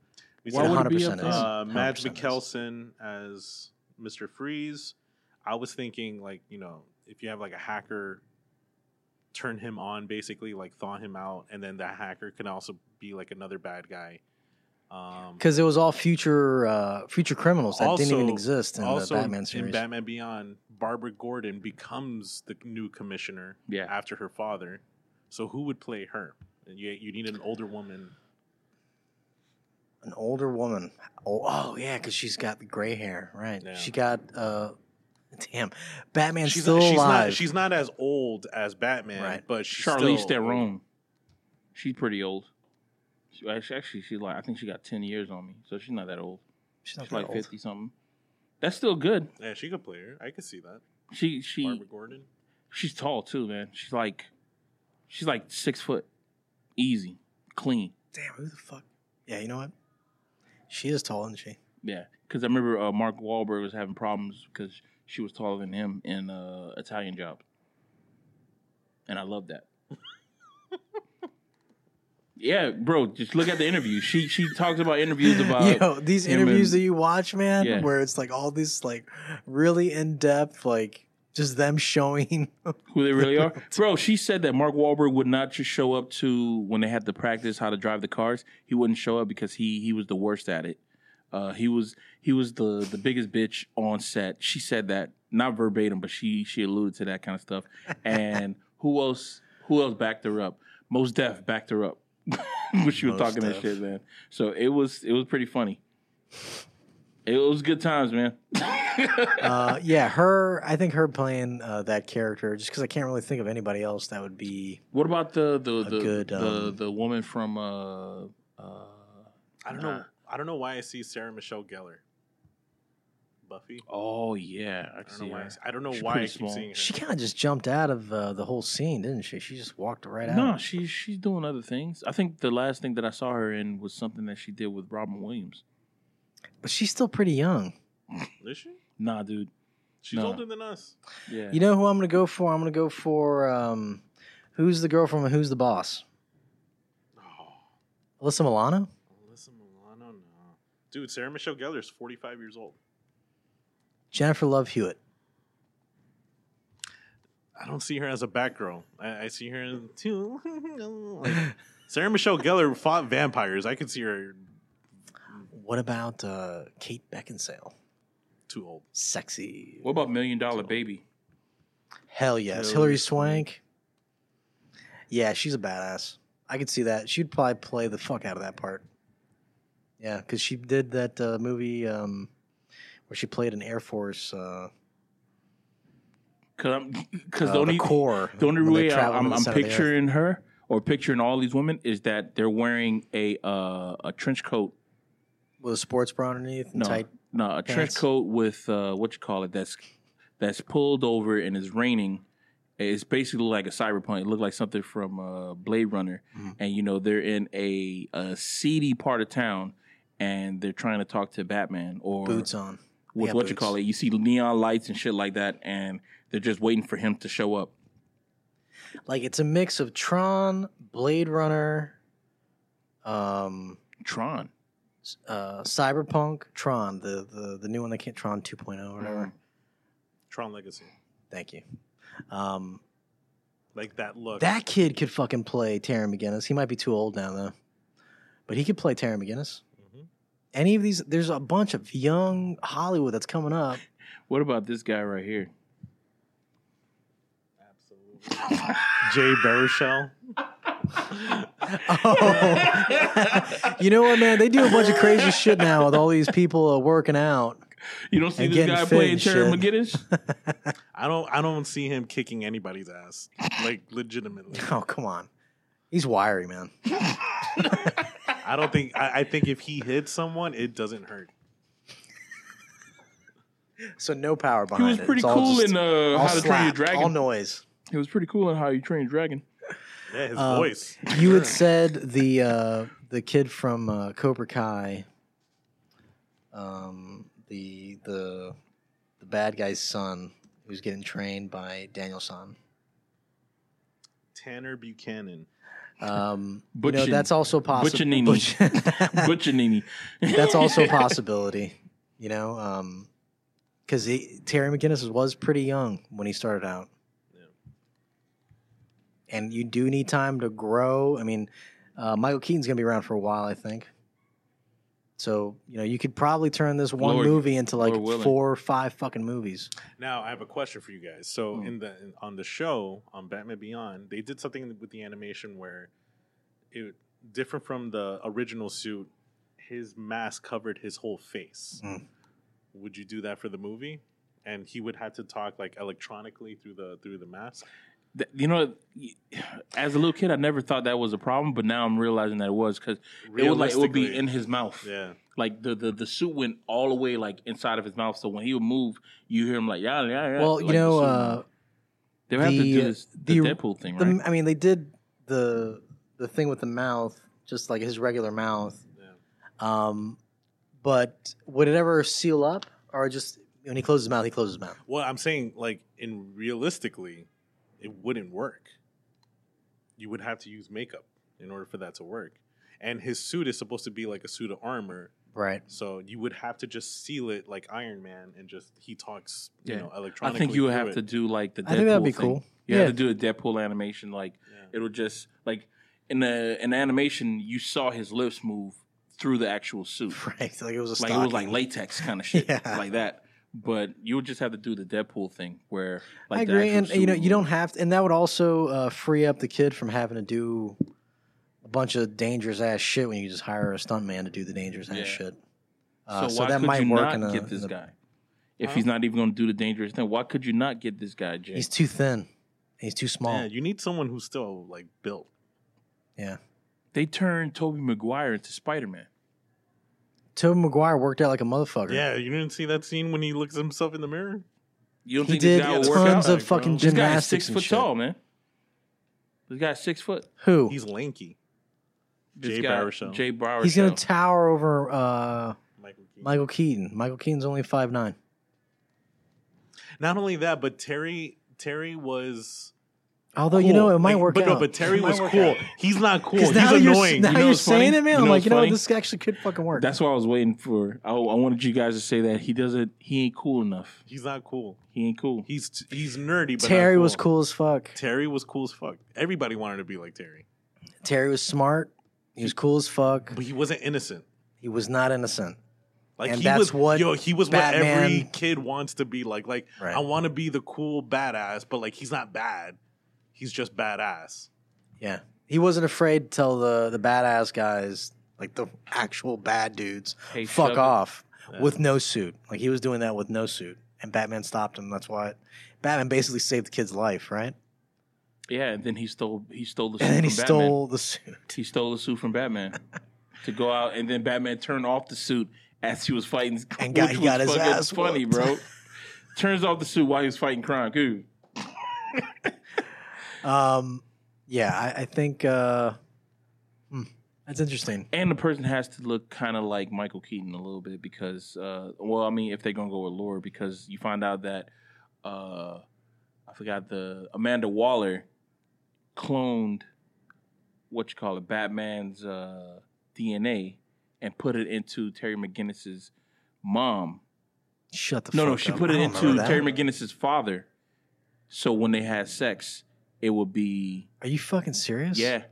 S3: We
S1: Why
S3: said
S1: would it be up
S4: 100%
S1: to
S4: is.
S1: him?
S3: uh, Mads
S4: 100% is.
S3: Mikkelsen as Mr. Freeze. I was thinking, like, you know, if you have like a hacker, turn him on, basically, like thaw him out, and then that hacker can also be like another bad guy. Um,
S4: Because it was all future uh, future criminals that didn't even
S3: Also-
S4: exist in the
S3: also,
S4: Batman series.
S3: in Batman Beyond, Barbara Gordon becomes the new commissioner
S1: Yeah.
S3: after her father. So who would play her? And You, you need an older woman.
S4: an older woman. Oh, oh yeah, because she's got the gray hair, right?
S3: Yeah.
S4: She got uh, damn, Batman's
S3: She's,
S4: still
S3: she's
S4: alive.
S3: not. She's not as old as Batman,
S4: Right.
S3: but she's
S1: Charlize
S3: still,
S1: Theron. She's pretty old. She, actually, actually, she's like I think she got ten years on me, so she's not that old.
S4: She's
S1: She's
S4: not
S1: like
S4: that old.
S1: fifty something. That's still good.
S3: Yeah, she could play her. I could see that.
S1: She she
S3: Barbara Gordon.
S1: She's tall too, man. She's like, she's like six foot, easy, clean.
S4: Damn, who the fuck? Yeah, you know what? She is tall, isn't she?
S1: Yeah, because I remember uh, Mark Wahlberg was having problems because she was taller than him in uh, Italian Job, and I love that. [laughs] yeah, bro, just look at the interview. She she talks about
S4: [laughs]
S1: interviews about
S4: Yo, these
S1: him
S4: interviews
S1: and-
S4: that you watch, man,
S1: Yeah.
S4: where it's like all this like really in depth, like just them showing. [laughs]
S1: who they really are, bro. She said that Mark Wahlberg would not just show up to when they had to practice how to drive the cars. He wouldn't show up because he he was the worst at it. Uh, he was he was the the biggest bitch on set. She said that not verbatim, but she she alluded to that kind of stuff. And who else who else backed her up? Most Def backed her up [laughs] when she was
S4: Mos
S1: talking that
S4: Def.
S1: shit, man. So it was it was pretty funny. It was good times, man. [laughs]
S4: uh, yeah, her. I think her playing uh, that character, just because I can't really think of anybody else that would be.
S1: What about the the the
S4: good,
S1: the,
S4: um,
S1: the woman from uh uh
S3: I don't know. I don't know why I see Sarah Michelle Gellar. Buffy.
S1: Oh yeah, I,
S3: I
S1: can
S3: don't know
S1: see
S3: why. I,
S1: her.
S3: see- I don't know
S1: She's
S3: why I
S1: pretty
S3: keep
S1: small.
S3: seeing her.
S4: She kind of just jumped out of uh, the whole scene, didn't she? She just walked right out.
S1: No, she's she's doing other things. I think the last thing that I saw her in was something that she did with Robin Williams.
S4: But she's still pretty young.
S3: Is she?
S1: Nah, dude.
S3: She's
S1: No.
S3: older than us.
S1: Yeah.
S4: You know who I'm going to go for? I'm going to go for um, who's the girl from Who's the Boss?
S3: Oh,
S4: Alyssa Milano?
S3: Alyssa Milano. No, dude. Sarah Michelle Gellar is forty-five years old.
S4: Jennifer Love Hewitt.
S3: I don't see her as a Batgirl. I, I see her in [laughs]
S1: [laughs]
S3: too. like, Sarah Michelle Gellar fought vampires. I could see her
S4: What about uh, Kate Beckinsale?
S3: Too old.
S4: Sexy.
S1: What about Million Dollar Baby?
S4: Hell yes.
S3: Hilary
S4: Hillary Swank. Yeah, she's a badass. I could see that. She'd probably play the fuck out of that part. Yeah, because she did that uh, movie um, where she played an Air Force. Uh,
S1: Because I'm because the
S4: uh, the
S1: only
S4: Corps.
S1: the only
S4: when they
S1: way I,
S4: travel to
S1: I'm,
S4: the
S1: I'm
S4: center of the Earth.
S1: picturing her or picturing all these women is that they're wearing a uh, a trench coat.
S4: with a sports bra underneath and
S1: No,
S4: tight.
S1: no, a trench
S4: pants.
S1: coat with uh, what you call it. That's that's pulled over and is raining. It's basically like a cyberpunk. It looked like something from uh, Blade Runner,
S4: Mhm.
S1: and you know they're in a, a seedy part of town, and they're trying to talk to Batman or
S4: boots on.
S1: with
S4: Yeah,
S1: what you
S4: boots.
S1: call it. You see neon lights and shit like that, and they're just waiting for him to show up.
S4: Like it's a mix of Tron, Blade Runner, um,
S1: Tron,
S4: s- uh, Cyberpunk, Tron, the, the the new one that came, Tron 2.0 or whatever.
S1: Mm.
S3: Tron Legacy.
S4: Thank you. Um,
S3: Like that look.
S4: that kid could fucking play Terry McGinnis. He might be too old now though, but he could play Terry McGinnis.
S3: Mhm.
S4: Any of these, there's a bunch of young Hollywood that's coming up.
S1: What about this guy right here?
S3: Absolutely. Jay Baruchel.
S4: Oh. [laughs] you know what, man? They do a bunch of crazy shit now with all these people uh, working out.
S1: You don't see
S4: And
S1: this
S4: getting
S1: guy
S4: fit
S1: playing
S4: and
S1: Terry
S4: shit.
S1: McGinnis?
S4: [laughs]
S3: I don't. I don't see him kicking anybody's ass. Like legitimately.
S4: [laughs] Oh, come on. He's wiry, man.
S3: I don't think. I, I think if he hits someone, it doesn't hurt.
S4: So no power
S1: He
S4: behind
S1: was
S4: it.
S1: pretty
S4: It's all
S1: cool
S4: just-
S1: in uh,
S4: all
S1: How to Train Your
S4: slap, All
S1: Dragon.
S4: noise.
S1: He was pretty cool in How You Train Your Dragon.
S3: Yeah, his
S4: Um,
S3: voice.
S4: You had said the uh, the kid from uh, Cobra Kai, um, the the the bad guy's son who's getting trained by Daniel San.
S3: Tanner Buchanan.
S4: Um, you know,
S1: Butchin-
S4: that's also possible.
S1: [laughs]
S4: [laughs]
S1: Butchanini. Butchanini.
S4: that's also a possibility, you know, because he Terry McGinnis was pretty young when he started out,
S3: Yeah.
S4: and you do need time to grow. I mean, uh, Michael Keaton's gonna be around for a while, I think. So you know, you could probably turn this one
S1: Lord-
S4: movie into like
S1: Lord willing.
S4: four or five fucking movies.
S3: Now I have a question for you guys. So
S1: Hmm.
S3: in the in, on the show on Batman Beyond, they did something with the animation where it different from the original suit. His mask covered his whole face.
S4: Hmm.
S3: Would you do that for the movie? And he would have to talk like electronically through the through the mask.
S1: [laughs] Th- you know, as a little kid, I never thought that was a problem, but now I'm realizing that it was because it would like it would be
S3: Realistically.
S1: in his mouth.
S3: Yeah,
S1: Like the, the the suit went all the way like inside of his mouth. So when he would move, you hear him like yeah yeah yeah.
S4: Well,
S1: like
S4: you
S1: the
S4: know,
S1: suit.
S4: uh,
S1: they would have to
S4: the- uh,
S1: do this the,
S4: the-
S1: Deadpool thing,
S4: the,
S1: right?
S4: I mean, they did the the thing with the mouth, just like his regular mouth.
S3: yeah.
S4: Um, but would it ever seal up, or just when he closes his mouth, he closes his mouth?
S3: Well, I'm saying like in realistically, it wouldn't work. You would have to use makeup in order for that to work. And his suit is supposed to be like a suit of armor,
S4: Right.
S3: so you would have to just seal it like Iron Man and just he talks, you
S1: Yeah.
S3: know,
S1: I
S3: electronically.
S1: think you would
S3: through
S1: have
S3: it.
S1: to do like the Deadpool
S4: I think that'd be
S1: thing.
S4: cool.
S1: You
S4: Yeah.
S1: have to do a Deadpool animation like [laughs]
S3: Yeah.
S1: it'll just like in the in the animation you saw his lips move through the actual suit
S4: [laughs] Right. So, Like it was a
S1: like it was like
S4: stocking.
S1: latex
S4: [laughs]
S1: kind of shit
S4: Yeah.
S1: like that but you would just have to do the deadpool thing where like
S4: I
S1: the
S4: agree,
S1: actual
S4: and
S1: suit
S4: you know
S1: would
S4: you
S1: move.
S4: don't have to, and that would also uh, free up the kid from having to do a bunch of dangerous ass shit when you just hire a stuntman to do the dangerous ass
S1: Yeah.
S4: shit. Uh,
S1: so, why could you not get this guy if
S3: Huh?
S1: he's not even going to do the dangerous thing why could you not get this guy Jay
S4: He's too thin. and He's too small.
S3: Yeah, you need someone who's still like built.
S1: they turned Toby Maguire into Spider Man
S4: Tobey Maguire worked out like a motherfucker.
S3: Yeah, you didn't see that scene when he looks at himself in the mirror.
S1: you don't
S4: he
S1: think
S4: did
S1: this guy would work out
S4: tons
S3: like,
S4: of fucking
S3: bro.
S1: this guy is
S4: gymnastics
S1: six
S4: and
S1: foot
S4: shit.
S1: tall man this guy's six foot
S4: Who?
S3: He's lanky.
S1: this
S3: Jay
S1: guy
S3: Baruchel.
S1: Jay Baruchel
S4: He's gonna tower over uh,
S3: Michael Keaton.
S4: Michael Keaton. Michael Keaton's only five nine.
S3: Not only that, but Terry Terry was
S4: Although you know
S3: cool.
S4: it might
S3: Like,
S4: work
S3: but
S4: out.
S3: No, but Terry
S4: It
S3: was
S4: might work
S3: cool.
S4: out.
S3: He's not cool.
S4: 'Cause
S3: He's
S4: now you're,
S3: annoying.
S4: Now
S1: You know
S4: you are
S1: what's funny?
S4: saying it, man.
S1: You
S4: I'm
S1: know
S4: like,
S1: what's
S4: you know,
S1: funny?
S4: this actually could fucking work.
S1: That's why I was waiting for. I, I wanted you guys to say that he doesn't. He ain't cool enough.
S3: He's not cool.
S1: He ain't cool.
S3: He's t- he's nerdy. But
S4: Terry
S3: not
S4: was cool as fuck.
S3: Terry was cool as fuck. Everybody wanted to be like Terry,
S4: Terry was smart. He was cool as fuck.
S3: but he wasn't innocent.
S4: He was not innocent.
S3: Like
S4: And
S3: he
S4: that's
S3: was
S4: what
S3: yo, he was what every
S4: Batman-
S3: kid wants to be like. Like
S4: Right.
S3: I want to be the cool badass, but like he's not bad. He's just badass.
S4: Yeah. He wasn't afraid to tell the, the badass guys, like the actual bad dudes,
S1: Hey,
S4: fuck
S1: shove it.
S4: off
S3: Yeah.
S4: with no suit. Like he was doing that with no suit. And Batman stopped him. That's why Batman basically saved the kid's life, right?
S1: Yeah, and then he stole he stole the suit
S4: And then
S1: from
S4: he
S1: Batman.
S4: stole the suit.
S1: He stole the suit from Batman to go out, and then Batman turned off the suit as he was fighting. [laughs]
S4: And got-
S1: which
S4: he got
S1: was
S4: his
S1: fucking
S4: ass
S1: funny,
S4: whooped.
S1: bro. Turns off the suit while he was fighting crime. Cool.
S4: Um, yeah, I, I think uh, hmm, that's interesting.
S1: And the person has to look kind of like Michael Keaton a little bit because, uh, well, I mean, if they're gonna go with lore, because you find out that uh, I forgot the Amanda Waller cloned what you call it, Batman's uh, DNA, and put it into Terry McGinnis's mom.
S4: Shut the
S1: No,
S4: fuck
S1: no, she
S4: up.
S1: put
S4: I
S1: it
S4: don't
S1: into
S4: remember that.
S1: Terry McGinnis's father. So when they had sex, it would be
S4: Are you fucking serious?
S1: yeah,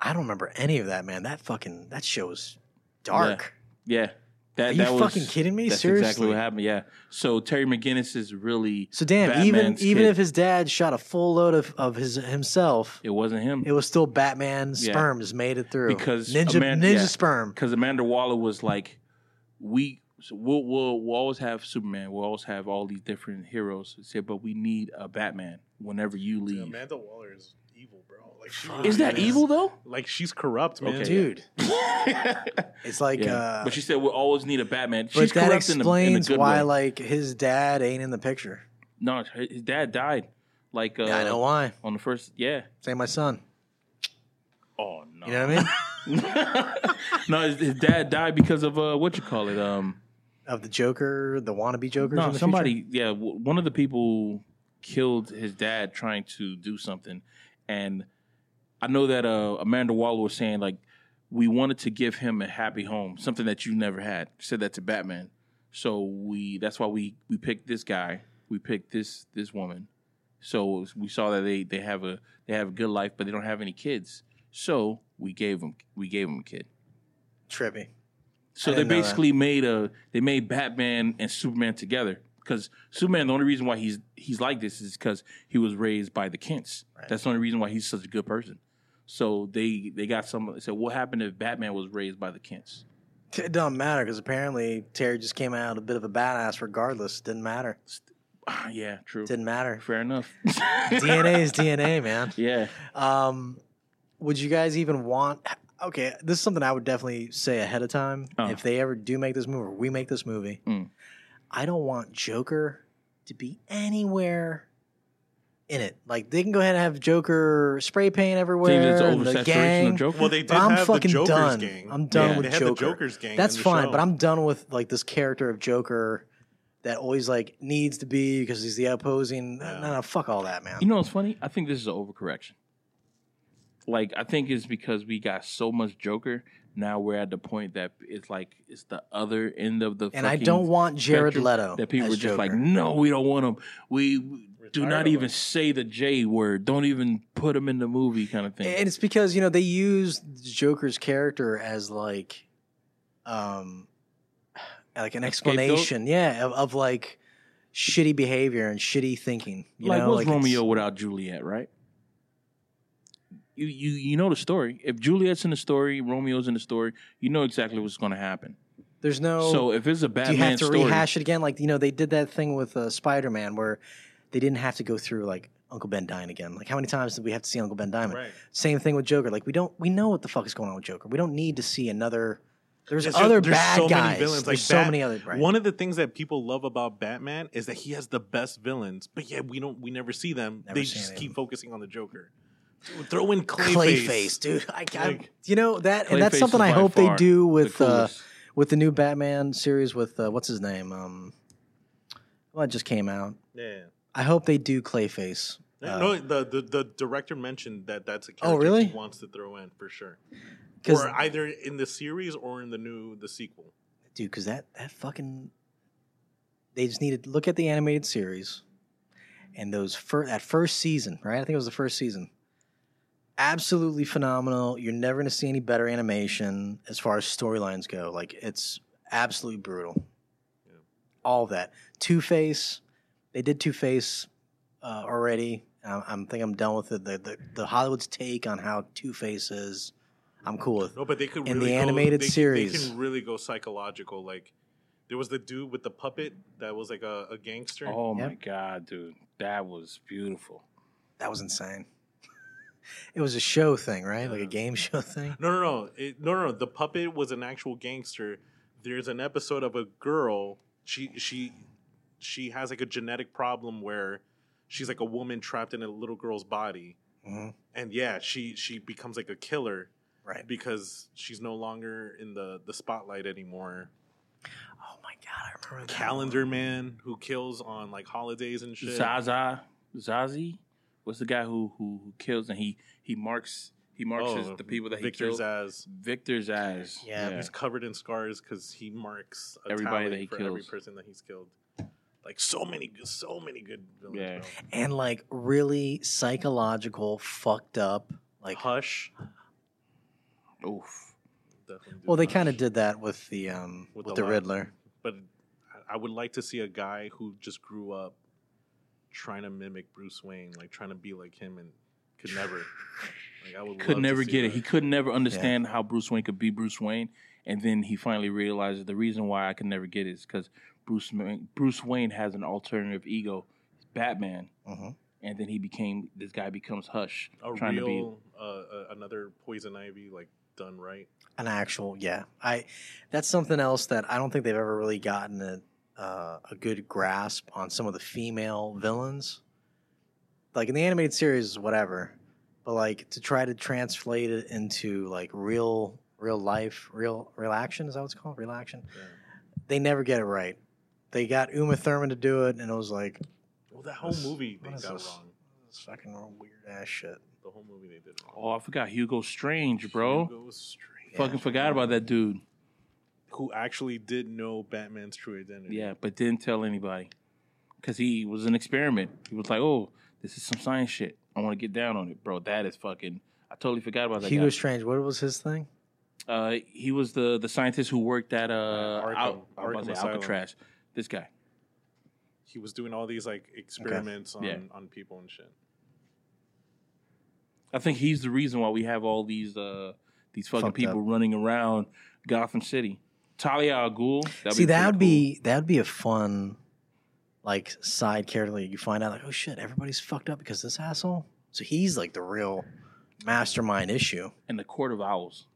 S4: I don't remember any of that, man. That fucking that show was dark.
S1: yeah. That
S4: Are you
S1: that was
S4: fucking kidding me?
S1: That's
S4: Seriously.
S1: exactly what happened. Yeah. So Terry McGinnis is really
S4: So damn, even
S1: Batman's
S4: even
S1: kid.
S4: if his dad shot a full load of, of his himself,
S1: it wasn't him
S4: it was still Batman
S1: Yeah.
S4: sperms made it through
S1: Because
S4: ninja
S1: Amanda-
S4: ninja
S1: yeah.
S4: sperm.
S1: because Amanda Waller was like, we so we'll, we'll we'll always have Superman, we'll always have all these different heroes. She Said, but we need a Batman whenever you leave.
S3: Amanda Waller is evil, bro. Like she
S4: Fuck.
S1: is that
S4: Yes.
S1: evil
S4: [laughs]
S1: though? [laughs]
S3: Like she's corrupt, man.
S1: Okay.
S4: Dude,
S1: yeah.
S4: it's like uh,
S1: but she said we'll always need a Batman.
S4: but
S1: She's
S4: that
S1: corrupt in the, in the
S4: explains
S1: good
S4: why
S1: way.
S4: like his dad ain't in the picture.
S1: No, his dad died. Like uh,
S4: Yeah, I know why.
S1: on the first, yeah. [laughs]
S4: Say my son.
S1: Oh no,
S4: You know what I mean?
S1: [laughs] no, his, his dad died because of uh, what you call it? Um,
S4: of the Joker, the wannabe Joker.
S1: no, somebody, yeah, w- one of the people killed his dad trying to do something, and I know that uh, Amanda Waller was saying like we wanted to give him a happy home, something that you never had. Said that to Batman, so we that's why we we picked this guy, we picked this this woman. So we saw that they they have a they have a good life, but they don't have any kids. So we gave them we gave them a kid.
S4: trippy.
S1: So
S4: I
S1: they
S4: didn't know that.
S1: basically made a they made Batman and Superman together because Superman the only reason why he's he's like this is because he was raised by the Kents.
S4: Right.
S1: That's the only reason why he's such a good person. So they they got some. They said, "What happened if Batman was raised by the Kents?"
S4: It doesn't matter because apparently Terry just came out a bit of a badass. Regardless, didn't matter.
S1: Ah, yeah, true.
S4: Didn't matter. [laughs]
S1: Fair enough.
S4: DNA is DNA, man.
S1: [laughs] yeah,
S4: Um, would you guys even want? Okay, this is something I would definitely say ahead of time.
S1: Uh.
S4: If they ever do make this movie, or we make this movie,
S1: Mm.
S4: I don't want Joker to be anywhere in it. Like they can go ahead and have Joker spray paint everywhere,
S1: Seems it's
S4: and the gang.
S1: oversaturation of Joker.
S3: Well, they did
S4: But I'm
S3: have the
S4: fucking
S3: Joker's
S4: done.
S3: gang.
S4: I'm done
S1: Yeah.
S4: with
S3: they had
S4: Joker.
S3: the Joker's gang.
S4: That's
S3: in the
S4: fine,
S3: show.
S4: but I'm done with like this character of Joker that always like needs to be because he's the opposing.
S3: Yeah.
S4: No, no, fuck all that, man.
S1: You know what's funny? I think this is an overcorrection. Like I think it's because we got so much Joker. Now we're at the point that it's like it's the other end of the.
S4: and I
S1: fucking
S4: don't want Jared
S1: spectrum
S4: Leto.
S1: That people
S4: as
S1: were just
S4: Joker.
S1: like, no, we don't want him. We do
S3: tired
S1: not
S3: of
S1: even
S3: him."
S1: say the J word. Don't even put him in the movie, kind of thing.
S4: And it's because you know they use Joker's character as like, um, like an explanation, yeah, of, of like shitty behavior and shitty thinking. You
S1: like,
S4: know,
S1: what's
S4: it's-
S1: Romeo without Juliet, right? You, you you know the story. If Juliet's in the story, Romeo's in the story. You know exactly what's going to happen.
S4: There's no.
S1: so if it's a
S4: do
S1: Batman
S4: you have to
S1: story,
S4: rehash it again? Like you know, they did that thing with uh, Spider-Man where they didn't have to go through like Uncle Ben dying again. Like how many times did we have to see Uncle Ben dying?
S3: Right.
S4: Same thing with Joker. Like we don't, we know what the fuck is going on with Joker. We don't need to see another. There's
S3: There's
S4: other
S3: just- there's
S4: bad
S3: so many
S4: guys.
S3: villains,
S4: there's
S3: like
S4: so
S3: Bat-
S4: many other. Right.
S3: One of the things that people love about Batman is that he has the best villains, but yeah, we don't we never see them.
S4: Never
S3: they
S4: see
S3: just
S4: them.
S3: keep focusing on the Joker. Dude, throw in Clayface.
S4: Clayface, dude. [laughs] I, I,
S3: Like-
S4: you know that, and
S1: Clayface
S4: that's something
S1: is
S4: I
S1: by
S4: hope
S1: far
S4: they do
S1: the
S4: with uh,
S1: coolest.
S4: with the new Batman series with uh, what's his name? Um, well, it just came out.
S3: Yeah.
S4: I hope they do Clayface. Uh,
S3: no, the, the the director mentioned that that's a
S4: Oh,
S3: character
S4: really?
S3: he wants to throw in for sure,
S4: 'Cause-
S3: or either in the series or in the new the sequel.
S4: dude, because that that fucking they just needed to look at the animated series and those fir- that first season, right? I think it was the first season. absolutely phenomenal. You're never going to see any better animation as far as storylines go. Like it's absolutely brutal.
S3: Yeah.
S4: All that Two Face, they did Two Face uh, already. I'm, I'm think I'm done with it. The, the the Hollywood's take on how Two Face is, I'm cool with.
S3: No, but they could
S4: In
S3: really
S4: the
S3: go-
S4: animated
S3: they- They
S4: series.
S3: can really go psychological. Like there was the dude with the puppet that was like a, a gangster.
S1: Oh my
S4: Yep.
S1: god, dude, that was beautiful.
S4: That was insane. it was a show thing, right? Like a
S3: Yeah.
S4: game [laughs] show thing.
S3: No, no, no, it, no, no, no. The puppet was an actual gangster. There's an episode of a girl. She she she has like a genetic problem where she's like a woman trapped in a little girl's body,
S4: Mhm.
S3: and yeah, she she becomes like a killer
S4: Right.
S3: because she's no longer in the the spotlight anymore.
S4: Oh my god, I remember that.
S3: Calendar man who kills on like holidays and shit.
S1: Zaza Zazi was the guy who who, who kills and he he marks he marks his,
S3: Oh,
S1: the people that he
S3: Victor's
S1: kills.
S3: as
S1: Victor's eyes.
S4: Yeah.
S3: he's covered in scars because he marks a
S1: Everybody
S3: tally
S1: that he
S3: for every
S1: kills.
S3: person that he's killed. Like so many, so many good villains.
S1: Yeah.
S3: bro.
S4: and like really psychological, fucked up. Like,
S3: Hush.
S1: Oof.
S3: Definitely do
S4: well, they
S3: Hush.
S4: kind of did that with the um
S3: With
S4: with, the,
S3: the lab.
S4: Riddler.
S3: But I- I would like to see a guy who just grew up trying to mimic Bruce Wayne, like trying to be like him, and could never. Like I would love
S1: Could
S3: to
S1: never
S3: see
S1: get it.
S3: that.
S1: He could never understand how Bruce Wayne could be Bruce Wayne, and then he finally realizes the reason why I could never get it is because Bruce Wayne- Bruce Wayne has an alternative ego, He's Batman,
S4: Mhm.
S1: and then he became this guy becomes Hush,
S3: a
S1: trying
S3: real
S1: to be
S3: uh, uh, another Poison Ivy, like done right.
S4: An actual, yeah. I that's something else that I don't think they've ever really gotten a uh, a good grasp on some of the female villains. Like in the animated series, whatever, but like to try to translate it into like real, real life, real, real action is that what it's called? Real action.
S3: Yeah.
S4: They never get it right. They got Uma Thurman to do it, and it was like
S3: Well, that whole
S4: This-
S3: movie they
S4: what
S3: got
S4: is this?
S3: wrong.
S4: This fucking weird ass shit.
S3: The whole movie they did wrong.
S1: Oh, I forgot Hugo Strange, bro.
S3: Hugo Strange.
S1: Fucking forgot about that dude.
S3: Who actually did know Batman's true identity?
S1: Yeah, but didn't tell anybody because he was an experiment. He was like, "Oh, this is some science shit. I want to get down on it, bro." That is fucking. I totally forgot about that
S4: Hugo
S1: guy.
S4: Strange, what was his thing?
S1: uh, he was the the scientist who worked at uh,
S3: Arkham-
S1: Al- I was about to
S3: Arkham
S1: say
S3: Asylum.
S1: Alcatraz. This guy.
S3: He was doing all these like experiments on,
S1: Yeah.
S3: on people and shit.
S1: I think he's the reason why we have all these uh these fucking
S4: Fucked
S1: people running around Gotham City. Talia al Ghul. that'd
S4: See, that
S1: pretty
S4: would be that would be a fun like side character. Like you find out like, oh shit, everybody's fucked up because this asshole. So he's like the real mastermind issue.
S1: and the Court of Owls.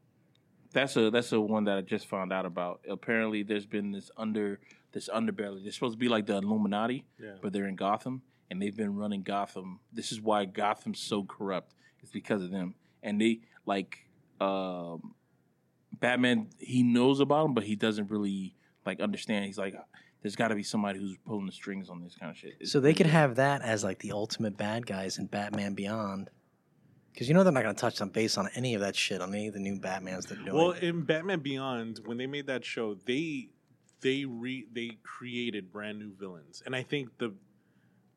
S1: That's a that's a one that I just found out about. Apparently, there's been this under this underbelly. They're supposed to be like the Illuminati,
S3: Yeah.
S1: but they're in Gotham, and they've been running Gotham. This is why Gotham's so corrupt. It's because of them, and they like um, Batman. He knows about them, but he doesn't really like understand. He's like, there's got to be somebody who's pulling the strings on this kind of shit. It's
S4: So they could
S1: really-
S4: have that as like the ultimate bad guys in Batman Beyond. Because you know they're not going to touch on base on any of that shit on any of the new Batmans they're doing.
S3: Well, in Batman Beyond, when they made that show, they they re they created brand new villains, and I think the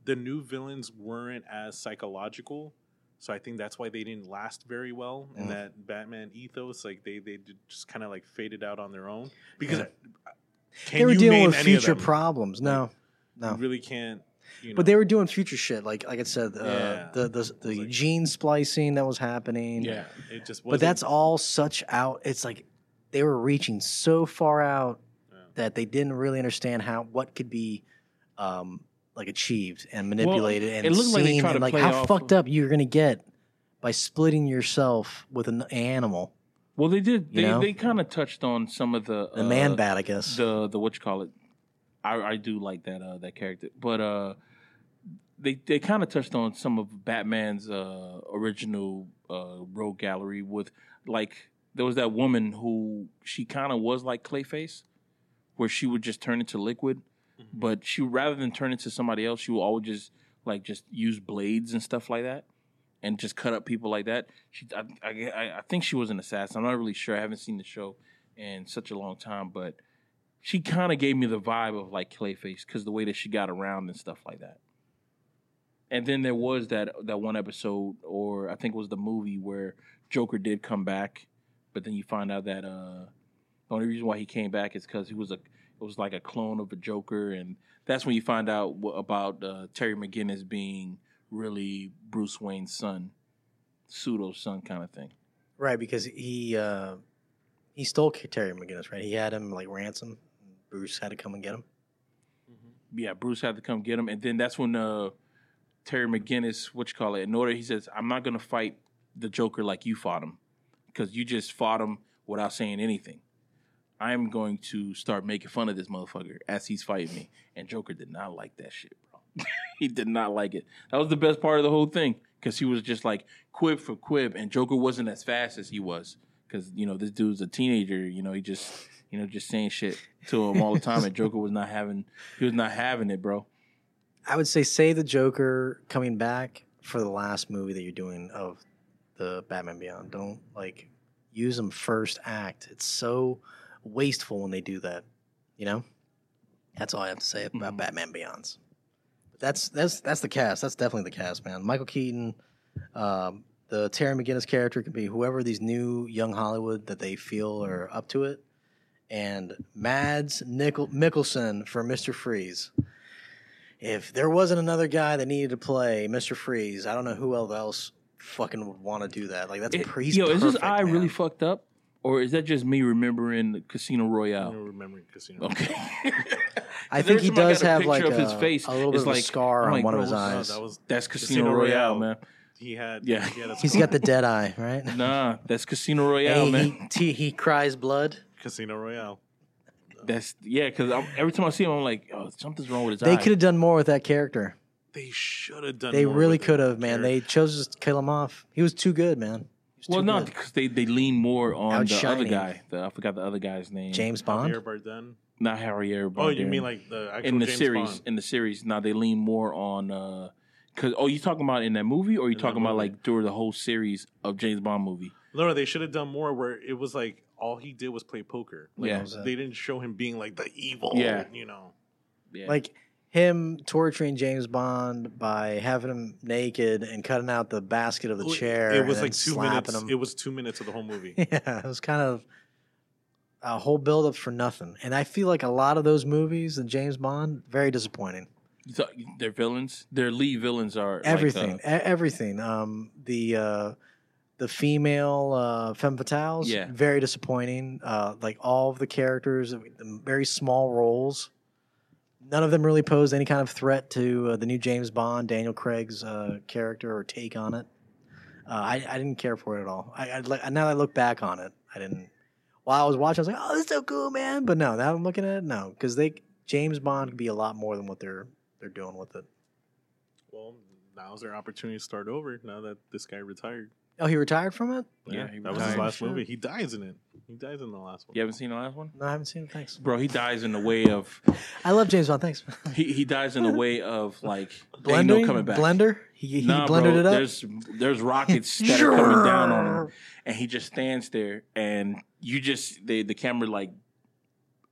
S3: the new villains weren't as psychological, so I think that's why they didn't last very well in
S4: Mm.
S3: that Batman ethos. Like they they did- just kind of like faded out on their own because uh,
S4: Yeah.
S3: can
S4: they were
S3: you
S4: dealing
S3: name
S4: with
S3: any of
S4: future
S3: them?
S4: problems. No, no.
S3: You really can't. You know,
S4: But they were doing future shit, like like I said, uh,
S3: Yeah.
S4: the the, the
S3: like-
S4: gene splicing that was happening.
S3: yeah, it just
S4: but
S3: wasn't,
S4: that's all such out. It's like they were reaching so far out
S3: Yeah.
S4: that they didn't really understand how what could be um, like achieved and manipulated and
S1: it looked like they
S4: seen
S1: tried to
S4: and, like
S1: play
S4: how
S1: off
S4: fucked
S1: of-
S4: up you're gonna get by splitting yourself with an animal,
S1: Well, they did. They
S4: You know?
S1: they kind of touched on some of the
S4: the man
S1: uh,
S4: bat, I guess.
S1: the the what you call it. I, I do like that uh, that character, but uh, they they kind of touched on some of Batman's uh, original uh, rogue gallery with like there was that woman who she kind of was like Clayface, where she would just turn into liquid, but she rather than turn into somebody else, she would always just like just use blades and stuff like that, and just cut up people like that. She I I, I- I think she was an assassin. I'm not really sure. I haven't seen the show in such a long time, but she kind of gave me the vibe of like Clayface because the way that she got around and stuff like that. And then there was that that one episode, or I think it was the movie where Joker did come back, but then you find out that uh, the only reason why he came back is because he was a it was like a clone of a Joker, and that's when you find out wh- about uh, Terry McGinnis being really Bruce Wayne's son, pseudo son kind of thing.
S4: Right, because he uh, he stole Terry McGinnis, right? He had him like ransom. Bruce had to come and get him.
S1: yeah, Bruce had to come get him, and then that's when uh, Terry McGinnis, what you call it, in order he says, "I'm not gonna fight the Joker like you fought him, because you just fought him without saying anything. I'm going to start making fun of this motherfucker as he's fighting me." And Joker did not like that shit, bro. [laughs] he did not like it. That was the best part of the whole thing, because he was just like quib for quib, and Joker wasn't as fast as he was, because you know this dude's a teenager. You know he just. You know, just saying shit to him all the time, and Joker was not having he was not having it, bro.
S4: I would say save the Joker coming back for the last movie that you're doing of the Batman Beyond. Don't like use them first act. It's so wasteful when they do that. You know, that's all I have to say about
S1: Mhm.
S4: Batman Beyonds. But that's that's that's the cast. That's definitely the cast, man. Michael Keaton, um, the Terry McGinnis character can be whoever these new young Hollywood that they feel are up to it. And Mads Nickel- Mickelson for Mister Freeze. If there wasn't another guy that needed to play Mister Freeze, I don't know who else fucking would want to do that. Like that's
S1: It-
S4: pre- he's
S1: yo, is his
S4: perfect,
S1: eye
S4: man.
S1: really fucked up, or is that just me remembering Casino
S3: I
S1: Royale?
S3: don't remember Casino.
S4: [laughs]
S1: Okay, [laughs]
S4: I
S1: Every
S4: think he
S1: time I got
S4: does
S1: a
S4: have
S1: picture
S4: like
S1: of
S4: a,
S1: his face,
S4: a little
S1: it's
S4: bit of a
S1: like-
S4: scar
S1: I'm
S4: on
S1: like,
S4: one of
S1: bro,
S4: his
S1: what's
S3: No,
S4: eyes.
S3: Oh, that was
S1: that's Casino,
S3: Casino
S1: Royale,
S3: Royale.
S1: man.
S3: he had.
S1: Yeah.
S3: he had a
S4: [laughs] [laughs] He's got the dead eye,
S1: [laughs]
S4: right?
S1: Nah, that's Casino Royale,
S4: [laughs] Hey,
S1: man.
S4: he, he, he
S1: [laughs]
S4: cries blood.
S3: Casino Royale.
S1: That's yeah, because every time I see him, I'm like, oh, something's wrong with his
S4: They
S1: eye.
S4: could have done more with that character.
S3: They should have done.
S4: They
S3: more
S4: really
S3: with it.
S4: could have, man. They chose to just kill him off. He was too good, man. He was
S1: Well,
S4: too
S1: no,
S4: good.
S1: because they, they lean more on the other
S4: Outshining.
S1: guy. The, I forgot the other guy's name.
S4: James Bond.
S3: Javier Bardem.
S1: not Harry Air.
S3: Oh, you mean like the actual
S1: in the
S3: James
S1: series?
S3: Bond.
S1: In the series, now they lean more on. uh 'cause- oh, you talking about in that movie, or you
S3: that
S1: talking about
S3: movie.
S1: like during the whole series of James Bond movie?
S3: No, they should have done more where it was like all he did was play poker. Like,
S1: Yeah.
S3: They didn't show him being like the evil.
S1: Yeah.
S3: You know.
S1: Yeah.
S4: Like him torturing James Bond by having him naked and cutting out the basket of the
S3: Well,
S4: chair.
S3: It was
S4: and
S3: like
S4: then
S3: two minutes.
S4: slapping
S3: It
S4: Him.
S3: was two minutes of the
S4: [laughs]
S3: whole movie.
S4: yeah, it was kind of a whole buildup for nothing. And I feel like a lot of those movies, the James Bond, very disappointing.
S1: You thought their villains, their lead villains are
S4: everything
S1: Like, uh,
S4: e- everything um the uh the female uh femme fatales
S1: Yeah.
S4: very disappointing uh like all of the characters uh, the very small roles none of them really posed any kind of threat to uh, the new james bond daniel craig's uh character or take on it uh, I, I didn't care for it at all. I, I like- now that I look back on it, I didn't. While I was watching, I was like, "Oh, this is so cool, man!" But no, now I'm looking at it, no, because they James Bond could be a lot more than what they're they're doing with it.
S3: Well, now's their opportunity to start over. Now that this guy retired.
S4: Oh, he retired from it.
S1: Yeah, he
S3: that was his
S1: retired.
S3: last
S4: Sure.
S3: movie. He dies in it. He dies in the last one.
S1: you haven't seen the last one,
S4: No, I haven't seen it. Thanks.
S1: bro. He dies in the way of
S4: I love James Bond. Thanks. [laughs]
S1: he, he dies in the way of like ain't
S4: Blender,
S1: no coming back.
S4: Blender. He, he
S1: Nah,
S4: blended
S1: bro,
S4: it up.
S1: There's there's
S4: [laughs]
S1: rockets that are coming down on him, and he just stands there, and you just the the camera like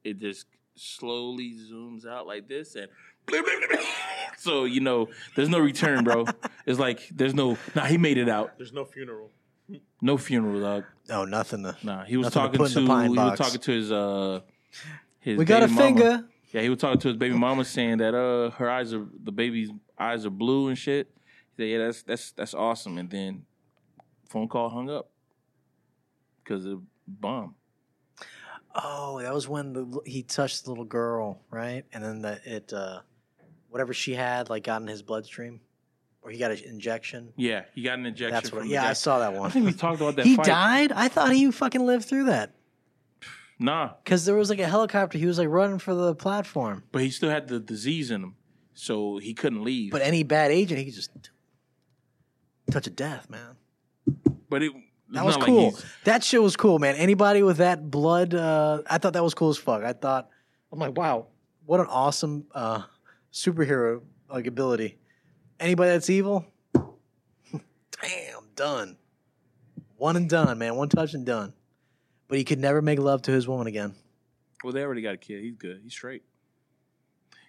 S1: it just slowly zooms out like this, and [laughs] so you know there's no return, bro. it's like there's no nah. He made it out.
S3: There's no funeral.
S1: No funeral, dog.
S4: No, nothing. To,
S1: Nah, he was
S4: Nothing to
S1: talking
S4: put in
S1: to,
S4: the pine
S1: he
S4: box.
S1: was talking to his uh his
S4: we got a
S1: baby mama.
S4: finger.
S1: Yeah, he was talking to his baby mama saying that uh her eyes are the baby's eyes are blue and shit. He said, yeah, that's that's that's awesome. And then phone call hung up because of bomb.
S4: Oh, that was when the, he touched the little girl, right? And then the, it, uh, whatever she had, like got in his bloodstream, or he got an injection.
S1: Yeah, he got an injection.
S4: That's what.
S1: from the
S4: yeah,
S1: guy.
S4: I saw that
S1: I
S4: one.
S1: think we talked about that.
S4: he
S1: fight.
S4: died. I thought he fucking lived through that
S1: Nah,
S4: because there was like a helicopter. He was like running for the platform,
S1: but he still had the disease in him, so he couldn't leave.
S4: but any bad agent, he could just touch a death, man.
S1: but it it's
S4: That was
S1: not like
S4: cool.
S1: he's-
S4: that shit was cool, man. Anybody with that blood, uh, I thought that was cool as fuck. I thought, I'm like, wow, what an awesome uh, superhero like ability. Anybody that's evil, [laughs] damn, done. One and done, man. One touch and done. But he could never make love to his woman again.
S1: well, they already got a kid. He's good. He's straight.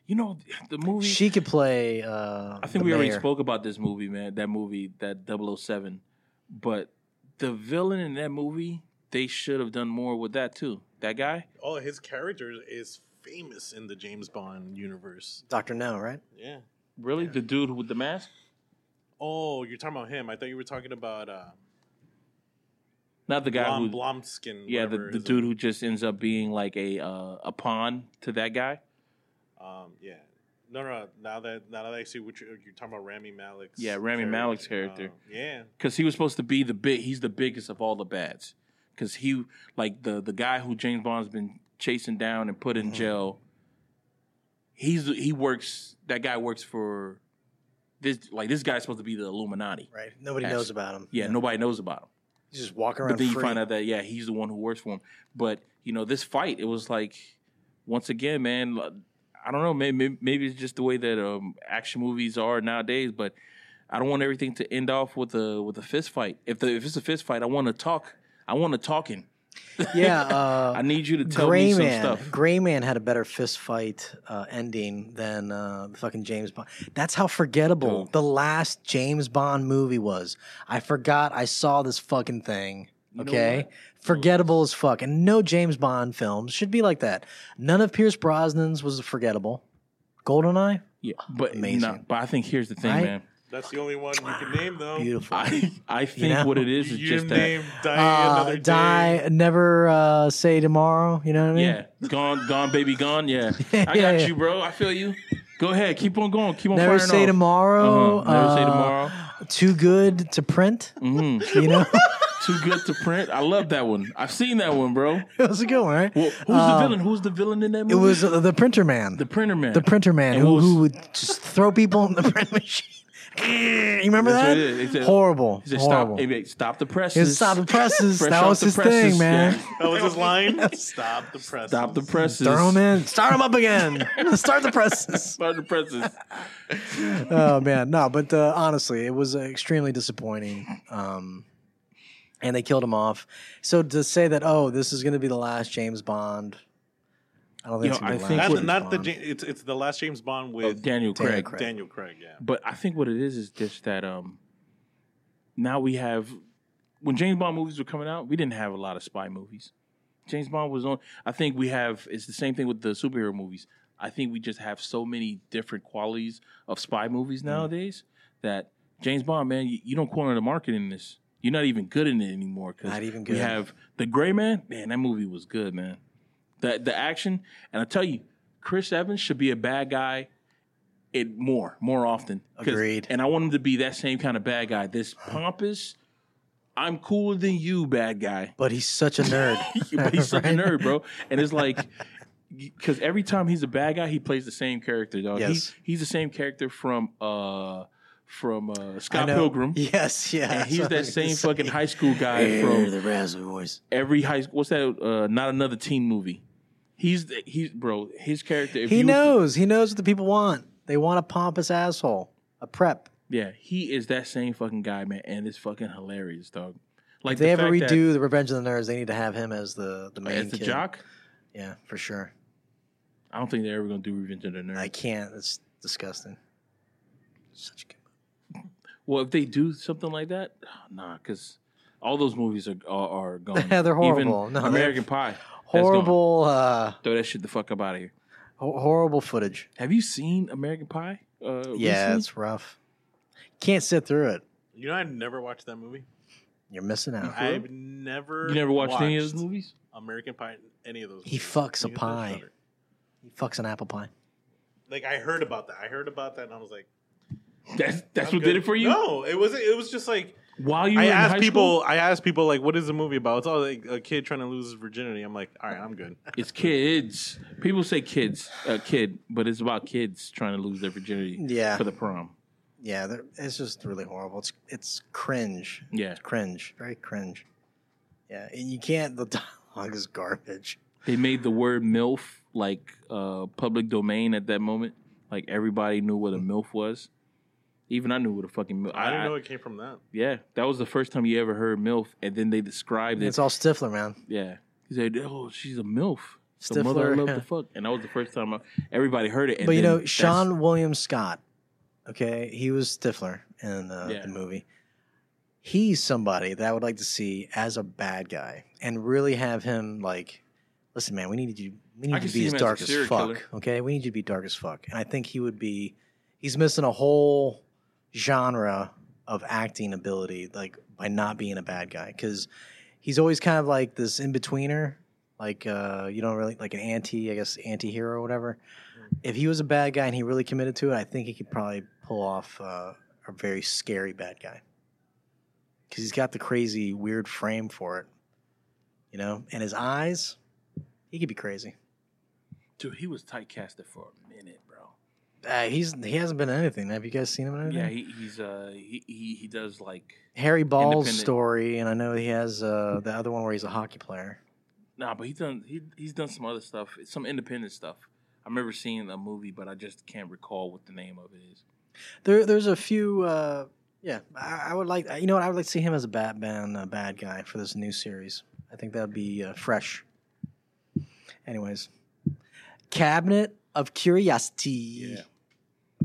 S1: You know the movie.
S4: She could play. Uh,
S1: I think
S4: the
S1: we already
S4: mayor.
S1: spoke about this movie, man. That movie, that 007. But the villain in that movie, they should have done more with that too. That guy.
S3: Oh, his character is famous in the James Bond universe.
S4: Doctor No, right?
S3: Yeah.
S1: Really? The dude with the mask?
S3: Oh, you're talking about him. I thought you were talking about uh,
S1: Not the guy
S3: Blom,
S1: who
S3: Blomskin.
S1: Yeah, the,
S3: whatever
S1: the
S3: his
S1: dude who just ends up being like a uh, a pawn to that guy.
S3: Um, yeah. No, no, no. Now that now that I see what you're, you're talking about, Rami Malek's.
S1: Yeah, Rami Malek's character.
S3: Uh, yeah,
S1: Cause he was supposed to be the big he's the biggest of all the bats. Cause he like the the guy who James Bond's been chasing down and put in jail. He's he works that guy works for this like this guy's supposed to be the Illuminati.
S4: Right. Nobody
S1: Yes.
S4: knows about him.
S1: Yeah, nobody knows about him.
S4: He's just walking around.
S1: But then you
S4: free.
S1: find out that yeah, he's the one who works for him. But you know, this fight, it was like once again, man. l- I don't know. Maybe maybe it's just the way that um, action movies are nowadays. But I don't want everything to end off with a with a fist fight. If the, if it's a fist fight, I want to talk. I want to talking.
S4: [laughs] Yeah. Uh,
S1: [laughs] I need you to tell
S4: Gray
S1: me some
S4: Man.
S1: stuff.
S4: Gray Man had a better fist fight uh, ending than uh, fucking James Bond. That's how forgettable
S1: Dude.
S4: the last James Bond movie was. I forgot I saw this fucking thing.
S1: You know
S4: Okay,
S1: what?
S4: forgettable as fuck, and no James Bond films should be like that. None of Pierce Brosnan's was forgettable. Goldeneye,
S1: Yeah, but
S4: Amazing.
S1: nah, but I think here's the thing,
S4: Right?
S1: man.
S3: that's the only one you can name though.
S4: beautiful.
S1: I I think
S4: know?
S1: what it is is
S3: You
S1: just that.
S3: name die
S4: Uh,
S3: another
S4: die,
S3: Day.
S4: never uh, say tomorrow. You know what I mean?
S1: Yeah, gone, gone, baby, gone.
S4: [laughs]
S1: Yeah, I got
S4: Yeah, yeah.
S1: you, bro. I feel you. Go ahead, keep on going, keep on.
S4: Never
S1: firing
S4: say
S1: off.
S4: tomorrow.
S1: Uh-huh. Never say
S4: uh,
S1: tomorrow.
S4: Too good to print.
S1: Mhm.
S4: You
S1: [laughs]
S4: know,
S1: Too good to print. I love that one. I've seen that one, bro.
S4: [laughs] it was a good one, right?
S1: Well, who's the villain? Who's the villain in that movie?
S4: Um, It was uh, the printer man,
S1: the
S4: the,
S1: printer man.
S4: printer man
S1: And
S4: who,
S1: what
S4: who
S1: was-
S4: would just throw people in the [laughs] print machine. you remember
S1: That's what
S4: that?
S1: it is. He said-
S4: horrible,
S1: He said,
S4: horrible.
S1: stop, hey, wait, stop the
S4: He
S1: presses.
S4: was stop the presses.
S1: [laughs] Fresh
S4: that
S1: off
S4: was
S1: the
S4: his
S1: presses,
S4: thing, man.
S1: yeah.
S3: That was his line.
S1: [laughs]
S3: Stop the press.
S1: Stop the presses.
S4: [laughs] Throw them in. Start them
S1: [laughs]
S4: up again. [laughs] Start the presses.
S1: Stop the presses.
S4: [laughs] oh man, no, but uh, honestly, it was uh, extremely disappointing. Um, and they killed him off. So to say that, oh, this is going to be the last James Bond, I don't think
S1: You
S4: it's
S1: know,
S4: gonna be
S1: I
S4: the
S1: think
S4: last.
S1: what-
S3: Not,
S4: James
S3: not the
S4: Bond.
S3: Ja- it's it's the last James Bond
S1: Oh,
S3: with
S1: Daniel
S4: Daniel
S1: Craig.
S4: Craig.
S3: Daniel Craig. Yeah.
S1: But I think what it is is just that um, now we have when James Bond movies were coming out, we didn't have a lot of spy movies. James Bond was on. I think we have. It's the same thing with the superhero movies. I think we just have so many different qualities of spy movies
S4: Mm.
S1: nowadays that James Bond, man, you, you don't corner the market in this. You're not even good in it anymore. 'cause
S4: Not even
S1: We
S4: good.
S1: have the Gray Man. Man, that movie was good, man. The the action, and I tell you, Chris Evans should be a bad guy. It more more often. 'Cause-
S4: Agreed.
S1: And I want him to be that same kind of bad guy. This pompous, I'm cooler than you, bad guy. [laughs]
S4: but he's such a nerd. [laughs]
S1: but he's such a
S4: Right?
S1: nerd, bro. And it's like, because every time he's a bad guy, he plays the same character, dog.
S4: Yes.
S1: He, he's the same character from uh from uh,
S4: I
S1: Scott
S4: know.
S1: Pilgrim.
S4: Yes, yeah.
S1: And
S4: that's
S1: he's
S4: what I
S1: that
S4: was
S1: same
S4: gonna
S1: fucking
S4: say.
S1: high school guy
S4: Hear
S1: from
S4: the raspy voice.
S1: every high school. What's that? Uh, not another teen movie. He's the- he's bro. His character. If
S4: He
S1: you-
S4: knows. He knows what the people want. They want a pompous asshole, a prep.
S1: Yeah, he is that same fucking guy, man, and it's fucking hilarious, dog. Like
S4: If they
S1: the
S4: ever
S1: fact that-
S4: redo the Revenge of the Nerds, they need to have him as the the main
S1: as the
S4: kid.
S1: jock.
S4: Yeah, for sure.
S1: I don't think they're ever gonna do Revenge of the Nerd.
S4: I can't. It's disgusting. Such a good.
S1: Well, if they do something like that, nah, because all those movies are are, are gone.
S4: [laughs] They're horrible.
S1: Even
S4: No,
S1: American Pie. that's gone.
S4: Horrible, uh,
S1: Throw that shit the fuck up out of here.
S4: ho- horrible footage.
S1: Have you seen American Pie? Uh,
S4: Yeah,
S1: recently?
S4: it's rough. Can't sit through it.
S3: You know, I never watched that movie.
S4: You're missing out.
S1: I-
S3: I've never.
S1: you never watched, any of those
S3: watched
S1: movies? [laughs]
S3: American Pie. Any of those?
S4: He
S3: movies.
S4: fucks a
S3: You know,
S4: pie.
S3: Shudder.
S4: He fucks an apple pie.
S3: Like I heard about that. I heard about that, and I was like,
S1: That's that's
S3: I'm
S1: what
S3: good.
S1: did it for you.
S3: No, it wasn't. It was just like
S1: While you
S3: I
S1: were in
S3: asked
S1: high
S3: people.
S1: school,
S3: I asked people like, "What is the movie about?" It's all like a kid trying to lose his virginity. I'm like, "All right,
S1: [laughs]
S3: I'm good."
S1: it's kids. People say kids, uh, kid, but it's about kids trying to lose their virginity
S4: Yeah.
S1: for the prom.
S4: Yeah, they're- it's just really horrible. It's it's cringe.
S1: Yeah,
S4: It's cringe. Very cringe. Yeah, and you can't. The [laughs] dialogue is garbage.
S1: they made the word MILF like uh, public domain at that moment. Like everybody knew what a MILF was. Even I knew what a fucking MILF.
S3: I didn't know it came
S4: [laughs]
S3: from that.
S1: Yeah, that was the first time you ever heard MILF, and then they described it.
S4: It's all Stifler, man.
S1: yeah, he said, "Oh, she's a MILF." The mother I
S4: Stifler.
S1: love the fuck, and that was the first time I, everybody heard it. And
S4: but you
S1: then
S4: know,
S1: that's-
S4: Sean William Scott, okay, he was Stifler in uh,
S1: Yeah.
S4: the movie. He's somebody that I would like to see as a bad guy and really have him like, listen, man, we need you,
S1: I
S4: we need
S1: can
S4: you to
S1: see
S4: be as
S1: him as a
S4: dark as,
S1: serial
S4: fuck,
S1: killer.
S4: okay? We need you to be dark as fuck, and I think he would be. He's missing a whole genre of acting ability, like by not being a bad guy, because he's always kind of like this in betweener, like uh, you don't really like an anti, I guess, anti-hero or whatever. If he was a bad guy and he really committed to it, I think he could probably pull off uh, a very scary bad guy because he's got the crazy, weird frame for it, you know, and his eyes. He could be crazy.
S1: dude, he was typecasted for a minute, bro.
S4: Uh, he's he hasn't been in anything. Have you guys seen him in anything?
S1: Yeah, he, he's uh he, he he does like
S4: Harry Ball's
S1: Independent.
S4: story, and I know he has uh, the other one where he's a hockey player.
S1: nah, but he done he he's done some other stuff, some independent stuff. I remember seeing a movie, but I just can't recall what the name of it is.
S4: There, there's a few. Uh, yeah, I, I would like. You know what? I would like to see him as a Batman, uh, bad guy for this new series. I think that would be uh, fresh. Anyways, Cabinet of Curiosity.
S1: Yeah.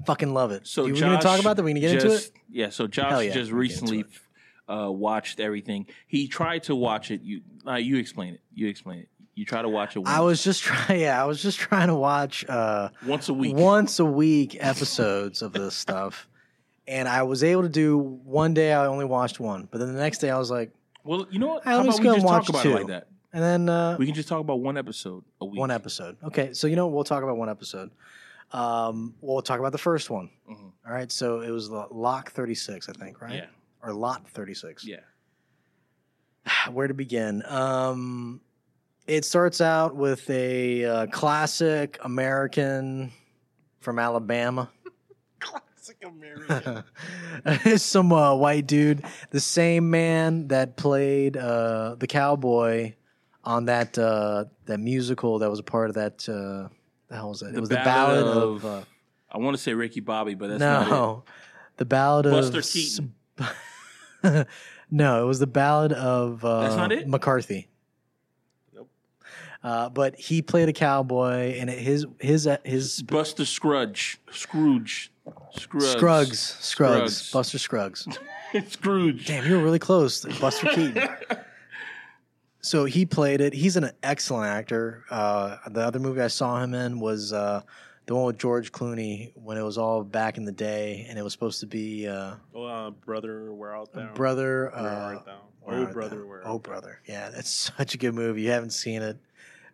S4: Fucking love it.
S1: So
S4: you were
S1: Josh
S4: going to talk about that? We're going to get into it.
S1: just- Yeah. So Josh
S4: Hell yeah,
S1: just
S4: we're getting
S1: recently
S4: into
S1: uh, watched everything. He tried to watch it. You uh, you explain it. You explain it. You try to watch it once,
S4: I was just [laughs] trying. Yeah, I was just trying to watch. Uh,
S1: once a week.
S4: once a week episodes of this stuff. And I was able to do one day I only watched one, but then the next day I was like,
S1: well, you know what?
S4: Hey,
S1: How
S4: let me
S1: about
S4: just
S1: we
S4: go and
S1: just talk
S4: watch
S1: about it
S4: two.
S1: like that?
S4: and then uh,
S1: We can just talk about one episode a week.
S4: one episode. Okay, so you know what? we'll talk about one episode. Um, we'll talk about the first one.
S1: Mhm.
S4: All right, so it was Lo- Lock Thirty Six, I think, right?
S1: Yeah.
S4: Or Lot Thirty Six.
S1: Yeah.
S4: [sighs] Where to begin? Um, it starts out with a uh, classic American from Alabama.
S3: Classic [laughs] American.
S4: [laughs] some uh, white dude, the same man that played uh, the cowboy on that uh, that musical that was a part of that. Uh, the hell was that? it was the ballad of, uh,
S1: I want to say Ricky Bobby, but that's not it.
S4: no, the ballad
S1: Buster
S4: of
S1: Keaton.
S4: s- no, it was the ballad of uh,
S1: That's not it?
S4: McCarthy.
S3: Nope.
S4: Uh, but he played a cowboy, and it, his his uh, his
S1: Buster Scrudge, Scrooge, Scruggs,
S4: Scruggs, Scruggs,
S1: Scruggs.
S4: Buster Scruggs.
S1: [laughs] Scrooge. [laughs]
S4: Damn, you were really close, Buster Keaton. So he played it. He's an excellent actor. Uh, the other movie I saw him in was uh, the one with George Clooney when it was all back in the day, and it was supposed to be uh,
S3: Oh, uh, brother, where art thou?
S4: brother.
S3: where
S4: Uh,
S3: art thou?
S4: Where
S3: Oh,
S4: Art
S3: brother,
S4: Thou?
S3: where?
S4: Oh,
S3: art thou?
S4: brother. Yeah, that's [laughs] such a good movie. You haven't seen it,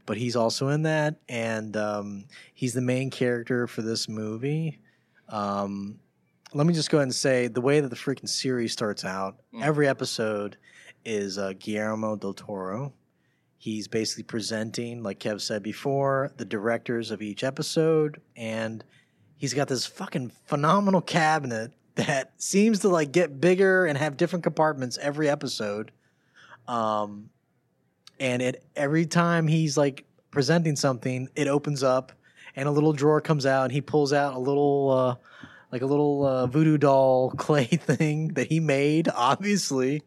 S4: but he's also in that, and um, he's the main character for this movie. Um, let me just go ahead and say the way that the freaking series starts out,
S3: Hmm.
S1: Mm.
S4: every episode is uh, Guillermo del Toro. He's basically presenting, like Kev said before, the directors of each episode, and he's got this fucking phenomenal cabinet that seems to like get bigger and have different compartments every episode. Um, and it every time he's like presenting something, it opens up and a little drawer comes out and he pulls out a little uh, like a little uh, voodoo doll [laughs] clay thing that he made, obviously.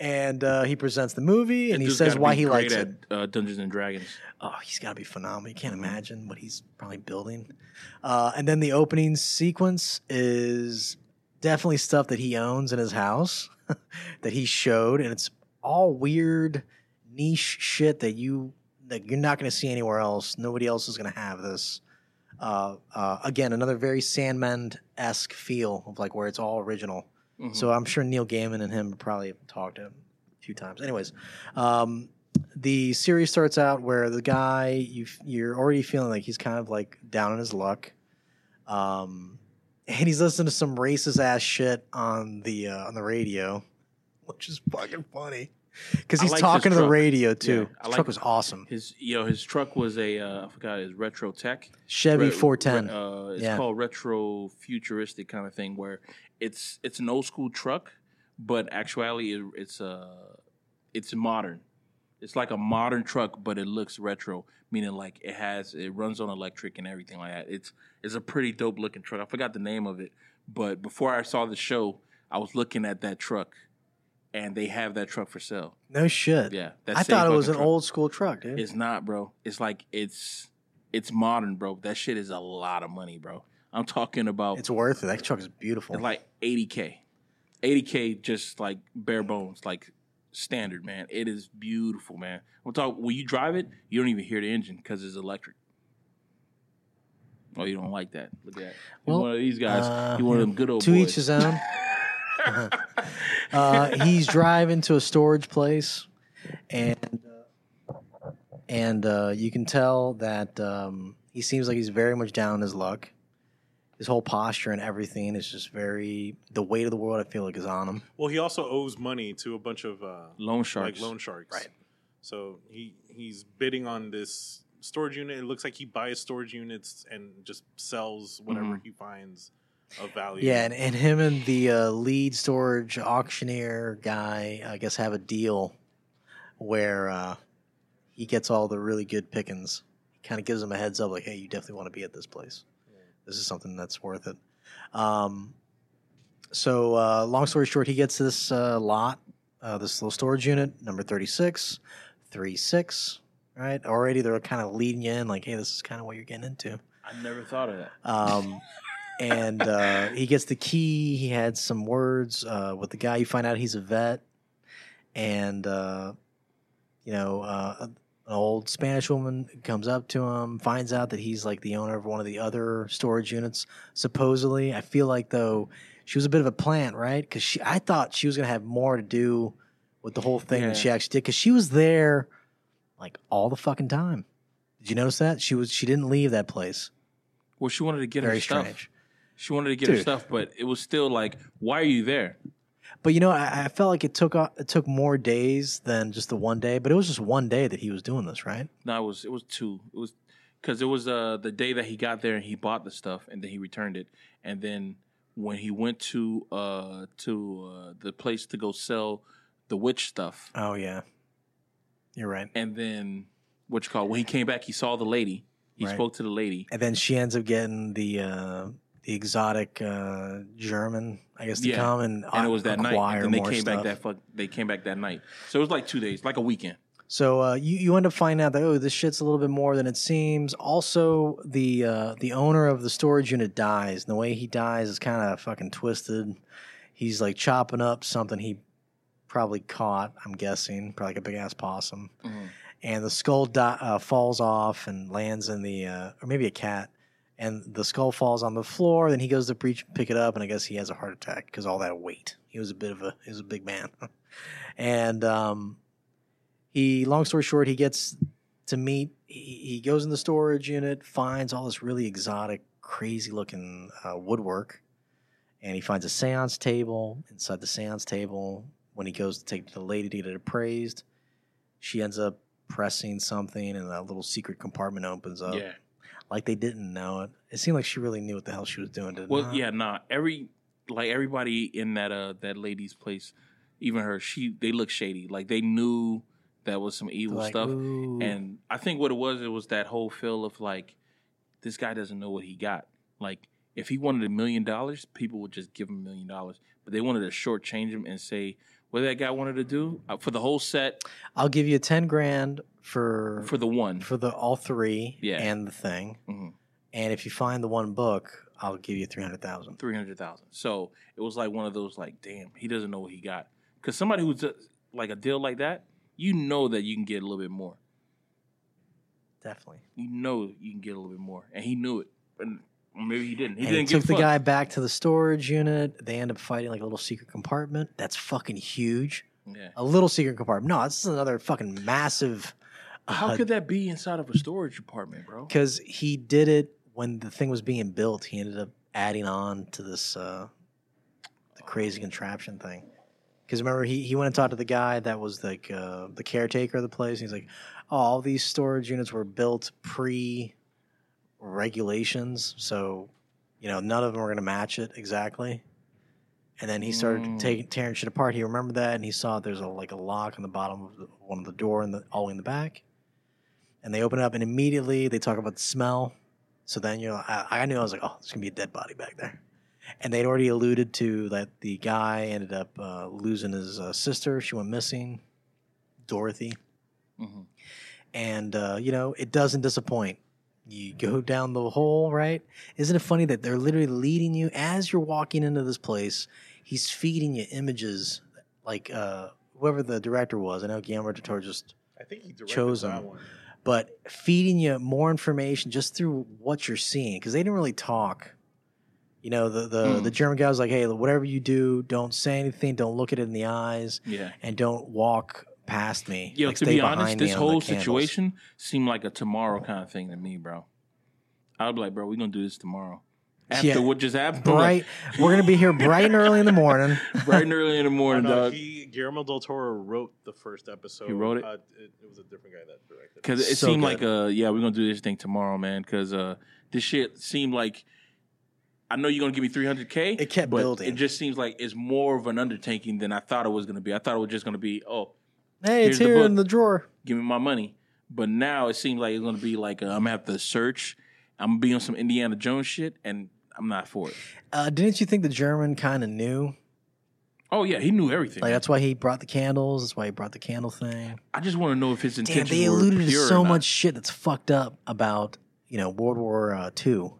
S4: And uh, he presents the movie and he
S1: Dude's
S4: says
S1: gotta
S4: why
S1: be
S4: he
S1: great
S4: likes
S1: at,
S4: it.
S1: Uh, Dungeons and Dragons.
S4: Oh, he's got to be phenomenal. You can't imagine what he's probably building. Uh, and then the opening sequence is definitely stuff that he owns in his house [laughs] that he showed, and it's all weird niche shit that you that you're not going to see anywhere else. Nobody else is going to have this. Uh, uh, again, another very Sandman esque feel of like where it's all original.
S1: Mhm.
S4: So I'm sure Neil Gaiman and him probably have talked a few times. Anyways, um, the series starts out where the guy you you're already feeling like he's kind of like down on his luck, um, and he's listening to some racist ass shit on the uh, on the radio, which is fucking funny because
S1: I
S4: he's
S1: like
S4: talking
S1: this
S4: to the
S1: truck.
S4: radio too.
S1: Yeah, I
S4: This
S1: like-
S4: truck was awesome.
S1: Mm-hmm. His yo, his truck was a uh, I forgot his retro tech.
S4: Chevy
S1: Re-
S4: 410.
S1: re- uh, it's
S4: Yeah.
S1: called retro futuristic kind of thing where it's it's an old school truck, but actually it, it's uh it's modern. It's like a modern truck, but it looks retro, meaning like it has it runs on electric and everything like that. It's it's a pretty dope looking truck. I forgot the name of it, but before I saw the show, I was looking at that truck and they have that truck for sale.
S4: No shit.
S1: Yeah, that
S4: I
S1: same
S4: thought it was an
S1: fucking truck.
S4: old school truck, dude.
S1: It's not, bro. It's like it's it's modern, bro. That shit is a lot of money, bro. I'm talking about
S4: It's worth it. That truck is beautiful.
S1: It's like 80k 80k just like bare bones like standard man it is beautiful man i'm talking when you drive it you don't even hear the engine because it's electric oh you don't like that look at that you're
S4: Well,
S1: one of these guys
S4: uh,
S1: you one of them good old
S4: to
S1: boys
S4: each his own. uh, he's driving to a storage place, and uh, and uh, you can tell that um, he seems like he's very much down on his luck. His whole posture and everything is just very the weight of the world. I feel like is on him.
S3: Well, he also owes money to a bunch of uh,
S1: [laughs] loan sharks
S3: like loan sharks.
S4: Right.
S3: So he he's bidding on this storage unit. It looks like he buys storage units and just sells whatever
S1: Mhm.
S3: he finds of value.
S4: Mm-hmm. Yeah, and, and him and the uh, lead storage auctioneer guy, I guess, have a deal where uh, he gets all the really good pickings. He kind of gives him a heads up, like, hey, you definitely want to be at this place. This is something that's worth it. Um, so, uh, long story short, he gets this uh, lot, uh, this little storage unit, number 36, 36, right? Already they're kind of leading you in, like, hey, this is kind of what you're getting into.
S1: i never thought of that
S4: Um, and uh, he gets the key. He had some words uh, with the guy. You find out he's a vet, and uh, you know, uh, an old Spanish woman comes up to him, finds out that he's like the owner of one of the other storage units. Supposedly, I feel like though she was a bit of a plant, right? Because she, I thought she was gonna have more to do with the whole thing than
S1: Yeah.
S4: she actually did. Because she was there like all the fucking time. Did you notice that she was? She didn't leave that place.
S1: well she wanted to get
S4: Very
S1: her stuff
S4: strange.
S1: she wanted to get her
S4: Dude.
S1: stuff but it was still like why are you there
S4: But you know, I, I felt like it took o- it took more days than just the one day. But it was just one day that he was doing this, right?
S1: no it was it was two it was because it was uh the day that he got there and he bought the stuff and then he returned it and then when he went to uh to uh, the place to go sell the witch stuff
S4: Oh yeah, you're right.
S1: and then what you call it, when he came back he saw the lady he
S4: Right.
S1: spoke to the lady
S4: And then she ends up getting the uh, the exotic uh, German, I guess, to
S1: Yeah.
S4: come and,
S1: and it was that night
S4: acquire
S1: and then they
S4: more
S1: came back
S4: stuff.
S1: that fuck they came back that night so it was like two days like a weekend
S4: So uh, you you end up finding out that oh this shit's a little bit more than it seems. Also, the uh, the owner of the storage unit dies, and the way he dies is kind of fucking twisted. He's like chopping up something he probably caught. I'm guessing probably like a big ass possum,
S1: Mhm.
S4: and the skull di- uh, falls off and lands in the uh, or maybe a cat, and the skull falls on the floor. Then he goes to reach pick it up, and I guess he has a heart attack because all that weight. He was a bit of a he was a big man, [laughs] and um, he long story short he gets to meet he, he goes in the storage unit finds all this really exotic crazy looking uh, woodwork and he finds a seance table inside the seance table when he goes to take the lady to get it appraised she ends up pressing something and that little secret compartment opens up
S1: yeah
S4: like they didn't know it it seemed like she really knew what the hell she was doing didn't
S1: well
S4: it?
S1: yeah nah every like everybody in that uh that lady's place even her she they looked shady like they knew that was some evil
S4: Like,
S1: stuff
S4: ooh.
S1: And I think what it was, it was that whole feel of like, this guy doesn't know what he got. Like, if he wanted a million dollars, people would just give him a million dollars. But they wanted to shortchange him and say, what that guy wanted to do uh, for the whole set,
S4: i'll give you 10 grand for
S1: for the one.
S4: for the all three
S1: Yeah.
S4: and the thing
S1: Mhm.
S4: and if you find the one book, I'll give you three hundred thousand.
S1: 300,000. So it was like one of those, like, damn, he doesn't know what he got. Because somebody who's uh, like a deal like that, you know that you can get a little bit more.
S4: Definitely.
S1: You know you can get a little bit more. And he knew it. And maybe he didn't. He
S4: and he
S1: didn't
S4: took
S1: give
S4: the
S1: a fuck.
S4: guy back to the storage unit. They end up fighting like a little secret compartment. That's fucking huge.
S1: Yeah.
S4: A little secret compartment. No, this is another fucking massive. uh,
S1: How could that be inside of a storage apartment, bro?
S4: Because he did it when the thing was being built. He ended up adding on to this uh, the crazy contraption thing. Because remember, he, he went and talked to the guy that was like uh, the caretaker of the place. And he's like, oh, all these storage units were built pre regulations. So, you know, none of them were going to match it exactly. And then he started
S1: Mm.
S4: taking tearing shit apart. He remembered that and he saw there's a, like a lock on the bottom of the, one of the door and the, all the way in the back. And they open it up and immediately they talk about the smell. So then you're like, I, I knew I was like, oh, there's going to be a dead body back there. and they'd already alluded to that the guy ended up uh, losing his uh, sister. She went missing, Dorothy,
S1: Mhm.
S4: and uh, you know it doesn't disappoint. You
S1: Mm-hmm.
S4: go down the hole, right? Isn't it funny that they're literally leading you as you're walking into this place? He's feeding you images, like uh, whoever the director was. I know Guillermo del Toro just
S3: I think he directed
S4: Chose
S3: that
S4: him.
S3: one.
S4: but feeding you more information just through what you're seeing because they didn't really talk. You know, the the,
S1: Mm.
S4: the German guy was like, "Hey, whatever you do, don't say anything, don't look it in the eyes,
S1: Yeah.
S4: and don't walk past me."
S1: Yo,
S4: Like,
S1: to
S4: stay
S1: be
S4: behind
S1: honest,
S4: me
S1: this
S4: on the
S1: whole
S4: candles."
S1: situation seemed like a tomorrow kind of thing to me, bro. I'd be like, bro, we're gonna do this tomorrow. After
S4: Yeah.
S1: what just happened,
S4: Bright, we're gonna be here bright and early in the morning.
S1: [laughs] like, [laughs] bright and early in the [laughs]
S3: Oh,
S1: morning,
S3: no,
S1: dog.
S3: he, Guillermo del Toro wrote the first episode.
S1: He wrote it?
S3: Uh, it, it was a different guy that directed. it.
S1: Because it
S4: So
S1: seemed
S4: good.
S1: like, uh, yeah, we're gonna do this thing tomorrow, man. Because uh, this shit seemed like, I know you're gonna give me 300k.
S4: It kept
S1: but
S4: building.
S1: It just seems like it's more of an undertaking than I thought it was gonna be. I thought it was just gonna be, oh,
S4: Hey,
S1: Here's
S4: it's
S1: the
S4: here
S1: book.
S4: in the drawer.
S1: give me my money. But now it seems like it's gonna be like uh, I'm gonna have to search. I'm gonna be on some Indiana Jones shit, and I'm not for it.
S4: Uh, didn't you think the German kind of knew?
S1: Oh yeah, he knew everything.
S4: Like that's why he brought the candles. That's why he brought the candle thing.
S1: I just want to know if his
S4: Damn,
S1: intentions
S4: they
S1: were
S4: alluded to
S1: pure or
S4: so
S1: not.
S4: much shit that's fucked up about you know World War uh, II.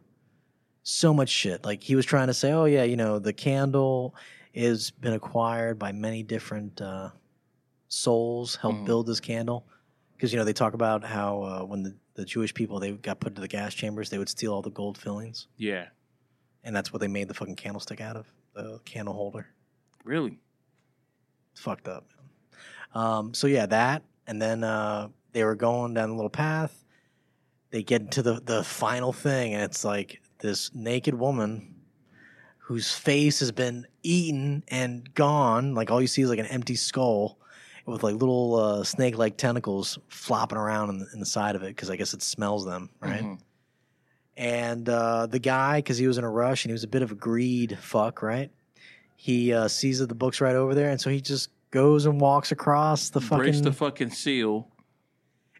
S4: So much shit. Like he was trying to say, oh yeah, you know the candle has been acquired by many different uh, souls helped
S1: Mhm.
S4: build this candle because you know they talk about how uh, when the, the Jewish people they got put into the gas chambers they would steal all the gold fillings
S1: Yeah,
S4: and that's what they made the fucking candlestick out of the candle holder.
S1: really.
S4: It's fucked up. man. Um, so yeah, that, and then uh, they were going down the little path. They get to the the final thing, and it's like this naked woman whose face has been eaten and gone. Like all you see is like an empty skull with like little uh, snake like tentacles flopping around in the, in the side of it because I guess it smells them, right?
S1: Mhm.
S4: And uh, the guy, because he was in a rush and he was a bit of a greed fuck, right? He uh, sees that the book's right over there, and so he just goes and walks across the
S1: Breaks
S4: fucking.
S1: the fucking seal.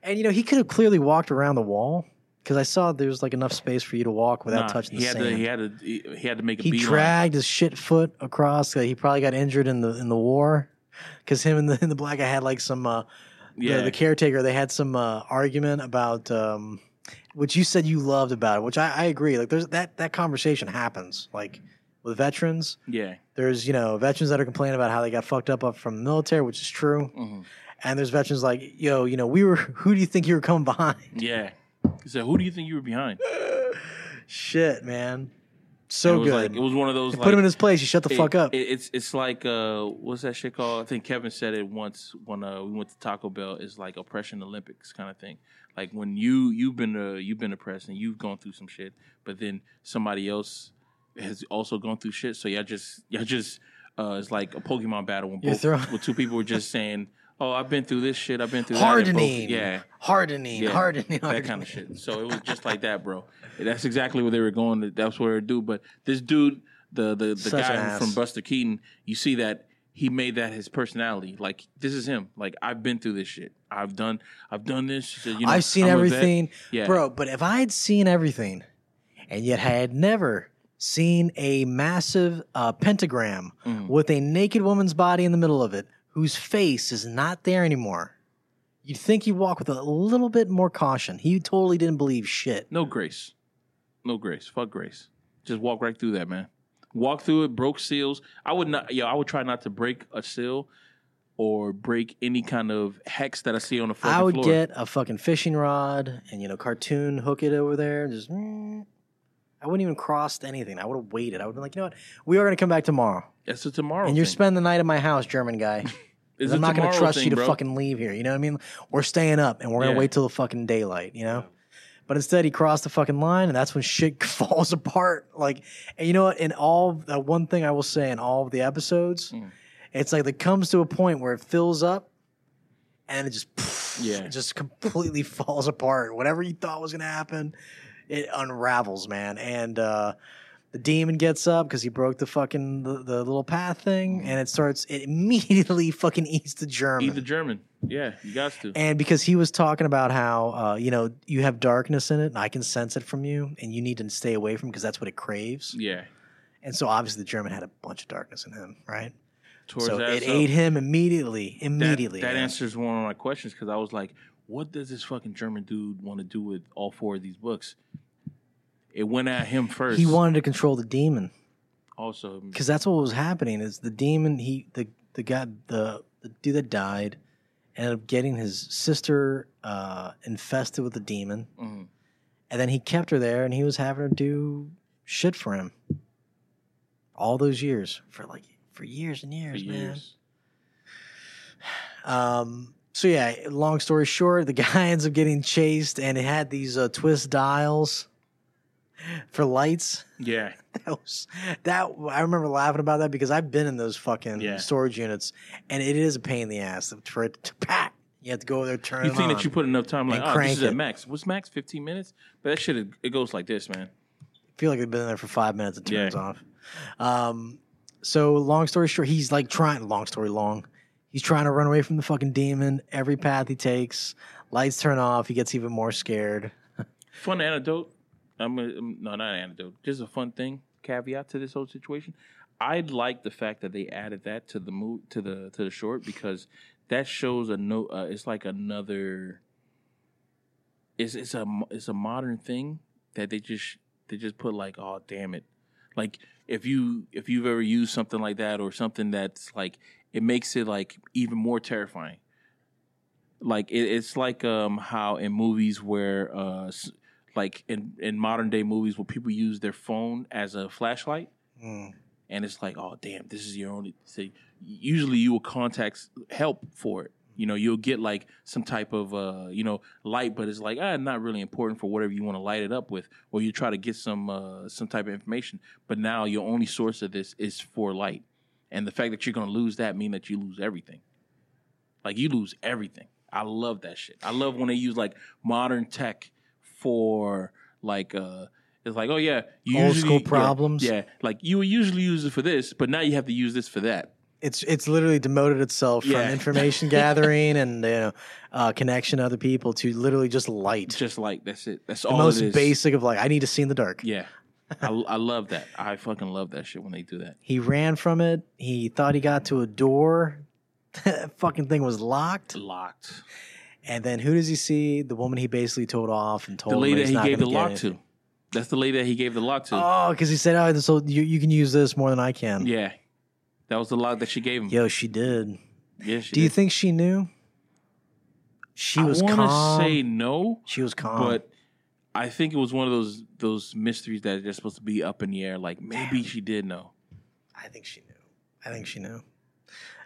S4: and you know he could have clearly walked around the wall because I saw there was like enough space for you to walk without
S1: Nah,
S4: touching the
S1: he had
S4: sand.
S1: To, he
S4: he
S1: had to. He, he had to make a beeline.
S4: dragged his shit foot across. Like, he probably got injured in the in the war because him and the, and the black guy had like some. Uh,
S1: yeah,
S4: the, the caretaker, they had some uh, argument about um, what you said you loved about it, which I, I agree. Like, there's that that conversation happens like with veterans.
S1: yeah.
S4: There's you know veterans that are complaining about how they got fucked up up from the military, which is true.
S1: mhm.
S4: And there's veterans like, yo, you know, we were. [laughs] Who do you think you were coming behind? [laughs]
S1: Yeah. He said, "Who do you think you were behind?"
S4: Shit, man,
S1: And
S4: so
S1: it was
S4: good.
S1: Like, it was one of those.
S4: Put
S1: like,
S4: him in his place. You shut the
S1: it-
S4: fuck up.
S1: it- it's it's like uh, what's that shit called? I think Kevin said it once when uh, we went to Taco Bell. It's like oppression Olympics kind of thing. Like when you you've been uh, you've been oppressed and you've gone through some shit, but then somebody else has also gone through shit. So y'all just y'all just uh, it's like a Pokemon battle when
S4: You're
S1: both
S4: throwing-
S1: when two people were just saying, "Oh, I've been through this shit. I've been through that." and
S4: hardening,
S1: both- yeah.
S4: hardening,
S1: Yeah,
S4: hardening,
S1: that
S4: hardening.
S1: kind of shit. So it was just like that, bro. That's exactly where they were going. That's where it do. But this dude, the the, the
S4: Such
S1: guy
S4: an ass.
S1: from Buster Keaton, you see that he made that his personality. Like this is him. Like I've been through this shit. I've done. I've done this. He said, you know,
S4: I've seen
S1: I'm a vet.
S4: everything.
S1: Yeah,
S4: Bro, but if I had seen everything and yet had never seen a massive uh, pentagram
S1: Mhm.
S4: with a naked woman's body in the middle of it, whose face is not there anymore, you'd think he'd walk with a little bit more caution. He totally didn't believe shit.
S1: No grace. No grace. Fuck grace. Just walk right through that, man. Walk through it. Broke seals. I would not. Yeah, I would try not to break a seal. Or break any kind of hex that I see on the fucking
S4: I would
S1: floor.
S4: get a fucking fishing rod and, you know, cartoon hook it over there. and Just, mm. I wouldn't even crossed anything. I would have waited. I would have been like, you know what? We are going to come back tomorrow.
S1: That's a tomorrow.
S4: And you're
S1: thing.
S4: spending the night at my house, German guy.
S1: It's
S4: 'Cause I'm
S1: a
S4: not going to
S1: tomorrow
S4: trust
S1: thing,
S4: you to
S1: bro.
S4: fucking leave here. You know what I mean? We're staying up and we're going to
S1: Yeah.
S4: wait till the fucking daylight, you know? But instead, he crossed the fucking line and that's when shit [laughs] falls apart. Like, and you know what? In all, uh, one thing I will say in all of the episodes,
S1: Mm.
S4: it's like it comes to a point where it fills up and it just, [laughs] pff,
S1: Yeah.
S4: it just completely [laughs] falls apart. Whatever you thought was going to happen, it unravels, man. And, uh, the demon gets up because he broke the fucking the, the little path thing, and it starts. It immediately [laughs] fucking eats the German.
S1: Mm-hmm. Eat the German. Yeah, you got to.
S4: and because he was talking about how uh, you know you
S1: Mm.
S4: have darkness in it, and I can sense it from you, and you need to stay away from because that's what it craves.
S1: yeah.
S4: And so obviously the German had a bunch of darkness in him, right?
S1: Towards
S4: so
S1: that,
S4: it ate him immediately. Immediately.
S1: That,
S4: man.
S1: answers one of my questions because I was like, what does this fucking German dude want to do with all four of these books? It went at him first.
S4: He wanted to control the demon
S1: also
S4: because that's what was happening. Is the demon he the the guy the, the dude that died ended up getting his sister uh, infested with the demon,
S1: mhm.
S4: and then he kept her there, and he was having her do shit for him all those years for like for years and
S1: for
S4: years, man.
S1: years.
S4: Um, so yeah, long story short, the [laughs] guy ends up getting chased, and it had these uh, twist dials for lights.
S1: Yeah,
S4: [laughs] That was that. I remember laughing about that because I've been in those fucking
S1: Yeah.
S4: storage units, and it is a pain in the ass for it to pack. You have to go over there, turn.
S1: you
S4: it
S1: think
S4: on.
S1: that you put enough time, like,
S4: and
S1: oh, this
S4: crank
S1: is at
S4: it.
S1: max. What's max? Fifteen minutes? But that shit, it goes like this, man.
S4: feel like they've been there for five minutes. It turns
S1: Yeah.
S4: off. Um, so long story short, he's like trying. Long story long, he's trying to run away from the fucking demon. Every path he takes, lights turn off. He gets even more scared.
S1: Fun anecdote. I'm a, um, no, not an anecdote. Just a fun thing. Caveat to this whole situation. I like the fact that they added that to the mo- to the to the short because that shows a no. Uh, it's like another. It's it's a mo- it's a modern thing that they just they just put like oh damn it, like if you if you've ever used something like that or something that's like it makes it like even more terrifying. Like it, it's like um how in movies where uh s- like in in modern day movies where people use their phone as a flashlight
S4: Mm.
S1: and it's like oh damn this is your only thing usually you will contact help for it you know you'll get like some type of uh you know light but it's like ah not really important for whatever you want to light it up with or you try to get some uh some type of information but now your only source of this is for light and the fact that you're going to lose that mean that you lose everything like you lose everything i love that shit i love when they use like modern tech for like uh it's like oh yeah you
S4: Old
S1: usually-
S4: school
S1: yeah,
S4: problems?
S1: yeah like you would usually use it for this but now you have to use this for that
S4: It's it's literally demoted itself
S1: Yeah. [laughs]
S4: from information gathering and you know uh, connection to other people to literally just light.
S1: It's just like that's it that's
S4: the
S1: all
S4: most
S1: it is
S4: basic of like I need to see in the dark.
S1: yeah I, I love that i fucking love that shit when they do that
S4: He ran from it. He thought he got to a door. [laughs] that fucking thing was locked.
S1: locked
S4: And then who does he see? The woman he basically told off and told
S1: the lady
S4: him
S1: that
S4: he's
S1: he
S4: not
S1: gave the
S4: gonna get
S1: lock
S4: it.
S1: to that's the lady that he gave the lock to
S4: Oh, because he said, "Oh, so you, you can use this more than I can."
S1: yeah that was the lock that she gave him yeah,
S4: Yo, she did.
S1: she
S4: Do you
S1: did.
S4: think she knew? She was
S1: i wanna
S4: calm.
S1: say no
S4: she was calm.
S1: but I think it was one of those those mysteries that are just supposed to be up in the air. Like maybe she did know.
S4: I think she knew. I think she knew.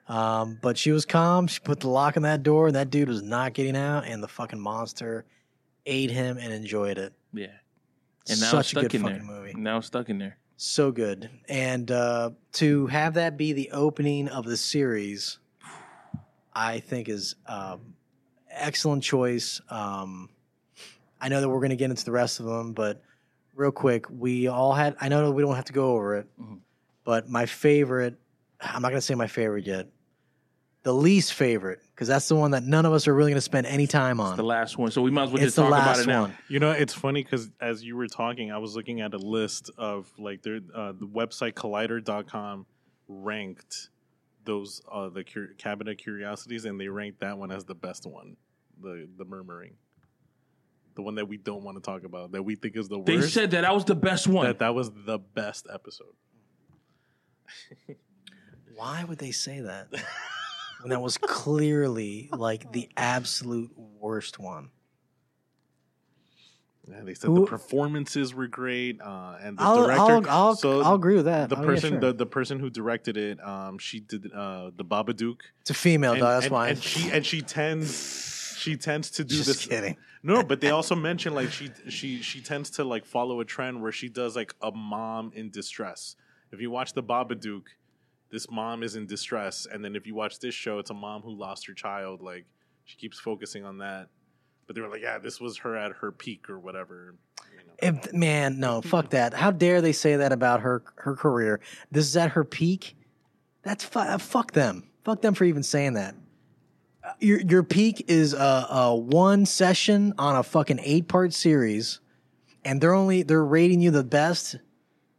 S4: Um, but she was calm. She put the lock on that door, and that dude was not getting out. And the fucking monster ate him and enjoyed it.
S1: Yeah, and now it's
S4: Such a
S1: stuck
S4: good
S1: in there.
S4: fucking movie.
S1: Now it's stuck in there.
S4: So good. And uh, to have that be the opening of the series, I think is um, excellent choice. Um, I know that we're going to get into the rest of them, but real quick, we all had. I know that we don't have to go over it,
S1: Mhm.
S4: but my favorite. I'm not going to say my favorite yet. The least favorite, because that's the one that none of us are really going to spend any time
S1: It's the
S4: on.
S1: last one, so we might as well
S4: It's
S1: just
S4: the
S1: talk about
S4: last
S1: it now.
S4: one.
S3: You know, it's funny because as you were talking, I was looking at a list of like their uh, the website Collider.com ranked those uh, the cur- cabinet of curiosities, and they ranked that one as the best one, the the murmuring, the one that we don't want to talk about that we think is the worst.
S1: They said that I was the best one.
S3: that that was the best episode.
S4: Why would they say
S3: [laughs]
S4: that? when that was clearly like the absolute worst one.
S3: Yeah, they said
S4: Who-
S3: the performances were great, uh, and the
S4: I'll,
S3: director.
S4: I'll, I'll,
S3: so
S4: I'll agree with that.
S3: the
S4: Oh, yeah,
S3: person
S4: sure.
S3: the, the person who directed it, um, she did uh, the Babadook.
S4: it's a female, dog. That's why. [laughs]
S3: and she and she tends she tends to do
S4: Just
S3: this.
S4: kidding.
S3: No, but they also mention like she she she tends to like follow a trend where she does like a mom in distress. If you watch the Babadook, this mom is in distress, and then if you watch this show, it's a mom who lost her child. Like she keeps focusing on that. But they were like, yeah, this was her at her peak or whatever. you know.
S4: If- man, no, fuck that. How dare they say that about her her career? This is at her peak. That's fu- uh, fuck them. Fuck them for even saying that. Uh, Your your peak is a, a one session on a fucking eight part series, and they're only they're rating you the best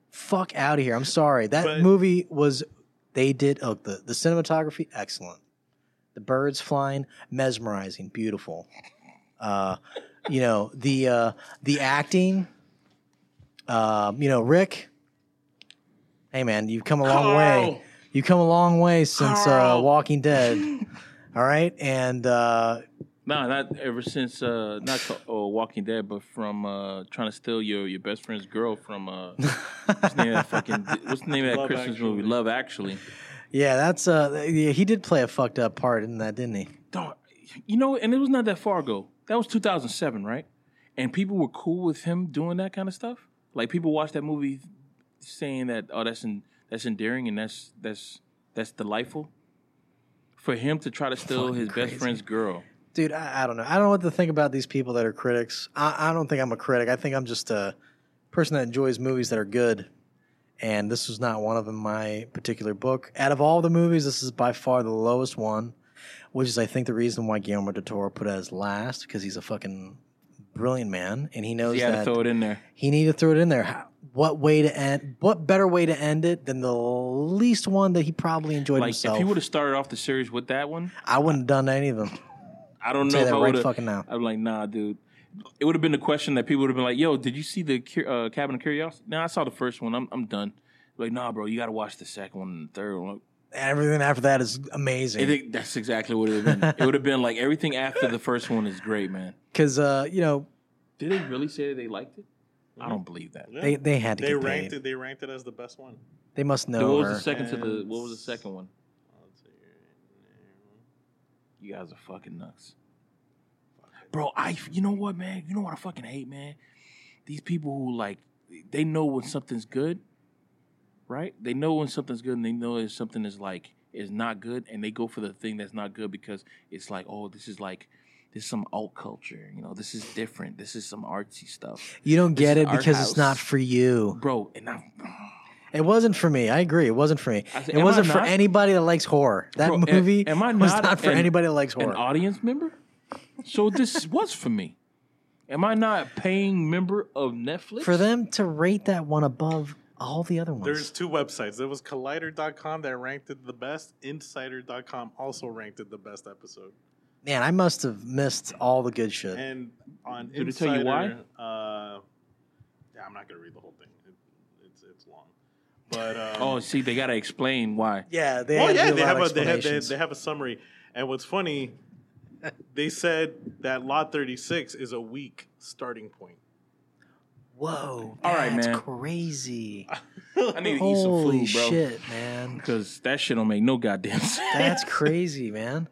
S4: fuck out of here. I'm sorry. That
S3: But-
S4: movie was they did oh, the the cinematography excellent. The birds flying mesmerizing, beautiful. Uh, you know the uh, the acting. Um, you know Rick. Hey man, you've come a long way. You've come a long way since uh,
S1: Carl.
S4: Walking Dead. All right, and uh,
S1: No, not ever since uh not co- oh, Walking Dead, but from uh trying to steal your your best friend's girl from
S4: [laughs]
S1: uh what's the name of that fucking what's the name of that
S3: Love
S1: Christmas
S3: Actually.
S1: movie? Love Actually.
S4: yeah, that's uh, yeah, he did play a fucked up part in that, didn't he?
S1: Don't you know? And it was not that far ago. That was 2007, right? And people were cool with him doing that kind of stuff. Like people watched that movie, saying that oh that's en- that's endearing and that's that's that's delightful. For him to try to steal
S4: Fucking
S1: his
S4: crazy.
S1: best friend's girl.
S4: Dude, I, I don't know. I don't know what to think about these people that are critics. I, I don't think I'm a critic. I think I'm just a person that enjoys movies that are good. And this was not one of them in my particular book. Out of all the movies, this is by far the lowest one, which is, I think, the reason why Guillermo del Toro put it as last because he's a fucking brilliant man and he knows
S1: He had to
S4: that
S1: throw it in there.
S4: he needed to throw it in there. How- What way to end? What better way to end it than the least one that he probably enjoyed
S1: Like
S4: himself?
S1: if he would have started off the series with that one,
S4: I wouldn't have done any of them.
S1: I don't know
S4: Say
S1: if
S4: that
S1: I
S4: right
S1: would have.
S4: fucking now.
S1: I'm like, nah, dude. It would have been a question that people would have been like, "Yo, did you see the Cur- uh, Cabin of Curiosity?" Nah, I saw the first one. I'm I'm done. Like, nah, bro, you got to watch the second one and the third one.
S4: Everything after that is amazing.
S1: I think that's exactly what it would have been. it would have been like everything after the first one is great, man.
S4: Because uh, you know
S1: Did they really say that they liked it? I don't believe that.
S3: Yeah.
S4: they they had to
S3: they
S4: get
S3: ranked
S4: paid.
S3: it. They ranked it as the best one.
S4: They must
S1: Dude,
S4: know
S1: what was
S4: her.
S1: the second to the
S3: And-
S1: What was the second one?
S3: Let's see here.
S1: You guys are fucking nuts, bro. I you know what, man? You know what I fucking hate, man? These people who like they know when something's good, right? They know when something's good, and they know if something is like is not good, and they go for the thing that's not good because it's like, oh, this is like this is some alt culture, you know? This is different. This is some artsy stuff,
S4: You don't get
S1: This
S4: it
S1: is our
S4: because it's not
S1: house.
S4: for you.
S1: bro. And I.
S4: It wasn't for me. I agree. It wasn't for me.
S1: I said,
S4: it
S1: am
S4: wasn't
S1: I
S4: for
S1: not-
S4: anybody that likes horror. That
S1: Bro, a-
S4: movie
S1: am I
S4: was
S1: not
S4: not for
S1: an-
S4: anybody that likes
S1: an
S4: horror.
S1: audience member. So this was for me. Am I not a paying member of Netflix?
S4: For them to rate that one above all the other ones.
S3: There's two websites. There was Collider.com that ranked it the best. Insider.com also ranked it the best episode.
S4: Man, I must have missed all the good shit.
S3: And on
S1: Did it
S3: Insider,
S1: tell you why?
S3: Uh, yeah, I'm not gonna read the whole thing. It, it's it's long, but um,
S1: [laughs] Oh, see, they gotta explain why.
S4: yeah, they
S3: well,
S4: had
S3: yeah,
S4: to do
S3: they
S4: a lot
S3: have
S4: of
S3: a they have, they,
S4: explanations.
S3: they have a summary. And what's funny, they said that Lot 36 is a weak starting point.
S4: Whoa,
S1: All right,
S4: that's
S1: man.
S4: crazy.
S1: [laughs] I need to
S4: Holy
S1: eat some food, bro.
S4: shit, man.
S1: Because that shit don't make no goddamn [laughs] sense.
S4: That's crazy, man.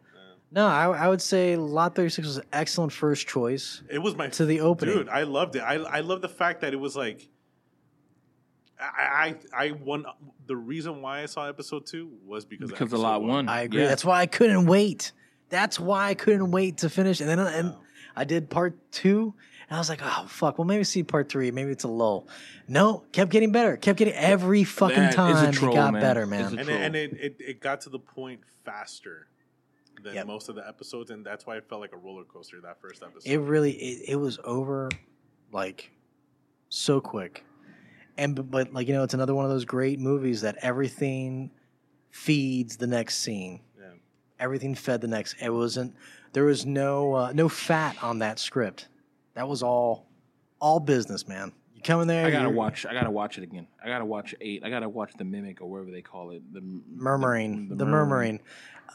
S4: No, I, I would say Lot 36 was an excellent first choice
S3: It was my
S4: to the opening.
S3: Dude, I loved it. I I love the fact that it was like I I I won the reason why I saw episode 2 was because of
S1: because a
S3: episode
S1: lot one.
S4: I agree.
S1: Yeah.
S4: That's why I couldn't wait. That's why I couldn't wait to finish. And then and
S3: Wow.
S4: I did part two, and I was like, oh, fuck. Well, maybe see part three. Maybe it's a lull. No, kept getting better. Kept getting every fucking
S1: That is a
S4: time.
S1: troll,
S4: it got
S1: man.
S4: better,
S1: It's
S4: man.
S1: a-
S3: And it, and it, it it got to the point faster than
S4: Yep.
S3: most of the episodes and that's why it felt like a roller coaster that first episode.
S4: it really, it, it was over like so quick. And, but- but, like, you know, it's another one of those great movies that everything feeds the next scene.
S3: yeah.
S4: everything fed the next. It wasn't there was no uh, no fat on that script. That was all all business, man. You come in there,
S1: I gotta
S4: you're
S1: watch. I gotta watch it again. I gotta watch eight. I gotta watch the mimic or whatever they call it. The
S4: murmuring, the, murmuring.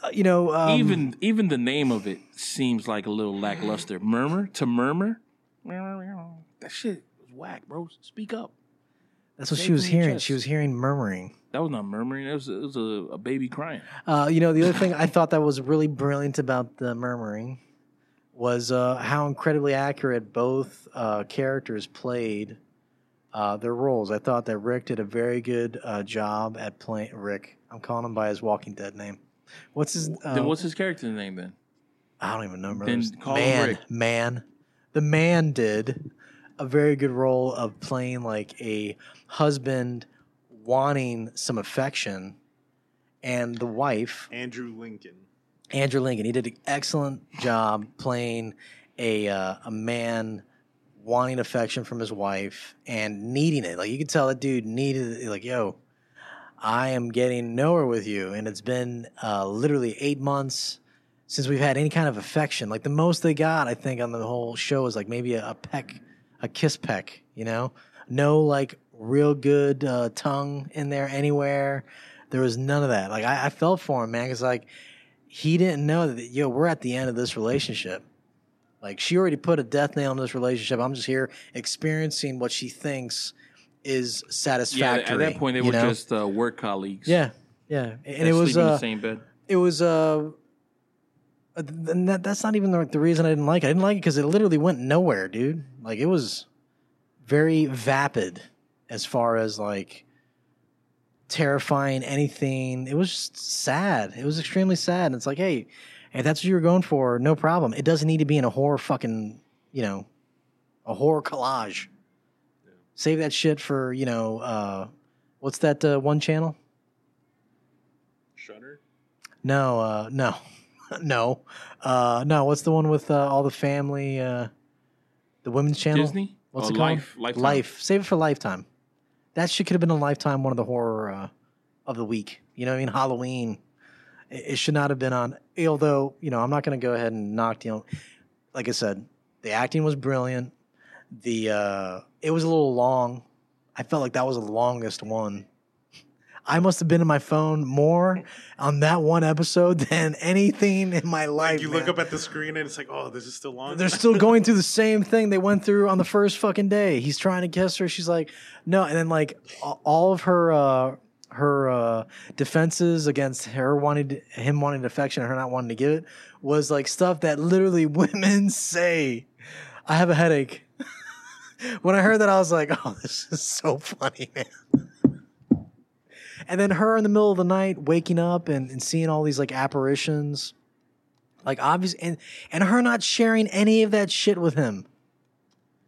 S4: Uh, you know, um,
S1: even even the name of it seems like a little lackluster. Murmur to murmur. That shit was whack, bro. Speak up.
S4: that's what she
S1: Satan
S4: was
S1: in your
S4: hearing.
S1: chest.
S4: She was hearing murmuring.
S1: That was not murmuring. That was, it was a, a baby crying.
S4: Uh, you know, the other thing I thought that was really brilliant about the murmuring was uh, how incredibly accurate both uh, characters played uh, their roles. I thought that Rick did a very good uh, job at playing Rick. I'm calling him by his Walking Dead name. What's his? Uh,
S1: then what's his character's name then?
S4: I don't even remember.
S1: Then
S4: his-
S1: call him
S4: man,
S1: Rick.
S4: man, the man did a very good role of playing like a husband wanting some affection, and the wife
S3: Andrew Lincoln.
S4: Andrew Lincoln. He did an excellent job playing a uh, a man wanting affection from his wife and needing it. Like you could tell that dude needed it. like, yo, I am getting nowhere with you, and it's been uh, literally eight months since we've had any kind of affection. Like the most they got, I think, on the whole show is like maybe a, a peck, a kiss peck. You know, no like real good uh, tongue in there anywhere. There was none of that. Like I, I felt for him, man, because like he didn't know that yo, we're at the end of this relationship. Like she already put a death nail in this relationship. I'm just here experiencing what she thinks is
S1: Yeah,
S4: satisfactory.
S1: at that point they
S4: you
S1: were
S4: know?
S1: just uh, work colleagues.
S4: Yeah, yeah, and
S1: that
S4: it was
S1: sleep in
S4: uh,
S1: the same bed.
S4: it was uh, uh, th- and that, that's not even the, the reason I didn't like it. I didn't like it because it literally went nowhere, dude. Like it was very vapid as far as like terrifying anything. It was just sad. It was extremely sad. And it's like, hey, if that's what you were going for, no problem. It doesn't need to be in a horror fucking, you know, a horror collage. Save that shit for you know, uh, what's that uh, one channel?
S3: Shutter.
S4: No, uh, no, [laughs] no, uh, no. What's the one with uh, all the family? Uh, the women's channel.
S1: Disney.
S4: What's
S1: Or
S4: it called?
S1: life, Lifetime?
S4: Life. Save it for Lifetime. That shit could have been a Lifetime one of the horror uh, of the week. You know what I mean? Halloween. It, it should not have been on. Although you know, I'm not going to go ahead and knock the. Like I said, the acting was brilliant. The uh, it was a little long. I felt like that was the longest one. I must have been in my phone more on that one episode [laughs] than anything in my life.
S3: Like you look
S4: man.
S3: up at the screen and it's like, oh, this is still on.
S4: They're still going through the same thing they went through on the first fucking day. He's trying to kiss her. She's like, no. And then like a- all of her uh, her uh, defenses against her wanting him wanting affection and her not wanting to give it was like stuff that literally [laughs] women say. I have a headache. [laughs] when I heard that, I was like, oh, this is so funny, man. And then her in the middle of the night waking up and, and seeing all these like apparitions like obvious and and her not sharing any of that shit with him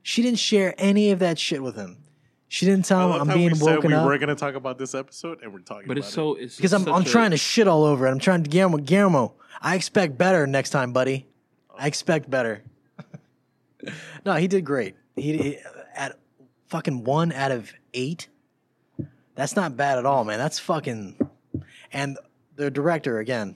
S4: she didn't share any of that shit with him she didn't
S3: I
S4: tell
S3: love
S4: him i'm
S3: how
S4: being
S3: we said
S4: woken
S3: we were
S4: up
S3: going to talk about this episode, and we're talking.
S1: But
S3: about
S1: it's so it's
S4: because i'm,
S1: such
S4: I'm
S1: a-
S4: trying to shit all over it i'm trying to guillermo guillermo i expect better next time buddy i expect better [laughs] no he did great he, he at fucking one out of eight that's not bad at all man that's fucking and the director again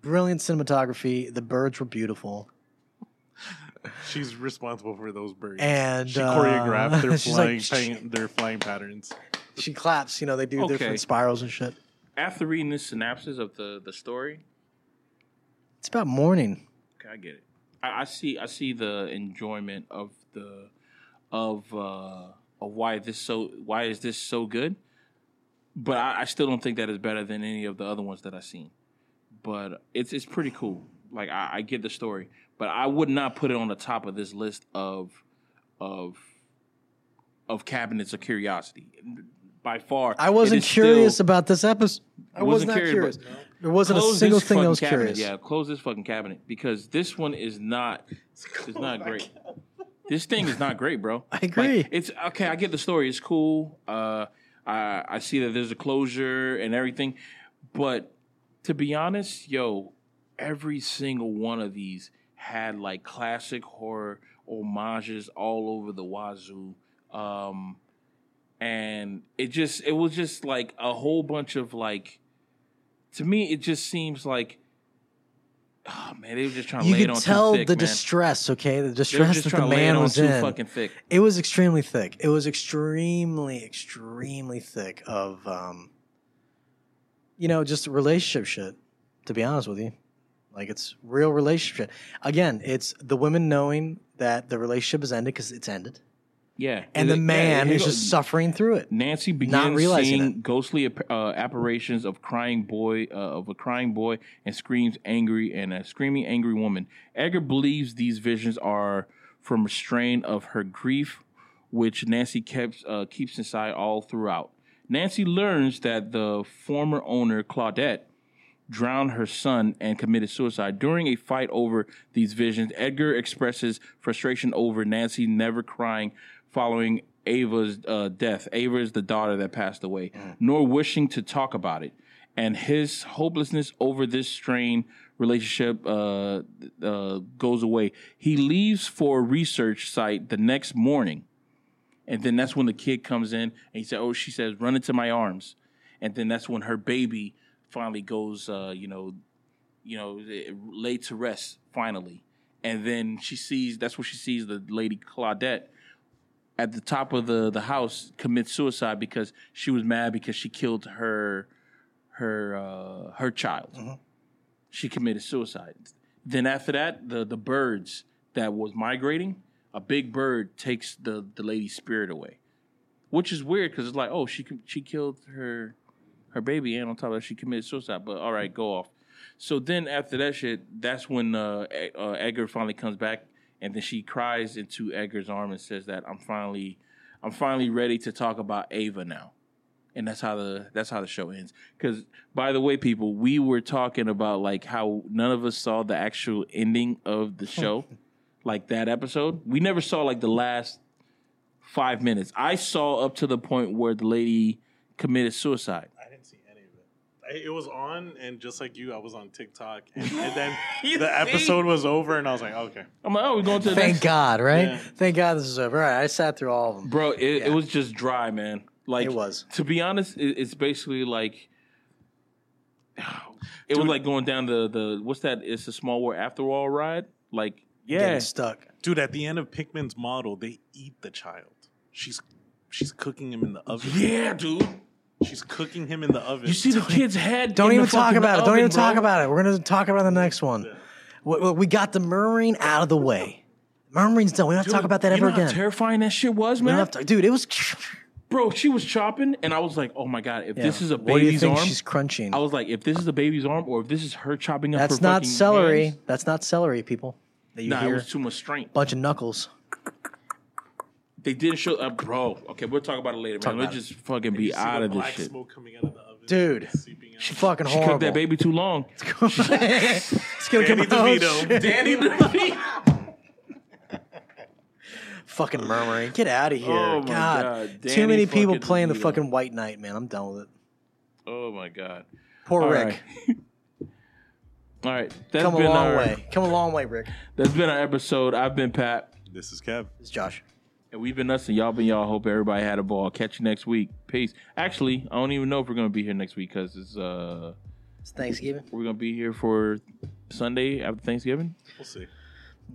S4: brilliant cinematography the birds were beautiful
S3: it. She's responsible for those birds,
S4: And,
S3: she
S4: uh, [laughs]
S3: choreographed their
S4: she's like,
S3: flying pa- their flying patterns.
S4: she claps. You know, they do
S1: Okay.
S4: different spirals and shit.
S1: after reading this synopsis of the the story,
S4: It's about mourning.
S1: okay, I get it. I, I see I see the enjoyment of the of uh of why this so why is this so good. But I, I still don't think that is better than any of the other ones that I've seen. But it's it's pretty cool. Like I, I get the story, but I would not put it on the top of this list of of of cabinets of curiosity. By far,
S4: I wasn't curious about this episode. I was
S1: Wasn't
S4: not
S1: curious,
S4: curious.
S1: but-
S4: There wasn't a
S1: Close
S4: single
S1: this
S4: thing that
S1: fucking
S4: was
S1: cabinet.
S4: curious.
S1: Yeah, close this fucking cabinet because this one is not. It's not great. This thing is not great, bro.
S4: I agree.
S1: Like, it's okay. I get the story. It's cool. Uh, I I see that there's a closure and everything, but to be honest, yo, every single one of these had like classic horror homages all over the wazoo. Um, and it just it was just like a whole bunch of like to me it just seems like oh man they were just trying to
S4: You
S1: lay it
S4: could
S1: on
S4: tell
S1: too thick,
S4: the
S1: man.
S4: distress. Okay, the
S1: they were
S4: distress
S1: just
S4: that
S1: trying
S4: the
S1: to lay it
S4: man
S1: on
S4: was
S1: too
S4: in.
S1: fucking thick
S4: It was extremely thick. It was extremely, extremely thick of, um, you know, just relationship shit. To be honest with you, like it's real relationship. Again, it's the women knowing that the relationship is ended because it's ended,
S1: yeah
S4: and the
S1: Yeah,
S4: man
S1: here
S4: is
S1: go-
S4: just suffering through it.
S1: Nancy
S4: not
S1: begins
S4: realizing
S1: seeing
S4: it.
S1: ghostly ap- uh, apparitions of crying boy uh, of a crying boy and screams angry and a screaming angry woman. Edgar believes these visions are from restraint of her grief, which Nancy kept uh, keeps inside all throughout. Nancy learns that the former owner Claudette drowned her son and committed suicide. During a fight over these visions, Edgar expresses frustration over Nancy never crying following Ava's uh, death. Ava is the daughter that passed away, nor wishing to talk about it. and his hopelessness over this strained relationship uh, uh, goes away. He leaves for a research site the next morning, and then that's when the kid comes in and he said, "Oh," she says, "Run into my arms," and then that's when her baby finally goes, uh, you know, you know, laid to rest finally, and then she sees that's when she sees the lady Claudette at the top of the the house commit suicide because she was mad because she killed her her uh, her child. She committed suicide. Then after that, the the birds that was migrating, a big bird takes the the lady's spirit away, which is weird because it's like, oh, she com- she killed her her baby, and on top of that, she committed suicide. But all right, go off. So then after that shit, that's when uh, E- uh, Edgar finally comes back, and then she cries into Edgar's arm and says that I'm finally, I'm finally ready to talk about Ava now, and that's how the that's how the show ends. Because by the way, people, we were talking about like how none of us saw the actual ending of the show, like that episode. We never saw like the last five minutes. I saw up to the point where the lady committed suicide.
S3: I didn't see any of it. I- It was on, and just like you, I was on TikTok, and,
S1: [laughs]
S3: and then the episode was over, and I was like, okay.
S1: I'm like, oh, we're going to the next.
S4: Thank God, right?
S3: Yeah.
S4: Thank God this is over. All right, I sat through all of them.
S1: bro it,
S4: Yeah.
S1: it was just dry man like
S4: It was.
S1: to be honest it, it's basically like [sighs] it was like going down the the what's that it's a small world after all ride like yeah
S4: Getting stuck.
S3: Dude, at the end of Pikmin's model, they eat the child. She's she's cooking him in the oven.
S1: yeah dude
S3: She's cooking him in the oven.
S1: you see the kid's head
S4: Don't
S1: in the
S4: even talk
S1: fucking
S4: about it. Don't
S1: oven,
S4: even talk
S1: bro.
S4: about it. We're gonna talk about the next one. We- we- We got the murmuring out of the way. Murmuring's done. We don't have to
S1: Dude,
S4: talk about that
S1: you
S4: ever
S1: know how
S4: again.
S1: terrifying that shit was
S4: We
S1: man
S4: don't have to- dude, it was.
S1: bro she was chopping and i was like oh my god if this is a
S4: What do you
S1: baby's
S4: think
S1: arm
S4: she's crunching?
S1: i was like if this is a baby's arm or if this is her chopping up
S4: That's
S1: her
S4: not
S1: fucking
S4: celery.
S1: hands,
S4: That's not celery, people. That you
S1: nah it
S4: hear
S1: was too much strength
S4: bunch of knuckles.
S1: They didn't show up, bro. Okay, we'll talk about it later, man. Let's just fucking be
S3: See the
S1: out of this
S3: black
S1: shit.
S3: smoke coming out of the oven.
S4: Dude.
S3: Seeping out.
S4: Fucking
S1: She
S4: horrible.
S1: cooked
S4: [laughs]
S1: that baby too long.
S4: it's gonna come
S3: Danny
S4: out. Oh,
S3: DeVito.
S4: shit.
S1: Danny DeVito.
S4: Fucking murmuring. Get out of here.
S1: Oh, my
S4: God.
S1: God.
S4: Too
S1: Danny
S4: many people
S1: fucking
S4: playing the
S1: DeVito.
S4: fucking White Knight, man. I'm done with it.
S1: Oh my god.
S4: Poor
S1: All
S4: Rick.
S1: right. All right, that's
S4: Come a
S1: been uh,
S4: long
S1: our
S4: way. Come a long way, Rick.
S1: that's been our episode. I've been Pat,
S3: This is Kev.
S4: It's Josh.
S1: and we've been us, and y'all been y'all. Hope everybody had a ball. Catch you next week. Peace. Actually, I don't even know if we're gonna be here next week because it's uh
S4: It's Thanksgiving.
S1: we're gonna be here for Sunday after Thanksgiving.
S3: We'll see.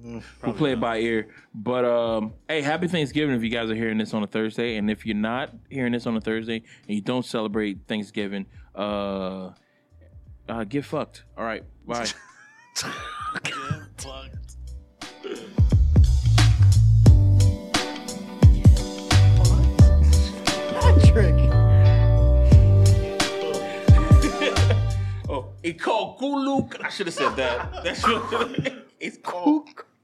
S1: We'll play it by ear. But um, hey, happy Thanksgiving if you guys are hearing this on a Thursday. And if you're not hearing this on a Thursday and you don't celebrate Thanksgiving, uh, uh get fucked. All right, [laughs] bye.
S4: Patrick.
S1: oh, it's called Kuluk. I should have said that. That's what it's called.